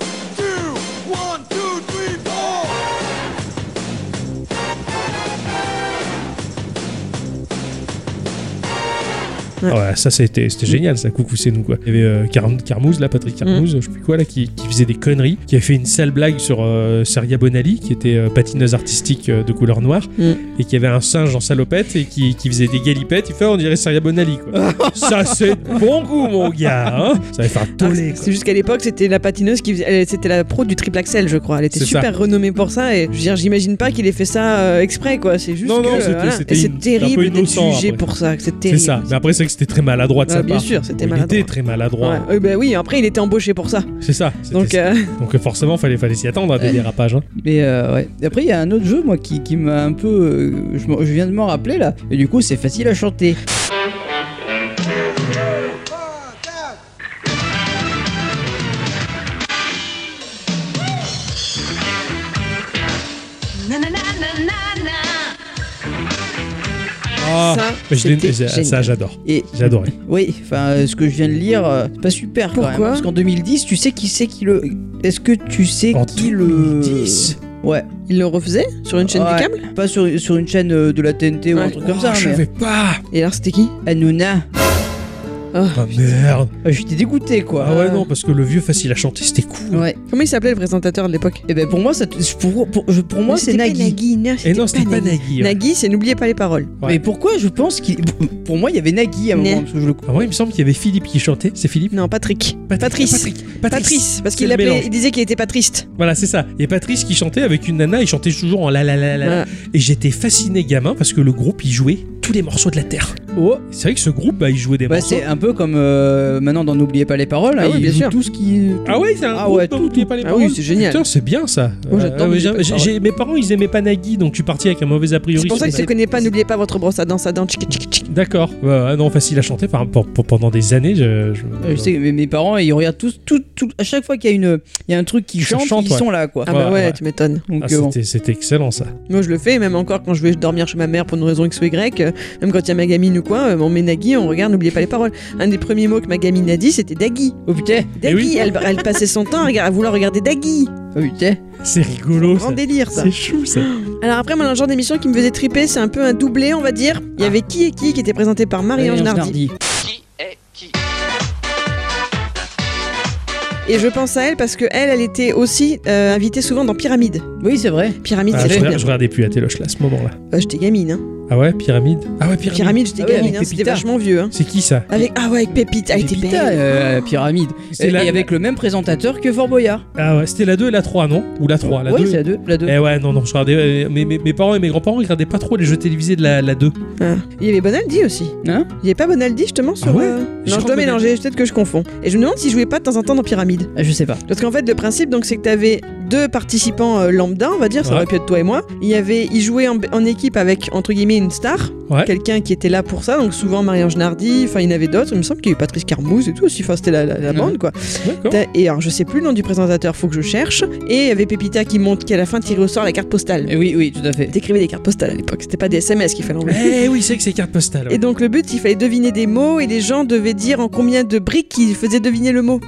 [SPEAKER 2] Ah Ouais. ça c'était c'était génial ça, coucou c'est nous quoi. Il y avait euh, Car- Carmouze là, Patrick Carmouze,
[SPEAKER 3] Mm.
[SPEAKER 2] je sais plus quoi là, qui, qui faisait des conneries, qui avait fait une sale blague sur euh, Saria Bonali, qui était euh, patineuse artistique euh, de couleur noire,
[SPEAKER 3] Mm.
[SPEAKER 2] et qui avait un singe en salopette et qui, qui faisait des galipettes, il fait on dirait Saria Bonali quoi. ça c'est de bon goût mon gars, hein ça va faire toller quoi.
[SPEAKER 3] Ah, C'est juste qu'à l'époque, c'était la patineuse qui faisait- elle- c'était la pro du triple axel, je crois. Elle était
[SPEAKER 2] C'est ça.
[SPEAKER 3] super renommée pour ça et je veux dire, j'imagine pas qu'il ait fait ça euh, exprès quoi. C'est juste
[SPEAKER 2] Non,
[SPEAKER 3] que
[SPEAKER 2] non, c'était-
[SPEAKER 3] voilà.
[SPEAKER 2] c'était
[SPEAKER 3] Et
[SPEAKER 2] in-
[SPEAKER 3] c'est
[SPEAKER 2] un peu
[SPEAKER 3] terrible d'être
[SPEAKER 2] innocent,
[SPEAKER 3] jugé
[SPEAKER 2] après.
[SPEAKER 3] pour ça. que C'est
[SPEAKER 2] C'est
[SPEAKER 3] terrible.
[SPEAKER 2] ça, mais après c'est que c'était très maladroit de
[SPEAKER 3] Ouais,
[SPEAKER 2] sa
[SPEAKER 3] bien
[SPEAKER 2] part.
[SPEAKER 3] sûr, c'était
[SPEAKER 2] Il
[SPEAKER 3] maladroit.
[SPEAKER 2] était très maladroit.
[SPEAKER 3] Ouais. Euh, bah oui, après il était embauché pour ça.
[SPEAKER 2] C'est ça. c'était-
[SPEAKER 3] Donc, euh,
[SPEAKER 2] Donc euh, forcément fallait fallait s'y attendre à des
[SPEAKER 1] Ouais.
[SPEAKER 2] dérapages. hein.
[SPEAKER 1] Mais euh, ouais. Et Après, il y a un autre jeu, moi, qui, qui m'a un peu. euh, je, m'en- je viens de m'en rappeler là. Et du coup, c'est facile à chanter.
[SPEAKER 2] Ah,
[SPEAKER 1] Ça,
[SPEAKER 2] mais je l'ai-
[SPEAKER 1] c'était
[SPEAKER 2] j'ai- ça
[SPEAKER 1] génial.
[SPEAKER 2] j'adore.
[SPEAKER 1] Et-
[SPEAKER 2] J'adorais.
[SPEAKER 1] Oui, enfin, euh, ce que je viens de lire, euh, c'est pas super. quand même,
[SPEAKER 3] Pourquoi
[SPEAKER 1] Parce qu'en 2010, tu sais qui c'est qui le. Est-ce que tu sais qui le. Ouais.
[SPEAKER 3] il le refaisait sur une chaîne
[SPEAKER 1] Ouais.
[SPEAKER 3] du câble.
[SPEAKER 1] Pas sur, sur une chaîne euh, de la TNT ou un
[SPEAKER 3] Ouais.
[SPEAKER 1] truc comme ça.
[SPEAKER 2] Oh, je
[SPEAKER 1] mais- Eh,
[SPEAKER 2] vais pas.
[SPEAKER 3] Et alors c'était qui
[SPEAKER 1] Hanouna.
[SPEAKER 2] Ah merde.
[SPEAKER 1] Ah, J'étais dégoûté quoi.
[SPEAKER 2] Ah ouais non parce que le vieux facile à chanter c'était cool.
[SPEAKER 1] Ouais.
[SPEAKER 3] Comment il s'appelait le présentateur de l'époque
[SPEAKER 1] Et ben pour moi, ça, te- pour, pour- je- pour moi
[SPEAKER 3] Mais
[SPEAKER 1] c'est
[SPEAKER 3] c'était pas
[SPEAKER 1] Nagui.
[SPEAKER 3] non,
[SPEAKER 2] Et non c'était pas Nagui. ouais.
[SPEAKER 3] Nagui, c'est n'oubliez pas les paroles.
[SPEAKER 2] Ouais.
[SPEAKER 1] Mais pourquoi je pense qu'il. Pour moi, il y avait Nagui à un
[SPEAKER 3] Né.
[SPEAKER 1] moment. Parce que je le...
[SPEAKER 2] Ah, moi il me semble qu'il y avait Philippe qui chantait. C'est Philippe
[SPEAKER 3] Non, Patrick.
[SPEAKER 2] Patrick.
[SPEAKER 3] Patrice.
[SPEAKER 2] Patrick.
[SPEAKER 3] Patrice, parce
[SPEAKER 2] C'est
[SPEAKER 3] qu'il
[SPEAKER 2] le
[SPEAKER 3] appelait-
[SPEAKER 2] mélange.
[SPEAKER 3] il disait qu'il était pas triste.
[SPEAKER 2] Voilà, c'est ça. Et Patrice qui chantait avec une nana, il chantait toujours en la la la la. la.
[SPEAKER 3] Ouais.
[SPEAKER 2] Et j'étais fasciné gamin parce que le groupe il jouait tous les morceaux de la terre.
[SPEAKER 1] Oh.
[SPEAKER 2] C'est vrai que ce groupe bah, il jouait des
[SPEAKER 1] Bah,
[SPEAKER 2] morceaux.
[SPEAKER 1] c'est un peu comme euh, maintenant dans N'oubliez pas les paroles.
[SPEAKER 3] Ah
[SPEAKER 1] hein,
[SPEAKER 3] oui,
[SPEAKER 1] ils
[SPEAKER 3] bien
[SPEAKER 1] jouent
[SPEAKER 3] sûr.
[SPEAKER 1] tout ce qui.
[SPEAKER 2] Ah ouais, c'est un
[SPEAKER 1] Ah
[SPEAKER 2] groupe
[SPEAKER 1] ouais,
[SPEAKER 2] dont
[SPEAKER 1] tout,
[SPEAKER 2] n'oubliez pas les
[SPEAKER 3] Ah
[SPEAKER 2] paroles.
[SPEAKER 3] oui, c'est génial.
[SPEAKER 2] Putain, c'est bien ça.
[SPEAKER 1] Moi, j'adore
[SPEAKER 2] ouais,
[SPEAKER 1] N'oubliez
[SPEAKER 2] j'ai-
[SPEAKER 1] pas les
[SPEAKER 2] j'ai-
[SPEAKER 1] paroles.
[SPEAKER 2] j'ai- mes parents ils aimaient pas Nagui donc je suis parti avec un mauvais a priori.
[SPEAKER 3] C'est pour ça que
[SPEAKER 2] sur
[SPEAKER 3] tu connais pas, n'oubliez pas votre brosse à dents, à dents, tchic, tchic, tchic.
[SPEAKER 2] D'accord. Bah, non, facile à chanter. Enfin, pour- pour- pendant des années, je. je-
[SPEAKER 3] Ah,
[SPEAKER 1] Euh, je sais, mais mes parents, ils regardent tous, tout, tout, à chaque fois qu'il y a une, il y a un truc qui
[SPEAKER 2] Ça
[SPEAKER 1] chante,
[SPEAKER 2] chante,
[SPEAKER 1] ils
[SPEAKER 2] ouais.
[SPEAKER 1] sont là, quoi.
[SPEAKER 3] Ah bah
[SPEAKER 2] Ouais,
[SPEAKER 3] ouais,
[SPEAKER 2] ouais.
[SPEAKER 3] tu m'étonnes.
[SPEAKER 1] Donc,
[SPEAKER 2] Ah,
[SPEAKER 1] euh, bon.
[SPEAKER 2] c'était c'était excellent ça.
[SPEAKER 3] Moi je le fais, même encore quand je vais dormir chez ma mère pour une raison X ou Y, euh, même quand il y a ma gamine ou quoi, euh, on met Nagui, on regarde, n'oubliez pas les paroles. Un des premiers mots que ma gamine a dit, c'était Dagui.
[SPEAKER 1] Oh putain,
[SPEAKER 3] Dagui,
[SPEAKER 2] oui.
[SPEAKER 3] elle, elle passait son temps à, regarder- à vouloir regarder Dagui.
[SPEAKER 1] oh putain.
[SPEAKER 2] C'est rigolo.
[SPEAKER 3] Grand
[SPEAKER 2] ça.
[SPEAKER 3] délire ça.
[SPEAKER 2] C'est chou ça.
[SPEAKER 3] Alors après, moi, le genre d'émission qui me faisait triper, c'est un peu un doublé, on va dire. Il y avait qui et qui qui était présenté par Marie-Ange
[SPEAKER 1] Marie-Ange
[SPEAKER 3] Nardi.
[SPEAKER 1] Nardi.
[SPEAKER 3] Et je pense à elle parce que elle, elle était aussi euh, invitée souvent dans Pyramide.
[SPEAKER 1] Oui, c'est vrai.
[SPEAKER 3] Pyramide,
[SPEAKER 2] Ah,
[SPEAKER 3] c'est
[SPEAKER 2] je,
[SPEAKER 3] trop bien.
[SPEAKER 2] regardais, je regardais plus la téloche là à ce moment-là.
[SPEAKER 3] Euh, j'étais gamine, hein.
[SPEAKER 2] Ah ouais, pyramide. Ah ouais, pyramide.
[SPEAKER 3] Pyramide, j'étais
[SPEAKER 1] Ah ouais,
[SPEAKER 3] gamine,
[SPEAKER 1] avec
[SPEAKER 3] hein, c'était
[SPEAKER 1] Pépita.
[SPEAKER 3] vachement vieux, hein.
[SPEAKER 2] C'est qui ça
[SPEAKER 3] Avec, ah ouais, avec Pépite, elle était
[SPEAKER 1] Pépita,
[SPEAKER 3] belle.
[SPEAKER 1] euh, pyramide.
[SPEAKER 2] C'est
[SPEAKER 1] Et,
[SPEAKER 2] la-
[SPEAKER 1] et avec le même présentateur que Fort Boyard.
[SPEAKER 2] Ah ouais, c'était la 2 et la 3, non Ou la 3, la
[SPEAKER 1] oui,
[SPEAKER 2] 2
[SPEAKER 1] c'est la 2. La 2.
[SPEAKER 2] Eh ouais, non, non, je regardais. euh, Mes, mes, mes parents et mes grands-parents ils regardaient pas trop les jeux télévisés de la, la 2.
[SPEAKER 3] Ah. Il y avait Bonaldi aussi.
[SPEAKER 1] Hein
[SPEAKER 3] Il n'y avait pas Bonaldi justement sur.
[SPEAKER 2] Ah ouais
[SPEAKER 3] euh,
[SPEAKER 2] Je
[SPEAKER 3] Non,
[SPEAKER 2] crois
[SPEAKER 3] je dois
[SPEAKER 2] que
[SPEAKER 3] mélanger, peut-être que je confonds. Et je me demande si je jouais pas de temps en temps dans Pyramide.
[SPEAKER 2] Eh.
[SPEAKER 1] Ah, je sais pas.
[SPEAKER 3] Parce qu'en fait, le principe, donc, c'est que tu avais deux participants euh, lambda, on va dire, ça
[SPEAKER 2] Ouais.
[SPEAKER 3] aurait pu être toi et moi. Il y avait, ils jouaient en, en équipe avec, entre guillemets, une star,
[SPEAKER 2] Ouais.
[SPEAKER 3] quelqu'un qui était là pour ça, donc souvent Marie-Ange Nardi, enfin, il y en avait d'autres, il me semble qu'il y avait Patrice Carmouze et tout aussi, enfin, c'était la, la- la
[SPEAKER 1] Ouais.
[SPEAKER 3] bande, quoi.
[SPEAKER 2] D'accord.
[SPEAKER 3] T'as- Et alors, je sais plus le nom du présentateur, faut que je cherche. Et il y avait Pépita qui monte, qui à la fin tirait au sort la carte postale.
[SPEAKER 1] Eh oui, oui, tout à fait.
[SPEAKER 3] T'écrivais des cartes postales à l'époque, c'était pas des SMS qu'il fallait envoyer.
[SPEAKER 2] Eh oui, c'est que c'est carte postale. ouais.
[SPEAKER 3] Et donc le but, il fallait deviner des mots et les gens devaient dire en combien de briques ils faisaient deviner le mot.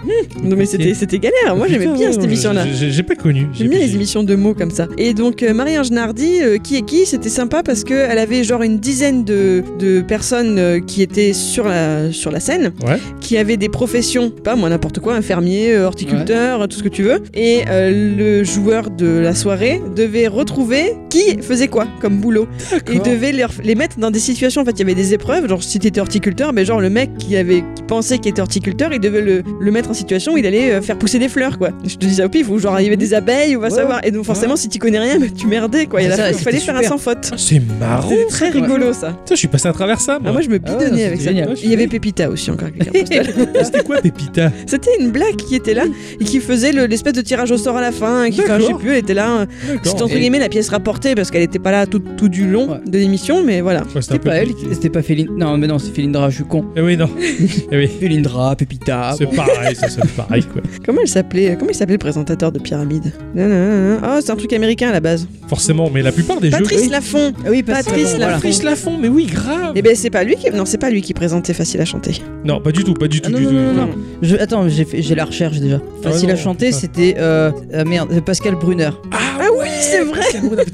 [SPEAKER 3] Hmm, non mais c'était c'était galère, moi j'aimais
[SPEAKER 2] Putain,
[SPEAKER 3] bien
[SPEAKER 2] ouais,
[SPEAKER 3] cette
[SPEAKER 2] ouais,
[SPEAKER 3] émission-là.
[SPEAKER 2] j'ai- J'ai j'ai pas connu.
[SPEAKER 3] J'aime bien les émissions de mots comme ça. Et donc euh, Marie-Ange Nardi, euh, qui est qui, c'était sympa parce que elle avait genre une dizaine de, de personnes euh, qui étaient sur la, sur la scène,
[SPEAKER 2] Ouais.
[SPEAKER 3] qui avaient des professions, pas moi n'importe quoi, infirmier, euh, horticulteur, euh, tout ce que tu veux. Et euh, le joueur de la soirée devait retrouver qui faisait quoi comme boulot. Et il devait leur- les mettre dans des situations. En fait, il y avait des épreuves. Genre, si t'étais horticulteur, mais genre le mec qui avait qui pensait qu'il était horticulteur, il devait le, le mettre en situation où il allait euh, faire pousser des fleurs, quoi. Je te dis ça au pif, ou genre il y avait des abeilles, on va savoir. Et donc forcément, si tu connais rien, bah, tu merdais quoi. Il a-
[SPEAKER 2] C'est ça,
[SPEAKER 3] il fallait
[SPEAKER 2] c'était
[SPEAKER 3] faire un
[SPEAKER 2] super.
[SPEAKER 3] sans faute.
[SPEAKER 2] Ah, C'est marrant.
[SPEAKER 3] C'était très
[SPEAKER 2] ça, quand
[SPEAKER 3] rigolo
[SPEAKER 2] même.
[SPEAKER 3] ça.
[SPEAKER 2] Putain, je suis passé à travers ça. Moi,
[SPEAKER 3] Ah, moi, je me bidonnais avec ça.
[SPEAKER 2] génial.
[SPEAKER 3] Il y avait Pépita aussi encore. avec les cartes postales.
[SPEAKER 2] C'était quoi Pépita
[SPEAKER 3] C'était une blague qui était là et qui faisait le- l'espèce de tirage au sort à la fin. et Qui, enfin, je sais
[SPEAKER 2] D'accord. Eh,
[SPEAKER 3] plus, elle était là. euh, C'était entre
[SPEAKER 1] Et-
[SPEAKER 3] guillemets la pièce rapportée parce qu'elle n'était pas là tout, tout du long de l'émission, mais voilà.
[SPEAKER 1] C'était pas elle, qui- c'était pas Félindra. Non, mais non, c'est Félindra, je suis con.
[SPEAKER 2] Eh oui, non. Eh oui.
[SPEAKER 1] Félindra, Pépita.
[SPEAKER 2] C'est
[SPEAKER 1] bon.
[SPEAKER 2] pareil, ça, c'est pareil quoi.
[SPEAKER 3] Comment elle s'appelait euh, Comment il s'appelait le présentateur de Pyramide Nanana. Oh, c'est un truc américain à la base.
[SPEAKER 2] Forcément, mais la plupart des
[SPEAKER 3] Patrice
[SPEAKER 2] jeux.
[SPEAKER 3] Laffont.
[SPEAKER 1] Ah
[SPEAKER 3] Oui, Patrice
[SPEAKER 2] Laffont, voilà.
[SPEAKER 3] Laffont.
[SPEAKER 2] Patrice Laffont, mais oui, grave.
[SPEAKER 3] Eh ben c'est pas lui qui non, c'est pas lui qui présentait Facile à chanter.
[SPEAKER 2] Non, pas du tout, pas du tout,
[SPEAKER 1] non,
[SPEAKER 2] du
[SPEAKER 1] non,
[SPEAKER 2] tout.
[SPEAKER 1] non,
[SPEAKER 2] du
[SPEAKER 1] non,
[SPEAKER 2] tout.
[SPEAKER 1] non. Je- attends, j'ai fait- j'ai la recherche déjà. Facile
[SPEAKER 2] Ah non,
[SPEAKER 1] à chanter,
[SPEAKER 2] putain.
[SPEAKER 1] c'était. euh, ah merde, euh, Pascal Brunner.
[SPEAKER 2] Ah, oui, c'est vrai.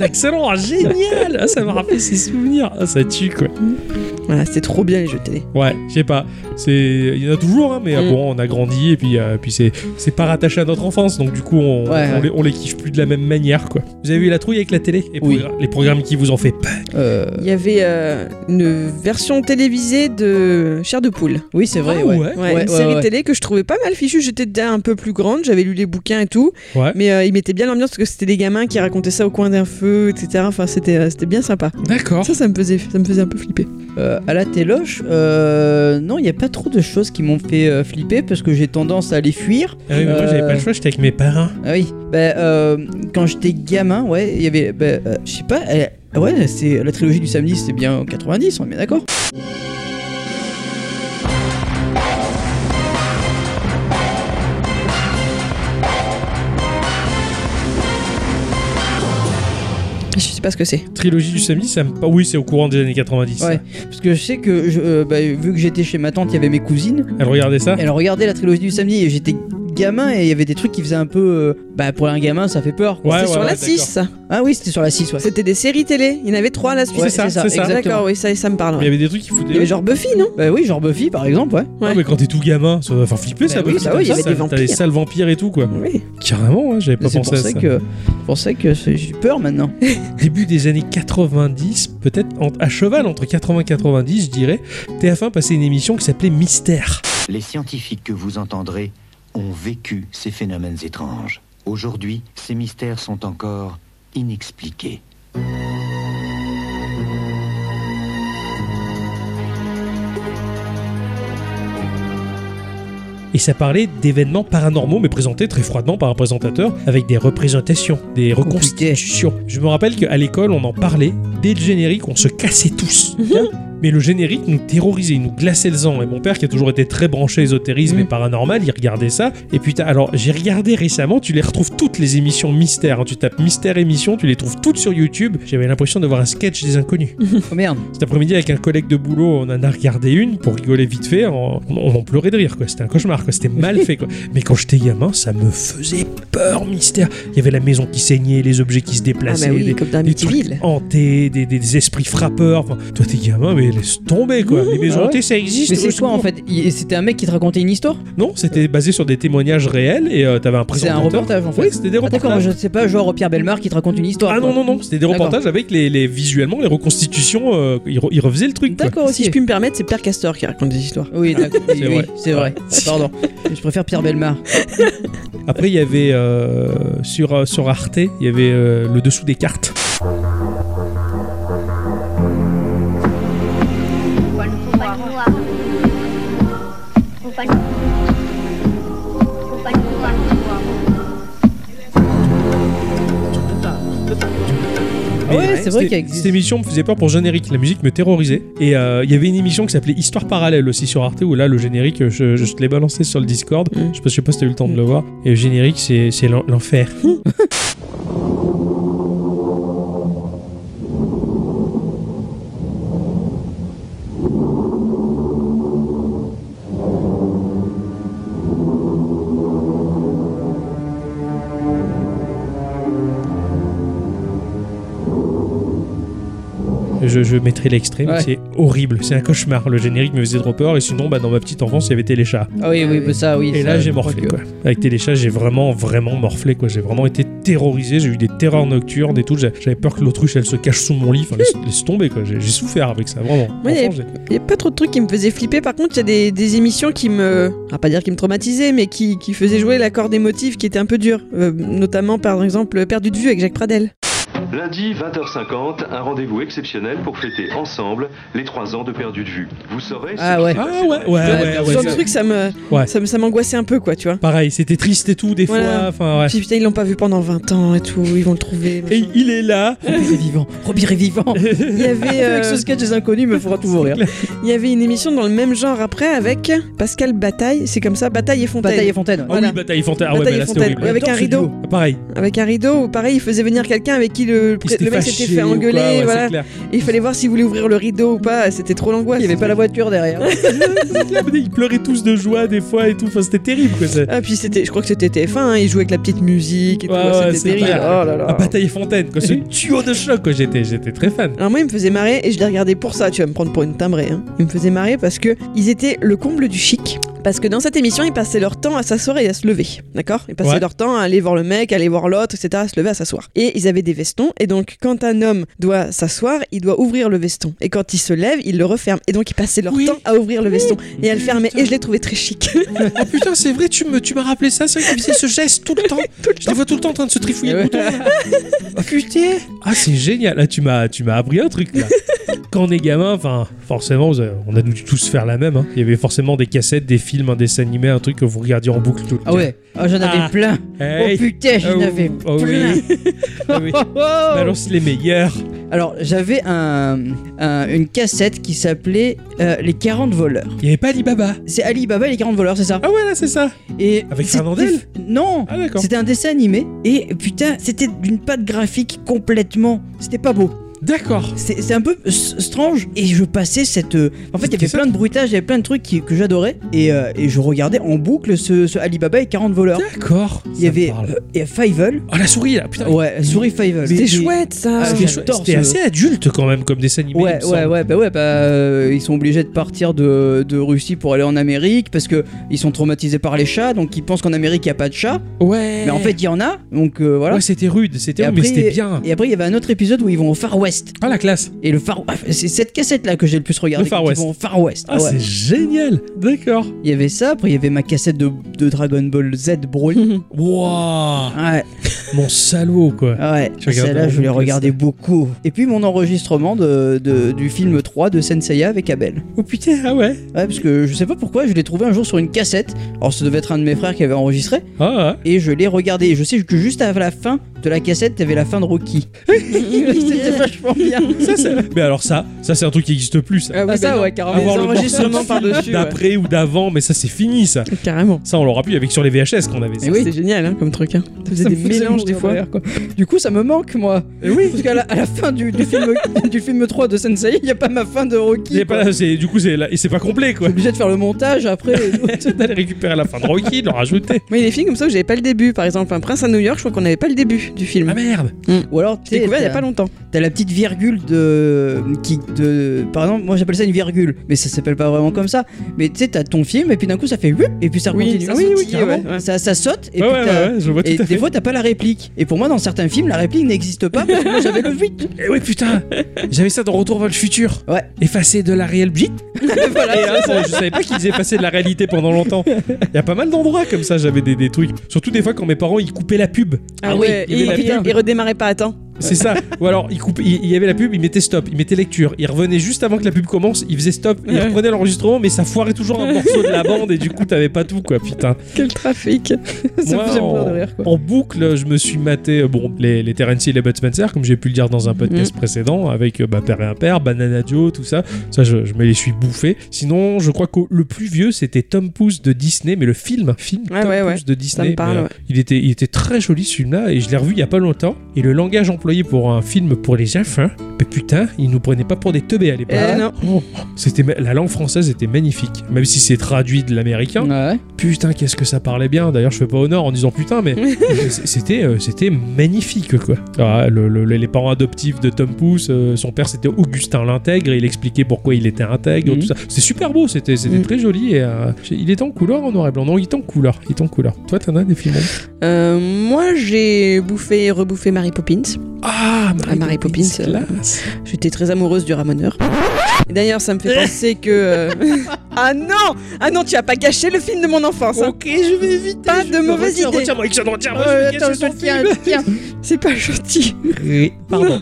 [SPEAKER 2] excellent, ah, génial. Ah, ça m'a rappelé ses souvenirs. Ah, ça tue quoi.
[SPEAKER 3] Voilà, c'était trop bien les jeux de télé.
[SPEAKER 2] Ouais, je sais pas. C'est il y en a toujours, hein, mais euh,
[SPEAKER 3] Mm.
[SPEAKER 2] bon, on a grandi et puis euh, puis c'est c'est pas rattaché à notre enfance, donc du coup on,
[SPEAKER 1] Ouais,
[SPEAKER 2] on
[SPEAKER 1] ouais.
[SPEAKER 2] Les, on les kiffe plus de la même manière quoi. Vous avez eu la trouille avec la télé et
[SPEAKER 1] Oui.
[SPEAKER 2] les programmes qui vous ont fait peur.
[SPEAKER 1] Euh,
[SPEAKER 3] Il y avait euh, une version télévisée de Chair de poule.
[SPEAKER 1] Oui, c'est vrai.
[SPEAKER 2] Ah
[SPEAKER 1] ouais.
[SPEAKER 2] ouais
[SPEAKER 3] Ouais,
[SPEAKER 1] Ouais,
[SPEAKER 3] une
[SPEAKER 1] ouais,
[SPEAKER 3] série
[SPEAKER 1] ouais.
[SPEAKER 3] télé que je trouvais pas mal fichue. J'étais déjà un peu plus grande, j'avais lu les bouquins et tout.
[SPEAKER 2] Ouais.
[SPEAKER 3] Mais euh, il mettait bien l'ambiance parce que c'était des gamins qui racontaient ça au coin d'un feu, etc. Enfin, c'était euh, c'était bien sympa.
[SPEAKER 2] D'accord.
[SPEAKER 3] Ça, ça me faisait, ça me faisait un peu flipper.
[SPEAKER 1] Euh, à la téloche, euh, non, il n'y a pas trop de choses qui m'ont fait euh, flipper parce que j'ai tendance à les fuir.
[SPEAKER 2] Ah oui, mais moi
[SPEAKER 1] Euh,
[SPEAKER 2] j'avais pas le choix, j'étais avec mes parents.
[SPEAKER 1] Ah oui, bah, euh, quand j'étais gamin, ouais, il y avait, bah, euh, je sais pas, euh, ouais, c'est la trilogie du samedi, c'était bien en 90, on est bien d'accord.
[SPEAKER 3] Je sais pas ce que c'est.
[SPEAKER 2] Trilogie du samedi, ça me pas oui, c'est au courant des années 90.
[SPEAKER 1] Ouais,
[SPEAKER 2] ça.
[SPEAKER 1] parce que je sais que, je, euh, bah, vu que j'étais chez ma tante, il y avait mes cousines,
[SPEAKER 2] Elle regardait ça
[SPEAKER 1] elles regardaient la trilogie du samedi et j'étais gamin et il y avait des trucs qui faisaient un peu, euh, bah, pour un gamin, ça fait peur. quoi.
[SPEAKER 2] Ouais,
[SPEAKER 3] C'était
[SPEAKER 2] ouais,
[SPEAKER 3] sur
[SPEAKER 2] ouais,
[SPEAKER 3] la
[SPEAKER 2] d'accord.
[SPEAKER 3] 6, ça.
[SPEAKER 1] Ah oui, c'était sur la 6, ouais.
[SPEAKER 3] C'était des séries télé. Il y en avait trois à la suite.
[SPEAKER 1] Ouais,
[SPEAKER 2] c'est ça, c'est ça.
[SPEAKER 1] exactement.
[SPEAKER 3] D'accord, oui, ça, ça me parle.
[SPEAKER 2] Mais Il y
[SPEAKER 3] ouais.
[SPEAKER 2] avait des trucs qui foutaient.
[SPEAKER 3] Il y avait genre Buffy, non
[SPEAKER 1] Bah oui, genre Buffy par exemple, ouais.
[SPEAKER 2] Ah, mais quand t'es tout gamin, ça doit faire flipper
[SPEAKER 1] Bah
[SPEAKER 2] ça.
[SPEAKER 1] oui,
[SPEAKER 2] parce que
[SPEAKER 1] bah oui, il y
[SPEAKER 2] t'as-
[SPEAKER 1] avait
[SPEAKER 2] t'as-
[SPEAKER 1] des
[SPEAKER 2] T'as les
[SPEAKER 1] vampires.
[SPEAKER 2] sales vampires et tout quoi.
[SPEAKER 3] Oui.
[SPEAKER 2] Carrément, hein, j'avais pas
[SPEAKER 1] C'est
[SPEAKER 2] pensé
[SPEAKER 1] pour
[SPEAKER 2] à
[SPEAKER 1] ça
[SPEAKER 2] ça.
[SPEAKER 1] que, pour ça que c'est- j'ai peur maintenant.
[SPEAKER 2] Début des années 90, peut-être en- à cheval entre 80 et 90, je dirais, TF1 passait une émission qui s'appelait Mystère.
[SPEAKER 14] Les scientifiques que vous entendrez ont vécu ces phénomènes étranges. Aujourd'hui, ces mystères sont encore inexpliqués.
[SPEAKER 2] Et ça parlait d'événements paranormaux, mais présentés très froidement par un présentateur, avec des représentations, des reconstitutions. Je me rappelle qu'à l'école, on en parlait. Dès le générique, on se cassait tous. Mais le générique nous terrorisait, il nous glaçait le sang. Et mon père, qui a toujours été très branché ésotérisme et paranormal, il regardait ça. Et putain, alors j'ai regardé récemment, tu les retrouves toutes les émissions mystères. hein. Tu tapes mystère émission, tu les trouves toutes sur YouTube. J'avais l'impression de voir un sketch des inconnus.
[SPEAKER 1] Oh merde.
[SPEAKER 2] Cet après-midi, avec un collègue de boulot, on en a regardé une pour rigoler vite fait. On, on en pleurait de rire, quoi. C'était un cauchemar, quoi. C'était mal fait, quoi. Mais quand j'étais gamin, ça me faisait peur, mystère. Il y avait la maison qui saignait, les objets qui se déplaçaient,
[SPEAKER 3] Ah bah oui,
[SPEAKER 2] des,
[SPEAKER 3] comme dans
[SPEAKER 2] des
[SPEAKER 3] Amityville.
[SPEAKER 2] trucs hantés, des, des- des esprits frappeurs. Enfin, toi, t'es gamin, mais laisse tomber, quoi. Les maisons
[SPEAKER 1] Ah ouais.
[SPEAKER 2] hantées, ça existe.
[SPEAKER 1] Mais
[SPEAKER 2] au
[SPEAKER 1] c'est quoi en
[SPEAKER 2] secours.
[SPEAKER 1] fait Il- C'était un mec qui te racontait une histoire
[SPEAKER 2] Non, c'était basé sur des témoignages réels et euh, t'avais un
[SPEAKER 1] C'est un
[SPEAKER 2] présentateur.
[SPEAKER 1] reportage en fait.
[SPEAKER 2] Oui, c'était des
[SPEAKER 1] Ah, d'accord,
[SPEAKER 2] reportages.
[SPEAKER 1] je sais pas, genre Pierre Belmar qui te raconte une histoire.
[SPEAKER 2] Ah non,
[SPEAKER 1] quoi.
[SPEAKER 2] non, non, c'était des
[SPEAKER 1] D'accord.
[SPEAKER 2] reportages avec les, les- visuellement, les reconstitutions, euh, ils, re- ils refaisaient le truc. quoi.
[SPEAKER 1] D'accord,
[SPEAKER 3] Si
[SPEAKER 1] aussi.
[SPEAKER 3] je puis me permettre, c'est Père Castor qui raconte des histoires.
[SPEAKER 1] Oui, d'accord. oui,
[SPEAKER 2] C'est
[SPEAKER 1] oui,
[SPEAKER 2] vrai.
[SPEAKER 1] c'est vrai. Pardon. Je préfère Pierre Belmar.
[SPEAKER 2] Après, il y avait euh, sur, euh, sur Arte, il y avait euh, le dessous des cartes. Mais
[SPEAKER 1] Ah ouais, c'est vrai
[SPEAKER 2] c'était-
[SPEAKER 1] qu'elle existe.
[SPEAKER 2] Cette émission me faisait peur pour le générique, la musique me terrorisait. Et euh, il y avait une émission qui s'appelait Histoire parallèle aussi sur Arte, où là, le générique, je, je te l'ai balancé sur le Discord.
[SPEAKER 3] Mm.
[SPEAKER 2] Je sais pas, je sais pas si t'as eu le temps de le voir. Et le générique, c'est c'est l'en- l'enfer. Je, je mettrai l'extrait, mais
[SPEAKER 1] Ouais.
[SPEAKER 2] c'est horrible, c'est un cauchemar. Le générique me faisait trop peur, et sinon, bah, dans ma petite enfance, il y avait Téléchat.
[SPEAKER 1] Ah oui, oui, bah ça, oui.
[SPEAKER 2] Et
[SPEAKER 1] ça,
[SPEAKER 2] là,
[SPEAKER 1] je
[SPEAKER 2] j'ai
[SPEAKER 1] crois
[SPEAKER 2] morflé,
[SPEAKER 1] que-
[SPEAKER 2] quoi. Avec Téléchat, j'ai vraiment, vraiment morflé, quoi. J'ai vraiment été terrorisé, j'ai eu des terreurs nocturnes et tout. J'a- J'avais peur que l'autruche, elle se cache sous mon lit. Enfin, laisse, laisse tomber, quoi. J'ai j'ai souffert avec ça, vraiment.
[SPEAKER 3] Moi, il y
[SPEAKER 2] Enfant,
[SPEAKER 3] avait- il n'y a pas trop de trucs qui me faisaient flipper. Par contre, il y a des, des émissions qui me. On va pas dire qui me traumatisaient, mais qui, qui faisaient jouer l'accord des motifs qui était un peu dur. Euh, notamment, par exemple, Perdu de vue avec Jacques Pradel.
[SPEAKER 15] Lundi 20h50, un rendez-vous exceptionnel pour fêter ensemble les 3 ans de perdu de vue. Vous saurez
[SPEAKER 3] Ah
[SPEAKER 15] ce
[SPEAKER 3] ouais.
[SPEAKER 15] qui
[SPEAKER 3] Ah
[SPEAKER 15] s'est
[SPEAKER 2] ouais,
[SPEAKER 15] passé.
[SPEAKER 2] ouais, ouais,
[SPEAKER 3] Ce
[SPEAKER 2] ouais,
[SPEAKER 3] genre de
[SPEAKER 2] ça-
[SPEAKER 3] truc, ça me.
[SPEAKER 2] Ouais.
[SPEAKER 3] Ça me- ça m'angoissait un peu, quoi, tu vois.
[SPEAKER 2] Pareil, c'était triste et tout, des fois.
[SPEAKER 3] Voilà.
[SPEAKER 2] Enfin, ouais.
[SPEAKER 3] Puis putain, ils l'ont pas vu pendant 20 ans et tout, ils vont le trouver.
[SPEAKER 2] Et il est là.
[SPEAKER 1] Robir est vivant. Robir est vivant.
[SPEAKER 3] Il y avait. euh,
[SPEAKER 1] Avec ce sketch des inconnus, me fera toujours rire.
[SPEAKER 3] Il y avait une émission dans le même genre après avec Pascal Bataille, c'est comme ça, Bataille et Fontaine.
[SPEAKER 1] Bataille et Fontaine.
[SPEAKER 2] Ah
[SPEAKER 3] Voilà.
[SPEAKER 2] oui, Bataille Fontaine. Ah ouais,
[SPEAKER 3] Bataille
[SPEAKER 2] mais
[SPEAKER 3] et
[SPEAKER 2] là, c'était
[SPEAKER 3] Fontaine.
[SPEAKER 2] horrible.
[SPEAKER 3] Ouais, avec un rideau.
[SPEAKER 2] Ah, Pareil.
[SPEAKER 3] Avec un rideau où pareil, il faisait venir quelqu'un avec qui le,
[SPEAKER 2] Il s'était
[SPEAKER 3] le mec
[SPEAKER 2] fâché
[SPEAKER 3] s'était fait
[SPEAKER 2] ou quoi,
[SPEAKER 3] engueuler,
[SPEAKER 2] ouais, c'est
[SPEAKER 3] voilà.
[SPEAKER 2] clair.
[SPEAKER 3] Et il fallait voir s'il voulait ouvrir le rideau ou pas, c'était trop l'angoisse.
[SPEAKER 1] Il n'y avait pas la voiture derrière.
[SPEAKER 2] Ils pleuraient tous de joie des fois et tout. Enfin, c'était terrible, quoi. ça.
[SPEAKER 3] Ah puis c'était, je crois que c'était TF1, hein, il jouait avec la petite musique et
[SPEAKER 2] Ouais,
[SPEAKER 3] tout,
[SPEAKER 2] ouais, c'est
[SPEAKER 3] c'était terrible.
[SPEAKER 2] clair.
[SPEAKER 3] Oh là là.
[SPEAKER 2] Ah, Bataille Fontaine, quoi. Ce duo de choc, quoi. J'étais, j'étais très fan.
[SPEAKER 3] Alors moi, il me faisait marrer et je les regardais pour ça. Tu vas me prendre pour une timbrée. Hein. Il me faisait marrer parce que ils étaient le comble du chic. Parce que dans cette émission, ils passaient leur temps à s'asseoir et à se lever. D'accord Ils passaient
[SPEAKER 16] Ouais.
[SPEAKER 3] leur temps à aller voir le mec, à aller voir l'autre, etc. À se lever, à s'asseoir. Et ils avaient des vestons. Et donc, quand un homme doit s'asseoir, il doit ouvrir le veston. Et quand il se lève, il le referme. Et donc, ils passaient leur temps à ouvrir le veston et à le fermer. Et je l'ai trouvé très chic.
[SPEAKER 2] Oh putain, c'est vrai, tu me, tu m'as rappelé ça, c'est vrai qu'ils faisaient ce geste tout le temps. Je les vois tout le temps en train de se
[SPEAKER 1] Eh
[SPEAKER 2] trifouiller le bouton. Oh putain. Ah, c'est génial. Là, tu m'as, tu m'as appris un truc, là. Quand on est gamin, enfin, forcément, vous avez- on a dû tous faire la même. hein. Il y avait forcément des cassettes, des films, un dessin animé, un truc que vous regardiez en boucle tout le
[SPEAKER 1] Ah
[SPEAKER 2] temps.
[SPEAKER 1] ouais, ah, j'en avais
[SPEAKER 2] Ah.
[SPEAKER 1] plein.
[SPEAKER 2] Hey.
[SPEAKER 1] Oh putain, j'en
[SPEAKER 2] Oh,
[SPEAKER 1] avais
[SPEAKER 2] oh
[SPEAKER 1] plein. Oh,
[SPEAKER 2] oui. Ah oui. Mais alors, c'est les meilleurs.
[SPEAKER 1] Alors, j'avais un, un- une cassette qui s'appelait euh, Les 40 voleurs.
[SPEAKER 2] Il n'y avait pas Alibaba.
[SPEAKER 1] C'est Alibaba et les 40 voleurs, c'est ça
[SPEAKER 2] Ah ouais, là, c'est ça.
[SPEAKER 1] Et
[SPEAKER 2] Avec
[SPEAKER 1] c'était-
[SPEAKER 2] Fernandel
[SPEAKER 1] Non
[SPEAKER 2] Ah d'accord.
[SPEAKER 1] C'était un dessin animé et putain, c'était d'une patte graphique complètement. C'était pas beau.
[SPEAKER 2] D'accord.
[SPEAKER 1] C'est c'est un peu s- strange. Et je passais cette. euh, En fait, il y avait
[SPEAKER 2] Qu'est-ce que
[SPEAKER 1] plein de bruitages, il y avait plein de trucs qui- que j'adorais. Et, euh, et je regardais en boucle ce, ce Alibaba et 40 voleurs.
[SPEAKER 2] D'accord.
[SPEAKER 1] Il y avait euh, et Fievel.
[SPEAKER 2] Oh, la souris, là, putain.
[SPEAKER 1] Ouais, la souris Fievel.
[SPEAKER 2] C'était
[SPEAKER 1] Et-
[SPEAKER 2] chouette,
[SPEAKER 1] Ah,
[SPEAKER 2] Ah, c'était chouette.
[SPEAKER 1] j'adore
[SPEAKER 2] C'était
[SPEAKER 1] ce-
[SPEAKER 2] assez adulte quand même comme dessin animé. il
[SPEAKER 1] Ouais,
[SPEAKER 2] me
[SPEAKER 1] ouais,
[SPEAKER 2] semble.
[SPEAKER 1] ouais, bah ouais, bah euh, ils sont obligés de partir de, de Russie pour aller en Amérique parce que ils sont traumatisés par les chats, donc ils pensent qu'en Amérique il n'y a pas de chats.
[SPEAKER 2] Ouais.
[SPEAKER 1] Mais en fait il y en a, donc euh, voilà.
[SPEAKER 2] Eh. Ouais, c'était rude, c'était
[SPEAKER 1] Et
[SPEAKER 2] rude, mais
[SPEAKER 1] après-
[SPEAKER 2] c'était bien.
[SPEAKER 1] Et après il y avait un autre épisode où ils vont au Far West.
[SPEAKER 2] Ah la classe.
[SPEAKER 1] Et le Far, ah, c'est cette cassette là que j'ai le plus regardé.
[SPEAKER 2] Le Far
[SPEAKER 1] quand ils
[SPEAKER 2] West.
[SPEAKER 1] vont au Far West.
[SPEAKER 2] Ah, c'est génial. D'accord.
[SPEAKER 1] Il y avait ça, après il y avait ma cassette de, de Dragon Ball Z Broly.
[SPEAKER 2] Wouah.
[SPEAKER 1] ouais.
[SPEAKER 2] Mon salaud quoi.
[SPEAKER 1] Ah ouais,
[SPEAKER 2] Je regarde
[SPEAKER 1] celle-là
[SPEAKER 2] Dragon
[SPEAKER 1] je l'ai
[SPEAKER 2] Ball Z.
[SPEAKER 1] regardée beaucoup. Et puis mon enregistrement de, de- du film 3 de Senseiya avec Abel.
[SPEAKER 2] Oh putain, ah ouais.
[SPEAKER 1] Ouais, parce que je sais pas pourquoi, je l'ai trouvé un jour sur une cassette. Alors, ça devait être un de mes frères qui avait enregistré.
[SPEAKER 2] Ah
[SPEAKER 1] Et je l'ai regardé. Et je sais que juste à la fin de la cassette, t'avais la fin de Rocky. C'était vachement bien.
[SPEAKER 2] ouais. Ça, ça- Mais alors ça, ça c'est un truc qui existe plus. ça.
[SPEAKER 1] Ah, ça, ouais, carrément.
[SPEAKER 2] Avoir
[SPEAKER 1] Les
[SPEAKER 2] le
[SPEAKER 1] enregistrements
[SPEAKER 2] morceau de
[SPEAKER 1] par-dessus,
[SPEAKER 2] film D'après ou d'avant, mais ça c'est fini ça.
[SPEAKER 3] Carrément.
[SPEAKER 2] Ça on l'aura plus avec sur les VHS qu'on avait. ça.
[SPEAKER 3] C'est génial hein, comme truc. Hein. Ça faisait
[SPEAKER 1] Ça
[SPEAKER 3] des
[SPEAKER 1] me faisait
[SPEAKER 3] mélanges des
[SPEAKER 1] mourir
[SPEAKER 3] fois.
[SPEAKER 1] de rire, quoi. Du coup, ça me manque, moi.
[SPEAKER 2] Et Eh oui.
[SPEAKER 1] Parce qu'à la, à la fin du, du film, du film 3 de Sensei, il y a pas ma fin de Rocky.
[SPEAKER 2] Il y a pas-
[SPEAKER 1] quoi.
[SPEAKER 2] c'est- du coup c'est là- et c'est pas complet quoi.
[SPEAKER 1] T'es obligé de faire le montage après.
[SPEAKER 2] D'aller récupérer la fin de Rocky, de le rajouter.
[SPEAKER 3] Mais des films comme ça où j'avais pas le début. Par exemple, Un Prince à New York, je crois qu'on n'avait pas le début du film.
[SPEAKER 2] Ah merde.
[SPEAKER 1] Ou alors,
[SPEAKER 3] J'ai découvert il y a pas longtemps.
[SPEAKER 1] T'as la petite virgule de. Qui, de par exemple, moi j'appelle ça une virgule, mais ça s'appelle pas vraiment comme ça. Mais tu sais, t'as ton film, et puis d'un coup ça fait. whip, Et puis ça
[SPEAKER 3] Oui,
[SPEAKER 1] continue.
[SPEAKER 3] ça Oui, oui, sautille,
[SPEAKER 1] carrément.
[SPEAKER 3] ouais, ouais.
[SPEAKER 1] Ça, ça saute, et
[SPEAKER 2] Ah Ouais,
[SPEAKER 1] puis
[SPEAKER 2] ouais,
[SPEAKER 1] t'as-
[SPEAKER 2] ouais, je vois tout
[SPEAKER 1] Et
[SPEAKER 2] à fait.
[SPEAKER 1] des fois t'as pas la réplique. Et pour moi, dans certains films, la réplique n'existe pas parce que moi j'avais le vite.
[SPEAKER 2] Et Eh ouais putain, j'avais ça dans Retour vers le futur.
[SPEAKER 1] Ouais.
[SPEAKER 2] Effacé de la réelle bite.
[SPEAKER 1] Voilà,
[SPEAKER 2] Et là, ça, je savais pas qu'ils effacé de la réalité pendant longtemps. Il y a pas mal d'endroits comme ça, j'avais des, des trucs. Surtout des fois quand mes parents ils coupaient la pub.
[SPEAKER 1] Ah oui,
[SPEAKER 3] ouais,
[SPEAKER 2] il y
[SPEAKER 3] et
[SPEAKER 2] avait
[SPEAKER 3] il,
[SPEAKER 2] la pub.
[SPEAKER 3] il redémarrait pas à temps.
[SPEAKER 2] C'est ça. Ou alors ils coupaient- il il y avait la pub, ils mettaient stop, ils mettaient lecture. Ils revenaient juste avant que la pub commence, ils faisaient stop, ils
[SPEAKER 3] Ouais.
[SPEAKER 2] reprenaient l'enregistrement, mais ça foirait toujours un morceau de la bande et du coup t'avais pas tout quoi, putain.
[SPEAKER 3] Quel trafic. ça me
[SPEAKER 2] Moi,
[SPEAKER 3] faisait
[SPEAKER 2] en,
[SPEAKER 3] mourir de rire. Quoi.
[SPEAKER 2] en boucle, je me suis maté euh, bon, les, les Terence Hill et les Bud Spencer, comme j'ai pu le dire dans un podcast
[SPEAKER 3] Mm.
[SPEAKER 2] précédent, avec euh, bah, Père et Impère, Banana Joe, tout ça. Ça, je, je me les suis bouffés. Sinon, je crois que le plus vieux, c'était Tom Pouce de Disney, mais le film, film
[SPEAKER 3] Ouais,
[SPEAKER 2] Tom
[SPEAKER 3] ouais,
[SPEAKER 2] Pouce
[SPEAKER 3] ouais.
[SPEAKER 2] de Disney.
[SPEAKER 3] Ça me parle,
[SPEAKER 2] mais, euh,
[SPEAKER 3] ouais.
[SPEAKER 2] il, était, il était très joli celui-là, et je l'ai revu il y a pas longtemps. Et le langage employé pour un film pour les enfants, mais putain, ils nous prenaient pas pour des teubés à l'époque.
[SPEAKER 3] Eh non.
[SPEAKER 2] Oh, c'était ma- la langue française était magnifique, même si c'est traduit de l'américain.
[SPEAKER 1] Ouais.
[SPEAKER 2] putain, qu'est-ce que ça parlait bien. D'ailleurs, je fais pas honneur en disant putain, mais c- c'était euh, c'était magnifique quoi. Ah, le- le- les parents adoptifs de Tom Pouce, euh, son père c'était Augustin l'intègre, et il expliquait pourquoi il était intègre,
[SPEAKER 1] Mhm.
[SPEAKER 2] tout ça. C'était super beau, c'était c'était
[SPEAKER 3] Mhm.
[SPEAKER 2] très joli. Et, euh, il était en couleur en noir et blanc. Non, il est en couleur, il est en couleur. Toi, t'en as des films en-
[SPEAKER 3] Euh, moi, j'ai bouffé et rebouffé Mary Poppins.
[SPEAKER 2] Ah,
[SPEAKER 3] Mary, Poppins. euh, J'étais très amoureuse du ramoneur. Et D'ailleurs, ça me fait penser que. euh, ah non Ah non, tu as pas gâché le film de mon enfance hein.
[SPEAKER 2] Ok, je vais éviter.
[SPEAKER 3] Pas de mauvaise idée
[SPEAKER 2] Retiens-moi, Ixon, retiens-moi,
[SPEAKER 3] Euh,
[SPEAKER 2] je vais
[SPEAKER 3] attends,
[SPEAKER 2] gâcher ton
[SPEAKER 3] attends, tiens,
[SPEAKER 2] film.
[SPEAKER 3] tiens. C'est pas gentil.
[SPEAKER 2] Oui, Pardon.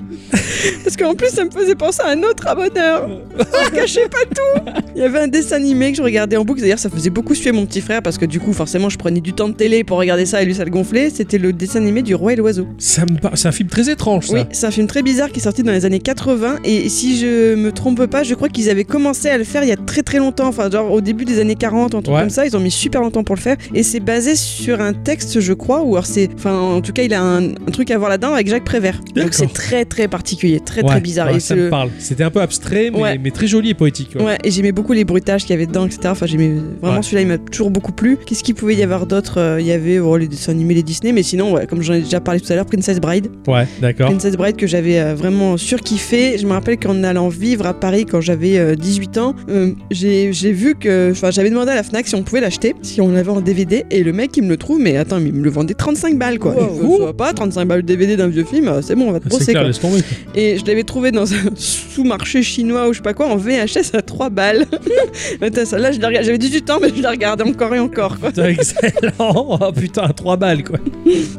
[SPEAKER 3] Parce qu'en plus, ça me faisait penser à un autre abonneur. On cachait pas tout. Il y avait un dessin animé que je regardais en boucle. D'ailleurs, ça faisait beaucoup suer mon petit frère parce que du coup, forcément, je prenais du temps de télé pour regarder ça et lui, ça le gonflait. C'était le dessin animé du Roi et l'Oiseau.
[SPEAKER 2] Ça me par- C'est un film très étrange, ça.
[SPEAKER 3] Oui, c'est un film très bizarre qui est sorti dans les années 80 et si je me trompe pas, je crois qu'ils avaient commencé à le faire il y a très très longtemps, enfin genre au début des années 40, un truc
[SPEAKER 2] Ouais.
[SPEAKER 3] comme ça, ils ont mis super longtemps pour le faire et c'est basé sur un texte je crois ou alors c'est enfin en tout cas, il a un, un truc à voir là-dedans avec Jacques Prévert.
[SPEAKER 2] D'accord.
[SPEAKER 3] Donc c'est très très particulier, très
[SPEAKER 2] Ouais,
[SPEAKER 3] très bizarre
[SPEAKER 2] ouais,
[SPEAKER 3] et
[SPEAKER 2] ça
[SPEAKER 3] c'est
[SPEAKER 2] me
[SPEAKER 3] le-
[SPEAKER 2] parle. C'était un peu abstrait, mais,
[SPEAKER 3] Ouais.
[SPEAKER 2] mais très joli et poétique. ouais.
[SPEAKER 3] Ouais, et j'aimais beaucoup les bruitages qu'il y avait dedans, etc. Enfin, j'aimais vraiment
[SPEAKER 2] Ouais.
[SPEAKER 3] celui-là, il m'a toujours beaucoup plu. Qu'est-ce qu'il pouvait y avoir d'autre Euh, Il y avait oh, les dessins animés, les Disney, mais sinon, ouais, comme j'en ai déjà parlé tout à l'heure, Princess Bride.
[SPEAKER 2] Ouais, d'accord.
[SPEAKER 3] Princess Bride que j'avais euh, vraiment surkiffé. Je me rappelle qu'en allant vivre à Paris quand j'avais euh, 18 ans, euh, j'ai j'ai vu que. Enfin, j'avais demandé à la Fnac si on pouvait l'acheter, si on l'avait en DVD. Et le mec, il me le trouve, mais attends, mais il me le vendait 35 balles quoi.
[SPEAKER 2] Wow.
[SPEAKER 3] Je vois Oh, pas, 35 balles le DVD d'un vieux film, euh, c'est bon, on va te
[SPEAKER 2] C'est
[SPEAKER 3] brosser
[SPEAKER 2] clair,
[SPEAKER 3] quoi.
[SPEAKER 2] laisse tomber. quoi.
[SPEAKER 3] Et je l'avais trouvé dans un sous-marché chinois ou je sais pas quoi en VHS à 3 balles. Attends, ça, là, je l'ai regardé- j'avais 18 ans, mais je la regardais encore et encore quoi.
[SPEAKER 2] Putain, excellent! Oh putain, 3 balles quoi!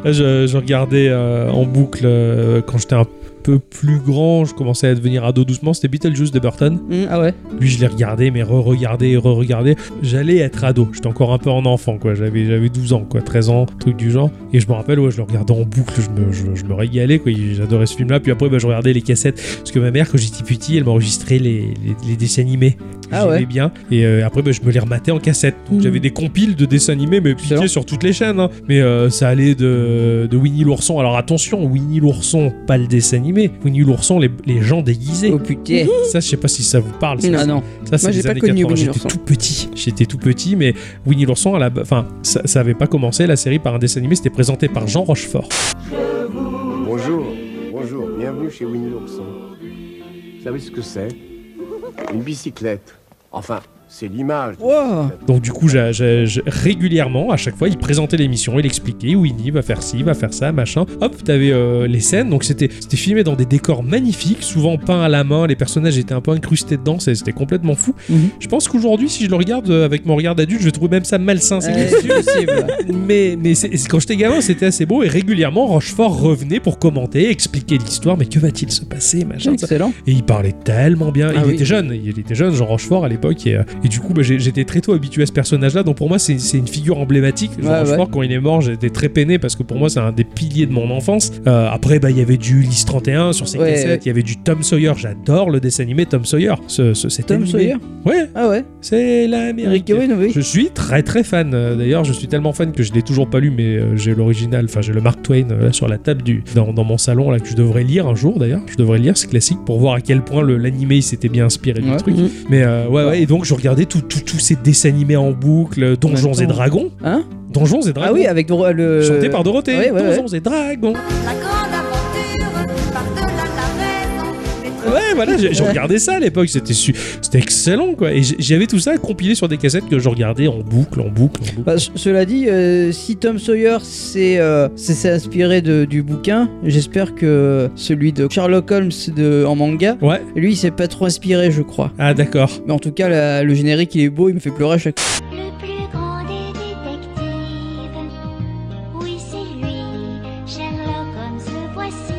[SPEAKER 2] Là, je, je regardais euh, en boucle euh, quand j'étais un peu plus grand, je commençais à devenir ado doucement, c'était Beetlejuice de Burton.
[SPEAKER 1] Ah ouais
[SPEAKER 2] Lui, je l'ai regardé, mais re-regardé, re-regardé. J'allais être ado, j'étais encore un peu en enfant quoi, j'avais j'avais 12 ans quoi, 13 ans, truc du genre. Et je me rappelle, ouais, je le regardais en boucle, je me, je, je me régalais quoi, j'adorais ce film là. Puis après, bah, je regardais les cassettes parce que ma mère, quand j'étais petit, elle m'enregistrait les, les, les dessins animés. que
[SPEAKER 1] Ah
[SPEAKER 2] j'aimais
[SPEAKER 1] ouais.
[SPEAKER 2] bien. Et euh, après, bah, je me les rematais en cassette. Donc
[SPEAKER 1] Mhm.
[SPEAKER 2] j'avais des compiles de dessins animés, mais piqués sur toutes les chaînes. hein. Mais euh, ça allait de, de Winnie l'ourson. Alors attention, Winnie l'ourson, pas le dessin animé. Winnie l'ourson, les, les gens déguisés.
[SPEAKER 1] Oh putain.
[SPEAKER 2] Ça, je sais pas si ça vous parle.
[SPEAKER 1] Non.
[SPEAKER 2] ça,
[SPEAKER 1] Ah non.
[SPEAKER 2] Ça, c'est
[SPEAKER 1] Moi, j'ai
[SPEAKER 2] des
[SPEAKER 1] pas
[SPEAKER 2] années
[SPEAKER 1] connu
[SPEAKER 2] 80.
[SPEAKER 1] Winnie
[SPEAKER 2] J'étais
[SPEAKER 1] l'ourson.
[SPEAKER 2] tout petit. J'étais tout petit, mais Winnie l'ourson, à la, ba- enfin, ça, ça avait pas commencé la série par un dessin animé. C'était présenté par Jean Rochefort.
[SPEAKER 16] Bonjour, bonjour, bienvenue chez Winnie l'ourson. Vous savez ce que c'est Une bicyclette. Enfin, c'est l'image.
[SPEAKER 3] Oh,
[SPEAKER 2] Donc du coup, j'a- j'a- j'a- régulièrement, à chaque fois, il présentait l'émission, il expliquait Winnie va faire ci, va faire ça, machin. Hop, t'avais euh, les scènes. Donc c'était c'était filmé dans des décors magnifiques, souvent peints à la main. Les personnages étaient un peu incrustés dedans. c'est- C'était complètement fou.
[SPEAKER 1] Mhm.
[SPEAKER 2] Je pense qu'aujourd'hui, si je le regarde euh, avec mon regard d'adulte, je vais trouver même ça malsain. C'est
[SPEAKER 1] Euh,
[SPEAKER 2] que-
[SPEAKER 1] c'est possible.
[SPEAKER 2] mais mais c'est- c'est- quand j'étais gamin, c'était assez beau. Et régulièrement, Rochefort revenait pour commenter, expliquer l'histoire. Mais que va-t-il se passer, machin. ça.
[SPEAKER 1] Excellent.
[SPEAKER 2] Et il parlait tellement bien.
[SPEAKER 1] Ah
[SPEAKER 2] il
[SPEAKER 1] oui.
[SPEAKER 2] était jeune, il était jeune, Jean Rochefort à l'époque. Et, euh, et du coup, bah, j'ai- j'étais très tôt habitué à ce personnage-là. Donc pour moi, c'est c'est une figure emblématique. Jean
[SPEAKER 1] Ouais,
[SPEAKER 2] Rochefort, quand il est mort, j'étais très peiné parce que pour moi, c'est un des piliers de mon enfance. Euh, après, bah, il y avait du Ulysse 31 sur ses
[SPEAKER 1] Ouais,
[SPEAKER 2] cassettes.
[SPEAKER 1] ouais.
[SPEAKER 2] Il y avait du Tom Sawyer. J'adore le dessin animé Tom Sawyer. Ce, ce- cet
[SPEAKER 1] Tom
[SPEAKER 2] animé.
[SPEAKER 1] Sawyer
[SPEAKER 2] Ouais.
[SPEAKER 1] Ah ouais
[SPEAKER 2] C'est l'Amérique.
[SPEAKER 1] Ah oui, non, oui.
[SPEAKER 2] Je suis très très fan. Euh, D'ailleurs, je suis tellement fan que je l'ai toujours pas lu, mais euh, j'ai l'original. Enfin, j'ai le Mark Twain euh, là, sur la table du dans, dans mon salon là que je devrais lire un jour. D'ailleurs, je devrais lire ce classique pour voir à quel point le- l'animé il s'était bien inspiré du
[SPEAKER 1] Ouais.
[SPEAKER 2] truc.
[SPEAKER 1] Mhm.
[SPEAKER 2] Mais euh, ouais, ouais. Et donc, je regardais tout- tout- tous ces dessins animés en boucle, euh, Donjons et
[SPEAKER 1] temps.
[SPEAKER 2] Dragons.
[SPEAKER 1] Hein
[SPEAKER 2] Donjons et
[SPEAKER 1] Ah
[SPEAKER 2] Dragons.
[SPEAKER 1] oui, avec Doro- le.
[SPEAKER 2] Chanté par Dorothée.
[SPEAKER 1] Ouais, ouais, ouais.
[SPEAKER 2] Donjons et Dragons.
[SPEAKER 5] Euh,
[SPEAKER 2] Ouais, voilà, j'ai j'ai regardé ça à l'époque, c'était su- c'était excellent quoi. Et j'ai- j'avais tout ça compilé sur des cassettes que je regardais en boucle, en boucle, en boucle.
[SPEAKER 1] Bah, c- cela dit, euh, si Tom Sawyer s'est euh, s'est- s'est inspiré de- du bouquin, j'espère que celui de Sherlock Holmes de, en manga,
[SPEAKER 2] Ouais.
[SPEAKER 1] lui il s'est pas trop inspiré, je crois.
[SPEAKER 2] Ah d'accord.
[SPEAKER 1] Mais en tout cas, la- le générique il est beau, il me fait pleurer à chaque fois.
[SPEAKER 11] Oui, c'est lui, Sherlock Holmes, le voici.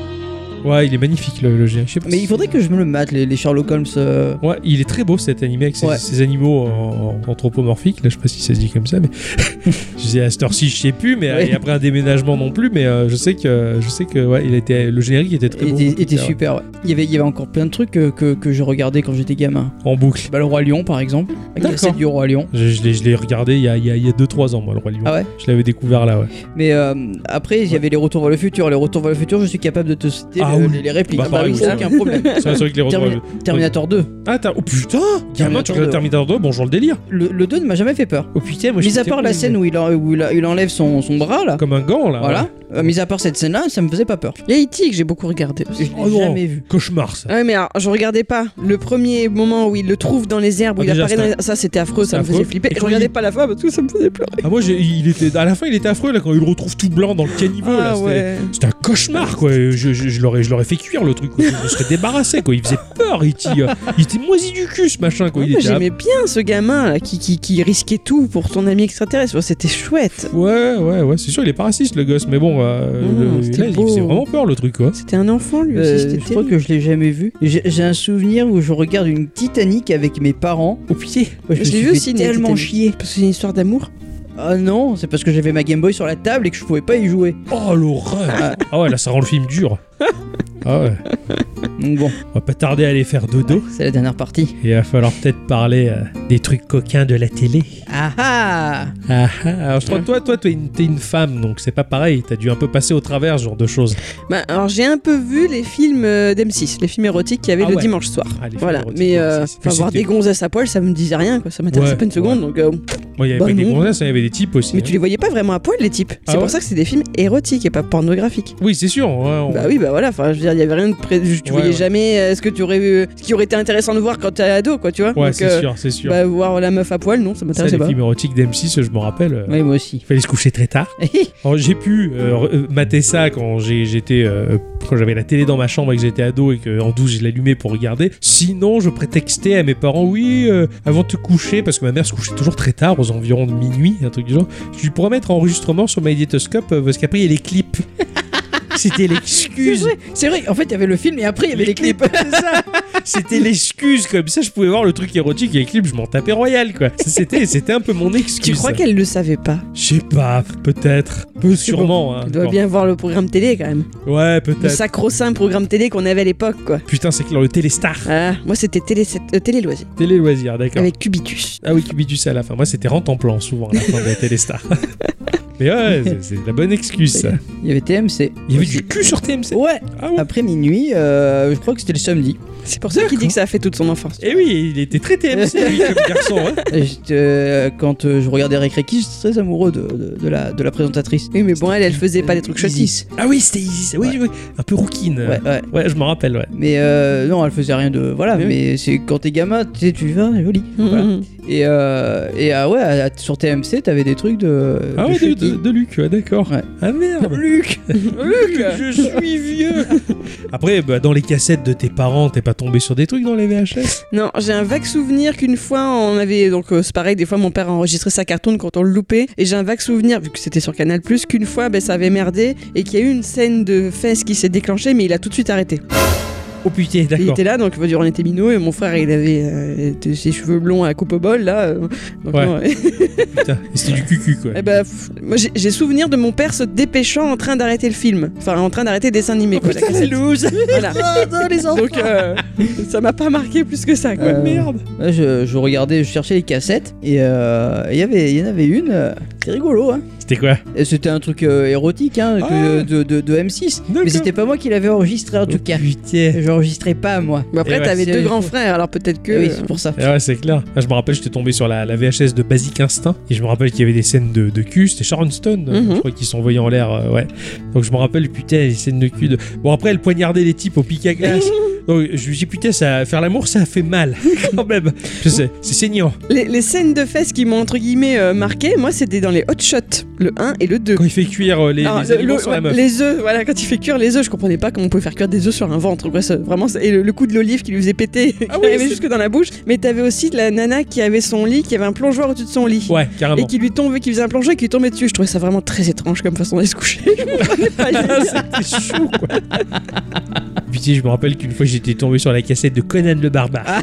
[SPEAKER 2] Ouais, il est magnifique le, le générique. Je sais pas
[SPEAKER 1] Mais
[SPEAKER 2] si-
[SPEAKER 1] il faudrait que je me le mate, les, les Sherlock Holmes. euh,
[SPEAKER 2] Ouais, il est très beau cet animé avec ses,
[SPEAKER 1] Ouais.
[SPEAKER 2] ses animaux en- en- anthropomorphiques. Là, je sais pas si ça se dit comme ça, mais je disais à cette heure-ci, je sais plus, mais
[SPEAKER 1] Ouais.
[SPEAKER 2] et après un déménagement non plus, mais euh, je sais que je sais que ouais, il était le générique était très beau.
[SPEAKER 1] était,
[SPEAKER 2] etc.
[SPEAKER 1] était super. ouais. Il y avait, il y avait encore plein de trucs que, que, que je regardais quand j'étais gamin.
[SPEAKER 2] En boucle.
[SPEAKER 1] Bah, le Roi Lion par exemple. La
[SPEAKER 2] D'accord.
[SPEAKER 1] cassette du Roi Lion.
[SPEAKER 2] Je, je l'ai- je l'ai regardé il y a 2-3 ans, moi, le Roi Lion.
[SPEAKER 1] Ah ouais
[SPEAKER 2] je l'avais découvert là, ouais.
[SPEAKER 1] Mais euh, après, il y avait les Retours vers le futur. Les Retours vers le futur, je suis capable de te citer
[SPEAKER 2] Ah
[SPEAKER 1] euh, les, les répliques.
[SPEAKER 2] Bah, pareil,
[SPEAKER 1] oui,
[SPEAKER 2] oui,
[SPEAKER 1] ça,
[SPEAKER 2] ça,
[SPEAKER 1] aucun
[SPEAKER 2] oui.
[SPEAKER 1] problème.
[SPEAKER 2] Ça, c'est vrai que les
[SPEAKER 1] Termi-
[SPEAKER 2] retrouvailles-
[SPEAKER 1] Terminator 2.
[SPEAKER 2] Ah, t'as- oh putain Gamin, tu
[SPEAKER 1] Terminator
[SPEAKER 2] regardes
[SPEAKER 1] 2.
[SPEAKER 2] Terminator 2, bonjour le délire
[SPEAKER 1] Le, le 2 ne m'a jamais fait peur.
[SPEAKER 2] Oh putain, moi je
[SPEAKER 1] mis à
[SPEAKER 2] m'étais
[SPEAKER 1] part la
[SPEAKER 2] posé-
[SPEAKER 1] scène où il, en- où il, il enlève son, son bras là.
[SPEAKER 2] Comme un gant là.
[SPEAKER 1] Voilà. Euh, mis à part cette scène là, ça me faisait pas peur.
[SPEAKER 3] Il y a E.T. que j'ai beaucoup regardé aussi.
[SPEAKER 1] Je l'ai
[SPEAKER 2] Oh
[SPEAKER 1] jamais vu.
[SPEAKER 2] Cauchemar ça.
[SPEAKER 3] Ah ouais, mais alors, je regardais pas. Le premier moment où il le trouve dans les herbes, où
[SPEAKER 2] Ah,
[SPEAKER 3] il
[SPEAKER 2] déjà,
[SPEAKER 3] apparaît dans
[SPEAKER 2] c'était-
[SPEAKER 3] les- Ça, c'était affreux, ça
[SPEAKER 2] C'est
[SPEAKER 3] me faisait
[SPEAKER 2] affreux.
[SPEAKER 3] flipper.
[SPEAKER 2] Et
[SPEAKER 3] Je
[SPEAKER 2] quand
[SPEAKER 3] regardais
[SPEAKER 2] il-
[SPEAKER 3] pas la fin parce que ça me faisait pleurer.
[SPEAKER 2] Ah moi j'ai- il était à la fin il était affreux là quand il le retrouve tout blanc dans le caniveau Oh, là
[SPEAKER 3] Ah,
[SPEAKER 2] c'était
[SPEAKER 3] ouais.
[SPEAKER 2] c'était un cauchemar quoi je, je- je l'aurais je l'aurais fait cuire le truc quoi. je me serais débarrassé quoi il faisait peur il était, euh, il était moisi du cul ce machin quoi
[SPEAKER 3] Ouais,
[SPEAKER 2] il
[SPEAKER 3] moi,
[SPEAKER 2] était à-
[SPEAKER 3] Ah, J'aimais bien ce gamin là, qui, qui, qui risquait tout pour son ami extraterrestre. Ouais, C'était chouette.
[SPEAKER 2] ouais ouais ouais c'est sûr il est pas raciste le gosse mais bon euh, le-
[SPEAKER 3] Oh, c'était
[SPEAKER 2] là, il
[SPEAKER 3] beau.
[SPEAKER 2] faisait vraiment peur le truc quoi
[SPEAKER 3] C'était un enfant lui
[SPEAKER 1] Euh,
[SPEAKER 3] aussi.
[SPEAKER 1] je
[SPEAKER 3] C'était
[SPEAKER 1] crois
[SPEAKER 3] terrible.
[SPEAKER 1] que je l'ai jamais vu. J'ai j'ai un souvenir où je regarde une Titanic avec mes parents. Oh putain, moi, je, me
[SPEAKER 3] Je
[SPEAKER 1] suis
[SPEAKER 3] l'ai vu
[SPEAKER 1] fait
[SPEAKER 3] aussi
[SPEAKER 1] tellement chier.
[SPEAKER 3] Parce que c'est une histoire d'amour.
[SPEAKER 1] Ah non, c'est parce que j'avais ma Game Boy sur la table et que je pouvais pas y jouer.
[SPEAKER 2] oh l'horreur ah ouais là ça rend le film dur ah ouais
[SPEAKER 1] Donc bon,
[SPEAKER 2] on va pas tarder à aller faire dodo
[SPEAKER 1] c'est la dernière partie.
[SPEAKER 2] et il va falloir peut-être parler euh, des trucs coquins de la télé
[SPEAKER 1] Ah ah
[SPEAKER 2] ah, ah. alors je crois que toi toi t'es une, t'es une femme donc c'est pas pareil t'as dû un peu passer au travers ce genre de choses
[SPEAKER 3] Bah, alors j'ai un peu vu les films euh, d'M6, les films érotiques qu'il y avait
[SPEAKER 2] Ah
[SPEAKER 3] le
[SPEAKER 2] ouais.
[SPEAKER 3] dimanche soir.
[SPEAKER 2] Ah, les films
[SPEAKER 3] voilà,
[SPEAKER 2] érotiques
[SPEAKER 3] mais euh,
[SPEAKER 2] d'M6.
[SPEAKER 3] enfin, voir
[SPEAKER 2] C'était-
[SPEAKER 3] des gonzesses à poil, ça me disait rien, quoi. ça m'intéressait
[SPEAKER 2] Ouais,
[SPEAKER 3] pas une seconde. Donc, euh,
[SPEAKER 2] Moi, il y avait
[SPEAKER 3] Bah
[SPEAKER 2] pas que des
[SPEAKER 3] non.
[SPEAKER 2] gonzesses, hein, il y avait des types aussi.
[SPEAKER 3] Mais
[SPEAKER 2] hein.
[SPEAKER 3] tu les voyais pas vraiment à poil les types.
[SPEAKER 2] Ah
[SPEAKER 3] c'est
[SPEAKER 2] ouais
[SPEAKER 3] pour ça que c'est des films érotiques et pas pornographiques.
[SPEAKER 2] hein. Oui, c'est sûr. Ah ouais, on-
[SPEAKER 3] Bah oui, bah voilà, enfin, je veux dire, il y avait rien de pré... je- Tu
[SPEAKER 2] Ouais,
[SPEAKER 3] voyais
[SPEAKER 2] ouais.
[SPEAKER 3] jamais euh, ce que tu aurais vu, ce qui aurait été intéressant de voir quand t'es ado, quoi, tu vois.
[SPEAKER 2] Ouais,
[SPEAKER 3] Donc,
[SPEAKER 2] c'est
[SPEAKER 3] euh,
[SPEAKER 2] sûr, c'est sûr.
[SPEAKER 3] Bah, voir la meuf à poil, non, ça
[SPEAKER 2] ça,
[SPEAKER 3] m'intéressait
[SPEAKER 2] les
[SPEAKER 3] pas.
[SPEAKER 2] films érotiques d'M6, je me rappelle. euh,
[SPEAKER 1] Oui, moi aussi.
[SPEAKER 2] Il fallait se coucher très tard. Alors, j'ai pu euh, re- euh, mater ça quand j'ai- j'étais euh, quand j'avais la télé dans ma chambre et que j'étais ado et que en 12 je l'allumais pour regarder. Sinon, je prétextais à mes parents oui euh, avant de te coucher parce que ma mère se couchait toujours très tard aux environs de minuit, un truc du genre. Je lui pourrais mettre enregistrement sur ma diétoscope euh, parce qu'après il y a les clips. C'était
[SPEAKER 1] C'est
[SPEAKER 2] l'excuse.
[SPEAKER 1] vrai, c'est vrai, en fait il y avait le film et après il y avait les, clips.
[SPEAKER 2] C'est ça. C'était l'excuse comme ça je pouvais voir le truc érotique et les clips je m'en tapais royal quoi. Ça, C'était c'était un peu mon excuse.
[SPEAKER 3] Tu crois qu'elle le savait pas
[SPEAKER 2] Je sais pas, peut-être, peu sûrement. hein,
[SPEAKER 3] Tu dois
[SPEAKER 2] encore.
[SPEAKER 3] bien voir le programme télé quand même.
[SPEAKER 2] Ouais,
[SPEAKER 3] Le
[SPEAKER 2] peut-être.
[SPEAKER 3] sacro-saint programme télé qu'on avait à l'époque, quoi.
[SPEAKER 2] Putain, c'est clair, le téléstar.
[SPEAKER 3] Voilà. Moi, c'était télé, euh, télé loisirs
[SPEAKER 2] Télé loisirs, Ah. d'accord.
[SPEAKER 3] avec Cubitus.
[SPEAKER 2] Ah oui, Cubitus à la fin. Moi, c'était rente en plan souvent à la fin de la téléstar. Mais ouais, c'est- c'est de la bonne excuse. ça.
[SPEAKER 1] Il y avait TMC.
[SPEAKER 2] Il y avait du cul sur TMC.
[SPEAKER 1] Ouais,
[SPEAKER 2] Ah ouais.
[SPEAKER 1] après minuit, euh, je crois que c'était le samedi.
[SPEAKER 3] C'est pour ça qu'il dit que ça a fait toute son enfance.
[SPEAKER 2] Eh oui, il était très TMC, lui, comme garçon. hein.
[SPEAKER 1] Et j'étais, euh, quand euh, je regardais Récré Kids, j'étais très amoureux de, de- de la, de la présentatrice.
[SPEAKER 3] Oui, mais bon, elle, elle faisait pas des trucs chotis.
[SPEAKER 1] Isis.
[SPEAKER 2] Ah oui, c'était Isis. Oui, oui, un peu rouquine.
[SPEAKER 1] Ouais, ouais.
[SPEAKER 2] Ouais, je m'en rappelle, ouais.
[SPEAKER 1] Mais euh, non, elle faisait rien de. Voilà, mais c'est quand t'es gamin, tu sais, tu vas, joli.
[SPEAKER 2] bah.
[SPEAKER 1] Voilà.
[SPEAKER 3] Mhm.
[SPEAKER 1] Et, euh, et ah ouais, à- sur TMC, t'avais des trucs de.
[SPEAKER 2] Ah
[SPEAKER 1] de
[SPEAKER 2] ouais, de,
[SPEAKER 1] Chucky.
[SPEAKER 2] de- de Luc, ouais, d'accord.
[SPEAKER 1] Ouais.
[SPEAKER 2] Ah merde.
[SPEAKER 1] Luc
[SPEAKER 2] Luc, je suis vieux. Après, bah, dans les cassettes de tes parents, t'es pas tombé sur des trucs dans les VHS
[SPEAKER 3] Non, j'ai un vague souvenir qu'une fois on avait donc euh, c'est pareil des fois mon père enregistrait sa cartoon quand on le loupait et j'ai un vague souvenir vu que c'était sur Canal Plus qu'une fois ben, ça avait merdé et qu'il y a eu une scène de fesses qui s'est déclenchée mais il a tout de suite arrêté.
[SPEAKER 2] Oh putain,
[SPEAKER 3] Il
[SPEAKER 2] d'accord.
[SPEAKER 3] était là donc je veux dire on était minots et mon frère il avait euh, de- ses cheveux blonds à coupe au bol là euh, donc
[SPEAKER 2] Ouais.
[SPEAKER 3] non,
[SPEAKER 2] Putain, c'était du cucu, quoi.
[SPEAKER 3] Eh ben, pff, moi j'ai- j'ai souvenir de mon père se dépêchant en train d'arrêter le film, enfin en train d'arrêter le dessin animé. quoi, la cassette.
[SPEAKER 2] loose
[SPEAKER 3] Voilà. Donc euh, ça m'a pas marqué plus que ça. Quoi.
[SPEAKER 1] Euh,
[SPEAKER 2] Merde
[SPEAKER 1] Ouais, je, je regardais, je cherchais les cassettes et euh, il y avait- il y en avait une, euh, c'était rigolo. Hein.
[SPEAKER 2] C'était quoi
[SPEAKER 1] Et C'était un truc euh, érotique hein, que-
[SPEAKER 2] Ah.
[SPEAKER 1] de, de- de M6.
[SPEAKER 2] D'accord.
[SPEAKER 1] Mais c'était pas moi qui l'avais enregistré en tout cas.
[SPEAKER 2] Oh, Putain
[SPEAKER 1] J'enregistrais pas moi.
[SPEAKER 3] Bon, après
[SPEAKER 2] Eh ouais.
[SPEAKER 3] t'avais
[SPEAKER 1] C'est-
[SPEAKER 3] deux grands frères alors peut-être que.
[SPEAKER 1] Eh oui, c'est pour ça.
[SPEAKER 2] Ah ouais, c'est clair. Ah, je me rappelle, j'étais tombé sur la, la VHS de Basic Instinct et je me rappelle qu'il y avait des scènes de, de cul. C'était Sharon Stone, euh,
[SPEAKER 3] Mhm.
[SPEAKER 2] je crois, qui s'envoyait en l'air. euh, ouais. Donc je me rappelle, putain, les scènes de cul. De... Bon, après, elle poignardait les types au pic à glace. Donc je me dis, putain, ça, faire l'amour, ça fait mal quand même. Parce que C'est c'est saignant.
[SPEAKER 3] Les, les scènes de fesses qui m'ont entre guillemets euh, marqué, moi c'était dans les hot shots, le 1 et le 2.
[SPEAKER 2] Quand il fait cuire euh, les,
[SPEAKER 3] Alors,
[SPEAKER 2] les
[SPEAKER 3] le-
[SPEAKER 2] aliments
[SPEAKER 3] le-
[SPEAKER 2] sur la
[SPEAKER 3] ouais,
[SPEAKER 2] meuf.
[SPEAKER 3] les œufs, voilà, quand il fait cuire les œufs, je comprenais pas comment on pouvait faire cuire des œufs sur un ventre. Quoi, ça- vraiment, c'est- et le, le coup de l'olive qui lui faisait péter, qui
[SPEAKER 2] Ah oui,
[SPEAKER 3] arrivait
[SPEAKER 2] c'est-
[SPEAKER 3] jusque dans la bouche. Mais t'avais aussi la nana qui avait son lit, qui avait un plongeoir au-dessus de son lit.
[SPEAKER 2] Ouais,
[SPEAKER 3] Et
[SPEAKER 2] carrément.
[SPEAKER 3] qui lui tombait, qui faisait un plongeoir et qui lui tombait dessus. Je trouvais ça vraiment très étrange comme façon d'aller se coucher. Je comprenais pas l'idée.
[SPEAKER 2] C'était chaud, quoi. putain, je me rappelle qu'une fois, j'étais tombé sur la cassette de Conan le Barbare.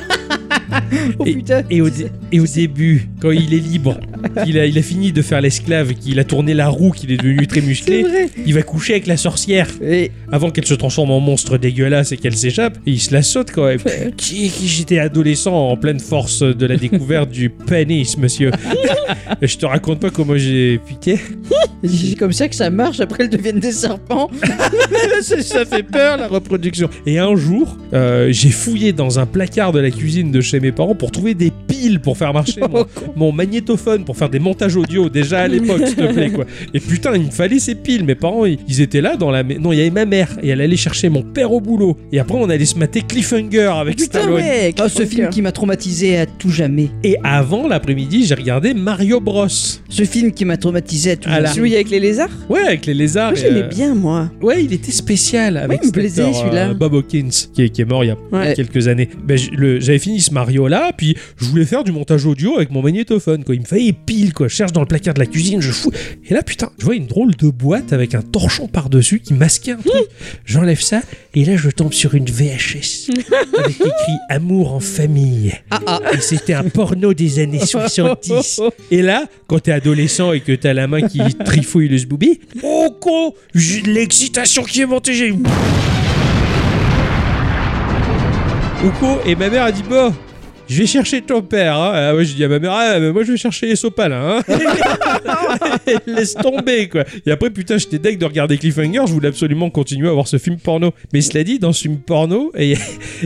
[SPEAKER 1] Oh
[SPEAKER 2] Et-
[SPEAKER 1] putain
[SPEAKER 2] Et au, dé- et au début, quand il est libre, qu'il a, il a fini de faire l'esclave, qu'il a tourné la roue, qu'il est devenu très musclé.
[SPEAKER 3] C'est vrai.
[SPEAKER 2] Il va coucher avec la sorcière avant qu'elle se transforme en monstre dégueulasse et qu'elle s'échappe. Et il se la saute quand même. Qui- qui- J'étais adolescent en pleine force de la découverte du pénis, monsieur. Et Je te raconte pas comment j'ai piqué.
[SPEAKER 1] C'est comme ça que ça marche, après elles deviennent des serpents.
[SPEAKER 2] ça, ça fait peur la reproduction. Et un jour, euh, j'ai fouillé dans un placard de la cuisine de chez mes parents pour trouver des piles pour faire marcher mon,
[SPEAKER 3] Oh,
[SPEAKER 2] mon magnétophone, pour faire des montages audio déjà à l'époque, s'il te plaît. Quoi. Et putain, il me fallait ces piles. Mes parents, ils, ils étaient là dans la. ma- Non, il y avait ma mère et elle allait chercher mon père au boulot. Et après, on allait se mater Cliffhanger avec Stallone.
[SPEAKER 1] Oh, ce film qui m'a traumatisé à tout jamais.
[SPEAKER 2] Et avant l'après-midi, j'ai regardé Mario Bros.
[SPEAKER 1] Ce film qui m'a traumatisé à tout
[SPEAKER 2] Ah là.
[SPEAKER 1] jamais.
[SPEAKER 3] Celui avec les lézards
[SPEAKER 2] Ouais, avec les lézards.
[SPEAKER 3] Moi,
[SPEAKER 2] et,
[SPEAKER 3] je l'aimais
[SPEAKER 2] euh,
[SPEAKER 3] bien, moi.
[SPEAKER 2] Ouais, il était spécial avec
[SPEAKER 3] il me
[SPEAKER 2] cet
[SPEAKER 3] plaisait,
[SPEAKER 2] acteur,
[SPEAKER 3] celui-là.
[SPEAKER 2] euh, Bob Hawkins, qui est, qui est mort il y a
[SPEAKER 3] Ouais.
[SPEAKER 2] quelques années. Ben, j- le- J'avais fini ce Mario-là, puis je voulais faire du montage audio avec mon magnétophone. Quoi. Il me fallait pile, quoi. Je cherche dans le placard de la cuisine, je fous. Et là, putain, je vois une drôle de boîte avec un torchon par-dessus qui masquait un truc. J'enlève ça, et là, je tombe sur une VHS avec écrit Amour en famille. Et c'était un porno des années 70. Et là, quand t'es adolescent et que t'as la main qui trifouille le zboubi, oh con, j'ai de l'excitation qui est montée, j'ai eu- Ouko et ma mère a dit bon. Je vais chercher ton père. Hein. Ah ouais, j'ai dit à ma mère, ah, mais moi je vais chercher les sopalins. Hein. Laisse tomber quoi. Et après, putain, j'étais deg de regarder Cliffhanger. Je voulais absolument continuer à voir ce film porno. Mais cela dit, dans ce film porno, et-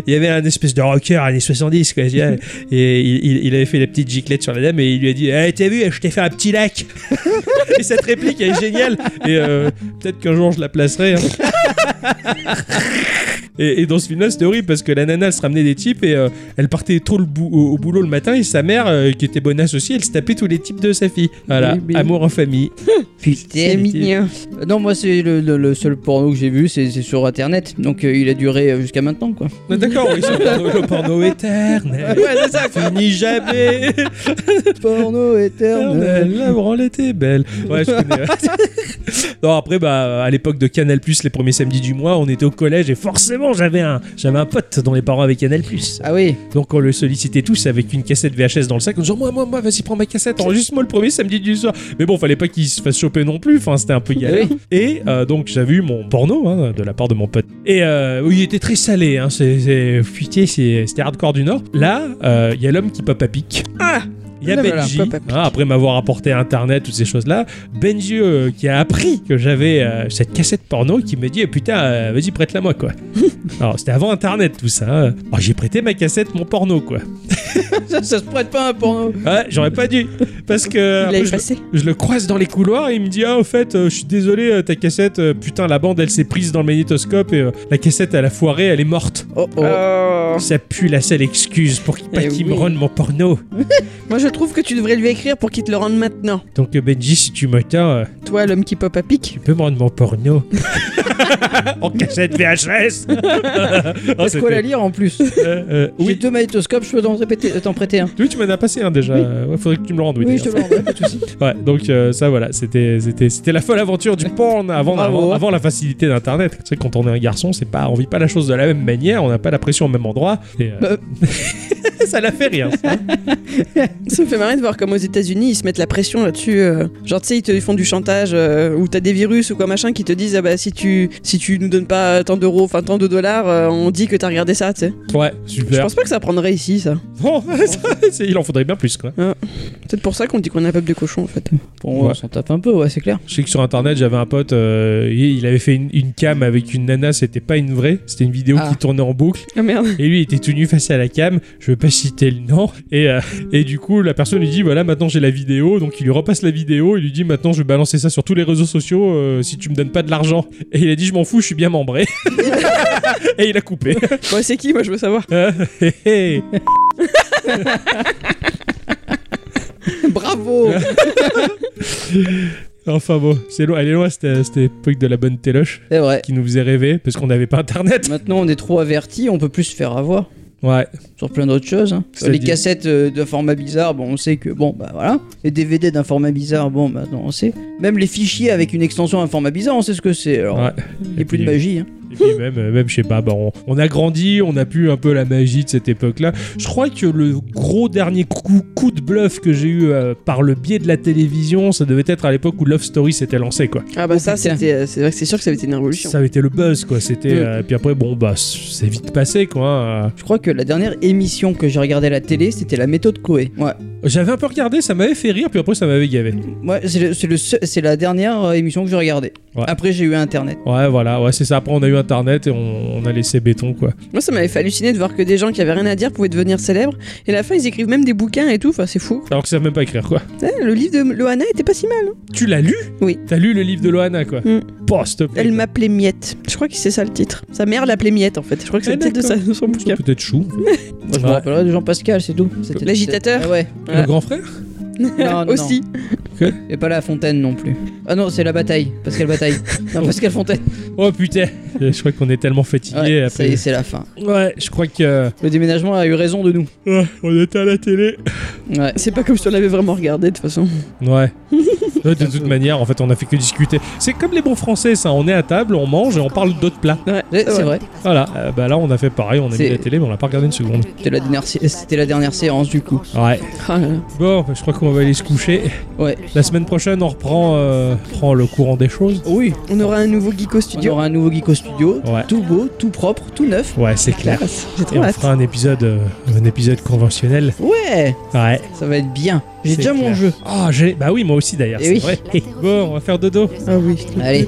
[SPEAKER 2] il y avait un espèce de rocker années 70. Quoi, Tu vois. et il, il- il avait fait la petite giclette sur la dame et il lui a dit Eh, T'as vu, je t'ai fait un petit lac. et cette réplique elle est géniale. Et euh, peut-être qu'un jour je la placerai. hein. Et, et dans ce film-là, c'était horrible parce que la nana elle se ramenait des types et euh, elle partait trop le bou- au, au boulot le matin et sa mère, euh, qui était bonne associée, elle se tapait tous les types de sa fille. Voilà,
[SPEAKER 1] Oui, oui.
[SPEAKER 2] amour en famille.
[SPEAKER 1] Putain,
[SPEAKER 2] C'est mignon.
[SPEAKER 1] Euh, Non, moi, c'est le, le- le seul porno que j'ai vu, c'est c'est sur internet. Donc, euh, il a duré euh, jusqu'à maintenant, quoi.
[SPEAKER 2] Mais D'accord, oui, c'est le porno, le porno éternel.
[SPEAKER 1] Ouais, c'est ça,
[SPEAKER 2] Fini jamais.
[SPEAKER 1] porno éternel.
[SPEAKER 2] La branlette est belle. Ouais, je connais. ouais. non, après, bah, à l'époque de Canal les premiers samedis du mois, on était au collège et forcément, j'avais un, j'avais un pote dont les parents avaient Canal
[SPEAKER 1] Ah oui.
[SPEAKER 2] Donc, on le sollicitait tous avec une cassette VHS dans le sac, en disant Moi, moi, moi, vas-y, prends ma cassette, enregistre-moi le premier samedi du soir. Mais bon, fallait pas qu'il se fasse choper non plus, enfin, c'était un peu galère. Et euh, donc, j'avais eu mon porno hein, de la part de mon pote. Et euh, oui, il était très salé, hein, c'est, c'est, putain, c'est- c'était hardcore du Nord. Là, euh, il y a l'homme qui pop à pic.
[SPEAKER 3] Ah
[SPEAKER 2] Il y a
[SPEAKER 3] Là, voilà,
[SPEAKER 2] Benji,
[SPEAKER 3] pop à pic.
[SPEAKER 2] hein, après m'avoir apporté Internet, toutes ces choses-là. Benji euh, qui a appris que j'avais euh, cette cassette porno qui me dit Eh, Putain, euh, vas-y, prête-la moi, quoi. Alors, c'était avant Internet, tout ça. hein. Alors, j'ai prêté ma cassette, mon porno, quoi.
[SPEAKER 1] ça, ça se prête pas à un porno.
[SPEAKER 2] Ouais, j'aurais pas dû. Parce que.
[SPEAKER 1] l'avait
[SPEAKER 2] Ah, après, je,
[SPEAKER 1] passé.
[SPEAKER 2] je le croise dans les couloirs et il me dit Ah, au fait, euh, je suis désolé, euh, ta cassette, euh, putain, la bande, elle s'est prise dans le magnétoscope et euh, la cassette, elle a foiré, elle est morte.
[SPEAKER 1] Oh oh.
[SPEAKER 3] Euh,
[SPEAKER 2] Ça pue la seule excuse pour qu'il pas
[SPEAKER 3] Eh
[SPEAKER 2] qu'il me
[SPEAKER 3] oui.
[SPEAKER 2] rende mon porno.
[SPEAKER 3] Moi, je trouve que tu devrais lui écrire pour qu'il te le rende maintenant.
[SPEAKER 2] Donc, euh, Benji, si tu m'entends, euh,
[SPEAKER 3] Toi, l'homme qui pop à pic.
[SPEAKER 2] tu peux me rendre mon porno. en cassette VHS Oh,
[SPEAKER 1] Est-ce qu'on
[SPEAKER 2] c'était-
[SPEAKER 1] la lire en plus
[SPEAKER 2] Euh, euh,
[SPEAKER 1] J'ai
[SPEAKER 2] Oui,
[SPEAKER 1] deux magnétoscopes, je peux t'en répéter- t'en prêter un.
[SPEAKER 2] Oui, tu m'en as passé un déjà.
[SPEAKER 1] Oui.
[SPEAKER 2] Ouais, faudrait que tu me le rendes.
[SPEAKER 1] Oui, je te
[SPEAKER 2] d'ailleurs.
[SPEAKER 1] le rends, pas de soucis.
[SPEAKER 2] Ouais, donc euh, ça voilà, c'était c'était c'était la folle aventure du porn avant
[SPEAKER 1] Bravo.
[SPEAKER 2] avant, avant la facilité d'internet. Tu sais quand on est un garçon, c'est pas on vit pas la chose de la même manière, on n'a pas la pression au même endroit et, euh,
[SPEAKER 1] Bah,
[SPEAKER 2] ça la fait rien. ça.
[SPEAKER 3] Ça me fait marrer de voir comme aux États-Unis ils se mettent la pression là-dessus. euh, genre, tu sais, ils te font du chantage euh, ou t'as des virus ou quoi machin qui te disent ah bah si tu si tu nous donnes pas tant d'euros, enfin tant de dollars, euh, on dit que t'as regardé ça, tu sais.
[SPEAKER 2] Ouais,
[SPEAKER 3] Je
[SPEAKER 2] super.
[SPEAKER 3] pense pas que ça prendrait ici, ça.
[SPEAKER 2] Bon, ça, c'est- il en faudrait bien plus quoi.
[SPEAKER 3] Peut-être pour ça qu'on dit qu'on est un peuple de cochons en fait.
[SPEAKER 1] bon,
[SPEAKER 2] Ouais.
[SPEAKER 1] on s'en tape un peu, ouais, c'est clair.
[SPEAKER 2] Je sais que sur internet, j'avais un pote, euh, il il avait fait une, une cam avec une nana, c'était pas une vraie, c'était une vidéo
[SPEAKER 1] Ah.
[SPEAKER 2] qui tournait en boucle.
[SPEAKER 3] Ah merde.
[SPEAKER 2] Et lui, il était tout nu face à la cam. Je veux pas citer le nom. Et, euh, et du coup, la personne lui dit voilà, maintenant j'ai la vidéo. Donc il lui repasse la vidéo. Il lui dit maintenant je vais balancer ça sur tous les réseaux sociaux euh, si tu me donnes pas de l'argent. Et il a dit je m'en fous, je suis bien membré. et il a coupé.
[SPEAKER 3] Ouais, c'est qui Moi, je veux savoir.
[SPEAKER 2] Euh, hé, hé.
[SPEAKER 1] Bravo
[SPEAKER 2] enfin bon, c'est loin, elle est loin, c'était c'était l'époque de la bonne téloche
[SPEAKER 1] C'est vrai.
[SPEAKER 2] qui nous faisait rêver parce qu'on n'avait pas internet.
[SPEAKER 1] Maintenant, on est trop averti, on peut plus se faire avoir
[SPEAKER 2] Ouais.
[SPEAKER 1] sur plein d'autres choses. hein. Sur les
[SPEAKER 2] C'est-à-dire
[SPEAKER 1] cassettes euh, de format bizarre, bon, on sait que bon, bah voilà. Les DVD d'un format bizarre, bon, bah, maintenant on sait. Même les fichiers avec une extension à un format bizarre, on sait ce que c'est. Alors,
[SPEAKER 2] ouais.
[SPEAKER 1] il n'y a plus de magie. hein.
[SPEAKER 2] Et puis même, euh, même je sais pas, bah, on, on a grandi, on a pu un peu la magie de cette époque-là. Je crois que le gros dernier coup, coup de bluff que j'ai eu euh, par le biais de la télévision, ça devait être à l'époque où Love Story s'était lancé, quoi.
[SPEAKER 3] Ah bah
[SPEAKER 1] Oh,
[SPEAKER 3] ça, c'était, euh, c'est vrai que c'est sûr que ça avait été une révolution.
[SPEAKER 2] Ça avait été le buzz, quoi. C'était,
[SPEAKER 1] Mm.
[SPEAKER 2] euh, puis après, bon, bah, c'est vite passé, quoi. hein.
[SPEAKER 1] Je crois que la dernière émission que j'ai regardée à la télé, c'était la méthode Chloé. Ouais.
[SPEAKER 2] J'avais un peu regardé, ça m'avait fait rire, puis après, ça m'avait gavé.
[SPEAKER 1] Ouais, c'est le- c'est le seul- c'est la dernière euh, émission que j'ai regardée.
[SPEAKER 2] Ouais.
[SPEAKER 1] Après, j'ai eu Internet.
[SPEAKER 2] Ouais, voilà, ouais, c'est ça. Après, on a eu Internet et on, on a laissé béton, quoi.
[SPEAKER 3] Moi, ça m'avait fait halluciner de voir que des gens qui avaient rien à dire pouvaient devenir célèbres. Et à la fin, ils écrivent même des bouquins et tout. Enfin, c'est fou.
[SPEAKER 2] Alors qu'ils savent même pas écrire, quoi.
[SPEAKER 3] Eh, le livre de Loana était pas si mal. hein.
[SPEAKER 2] Tu l'as lu
[SPEAKER 3] Oui.
[SPEAKER 2] T'as lu le livre de Loana, quoi
[SPEAKER 3] Mm.
[SPEAKER 2] Bon, s'il te plaît.
[SPEAKER 3] Elle m'appelait Miette. Je crois que c'est ça le titre. Sa mère l'appelait Miette en fait. Je crois que c'est
[SPEAKER 1] Ah,
[SPEAKER 2] Eh,
[SPEAKER 3] le titre de,
[SPEAKER 2] d'accord.
[SPEAKER 3] sa- de son bouquin.
[SPEAKER 2] Peut-être chou.
[SPEAKER 1] Moi, je me
[SPEAKER 2] Ouais.
[SPEAKER 1] rappellerai de Jean-Pascal, c'est tout. C'était-
[SPEAKER 3] L'agitateur.
[SPEAKER 1] Ah ouais.
[SPEAKER 2] Le grand frère
[SPEAKER 1] Non, non,
[SPEAKER 3] Aussi.
[SPEAKER 2] Que
[SPEAKER 1] non. Et pas la fontaine non plus. Ah non, c'est la bataille. Pascal Bataille. non, Pascal Fontaine.
[SPEAKER 2] Oh putain Je crois qu'on est tellement fatigué
[SPEAKER 1] Ouais,
[SPEAKER 2] après.
[SPEAKER 1] c'est- c'est la fin.
[SPEAKER 2] Ouais, je crois que. euh,
[SPEAKER 1] Le déménagement a eu raison de nous.
[SPEAKER 2] on était à la télé.
[SPEAKER 1] Ouais.
[SPEAKER 3] C'est pas comme si on l'avait vraiment regardé de toute façon.
[SPEAKER 2] Ouais. Ouais, de toute manière, en fait, on a fait que discuter. C'est comme les bons français, ça. On est à table, on mange et on parle d'autres plats.
[SPEAKER 3] Ouais,
[SPEAKER 1] C'est c'est vrai.
[SPEAKER 2] Voilà, Euh, bah là, on a fait pareil, on a mis
[SPEAKER 1] C'est-
[SPEAKER 2] la télé, mais on l'a pas regardé une seconde.
[SPEAKER 1] C'était la, dernière sé- c'était la dernière séance du coup.
[SPEAKER 2] Ouais.
[SPEAKER 3] Ah là là.
[SPEAKER 2] Bon, bah, je crois qu'on va aller se coucher.
[SPEAKER 1] Ouais.
[SPEAKER 2] La semaine prochaine, on reprend, euh, prend le courant des choses.
[SPEAKER 1] Oui.
[SPEAKER 3] On aura un nouveau Geeko
[SPEAKER 1] Il y
[SPEAKER 3] Studio.
[SPEAKER 1] aura un nouveau Geeko Studio.
[SPEAKER 2] Ouais.
[SPEAKER 1] Tout beau, tout propre, tout neuf.
[SPEAKER 2] Ouais, c'est clair.
[SPEAKER 3] J'ai
[SPEAKER 2] Et
[SPEAKER 3] trop
[SPEAKER 2] on
[SPEAKER 3] hâte.
[SPEAKER 2] fera un épisode, euh, un épisode conventionnel.
[SPEAKER 1] Ouais.
[SPEAKER 2] Ouais.
[SPEAKER 1] Ça va être bien. J'ai
[SPEAKER 2] C'est
[SPEAKER 1] déjà mon
[SPEAKER 2] clair.
[SPEAKER 1] jeu.
[SPEAKER 2] Ah, j'ai. Bah oui, moi aussi d'ailleurs.
[SPEAKER 1] Eh
[SPEAKER 2] C'est
[SPEAKER 1] oui.
[SPEAKER 2] vrai. Bon, on va faire dodo.
[SPEAKER 3] Ah oui.
[SPEAKER 1] Allez.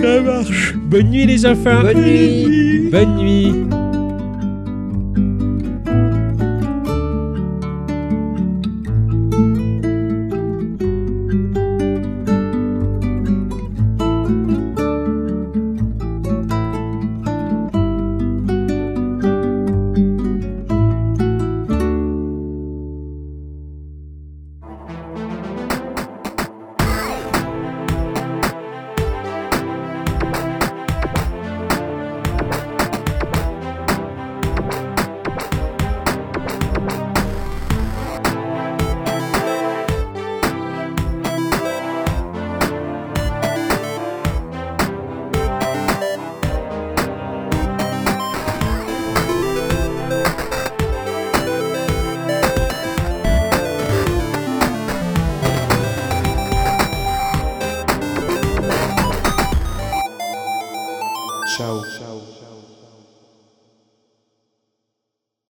[SPEAKER 2] Ça marche. Bonne nuit les enfants.
[SPEAKER 1] Bonne nuit.
[SPEAKER 2] Bonne nuit.
[SPEAKER 17] Ciao. Ciao.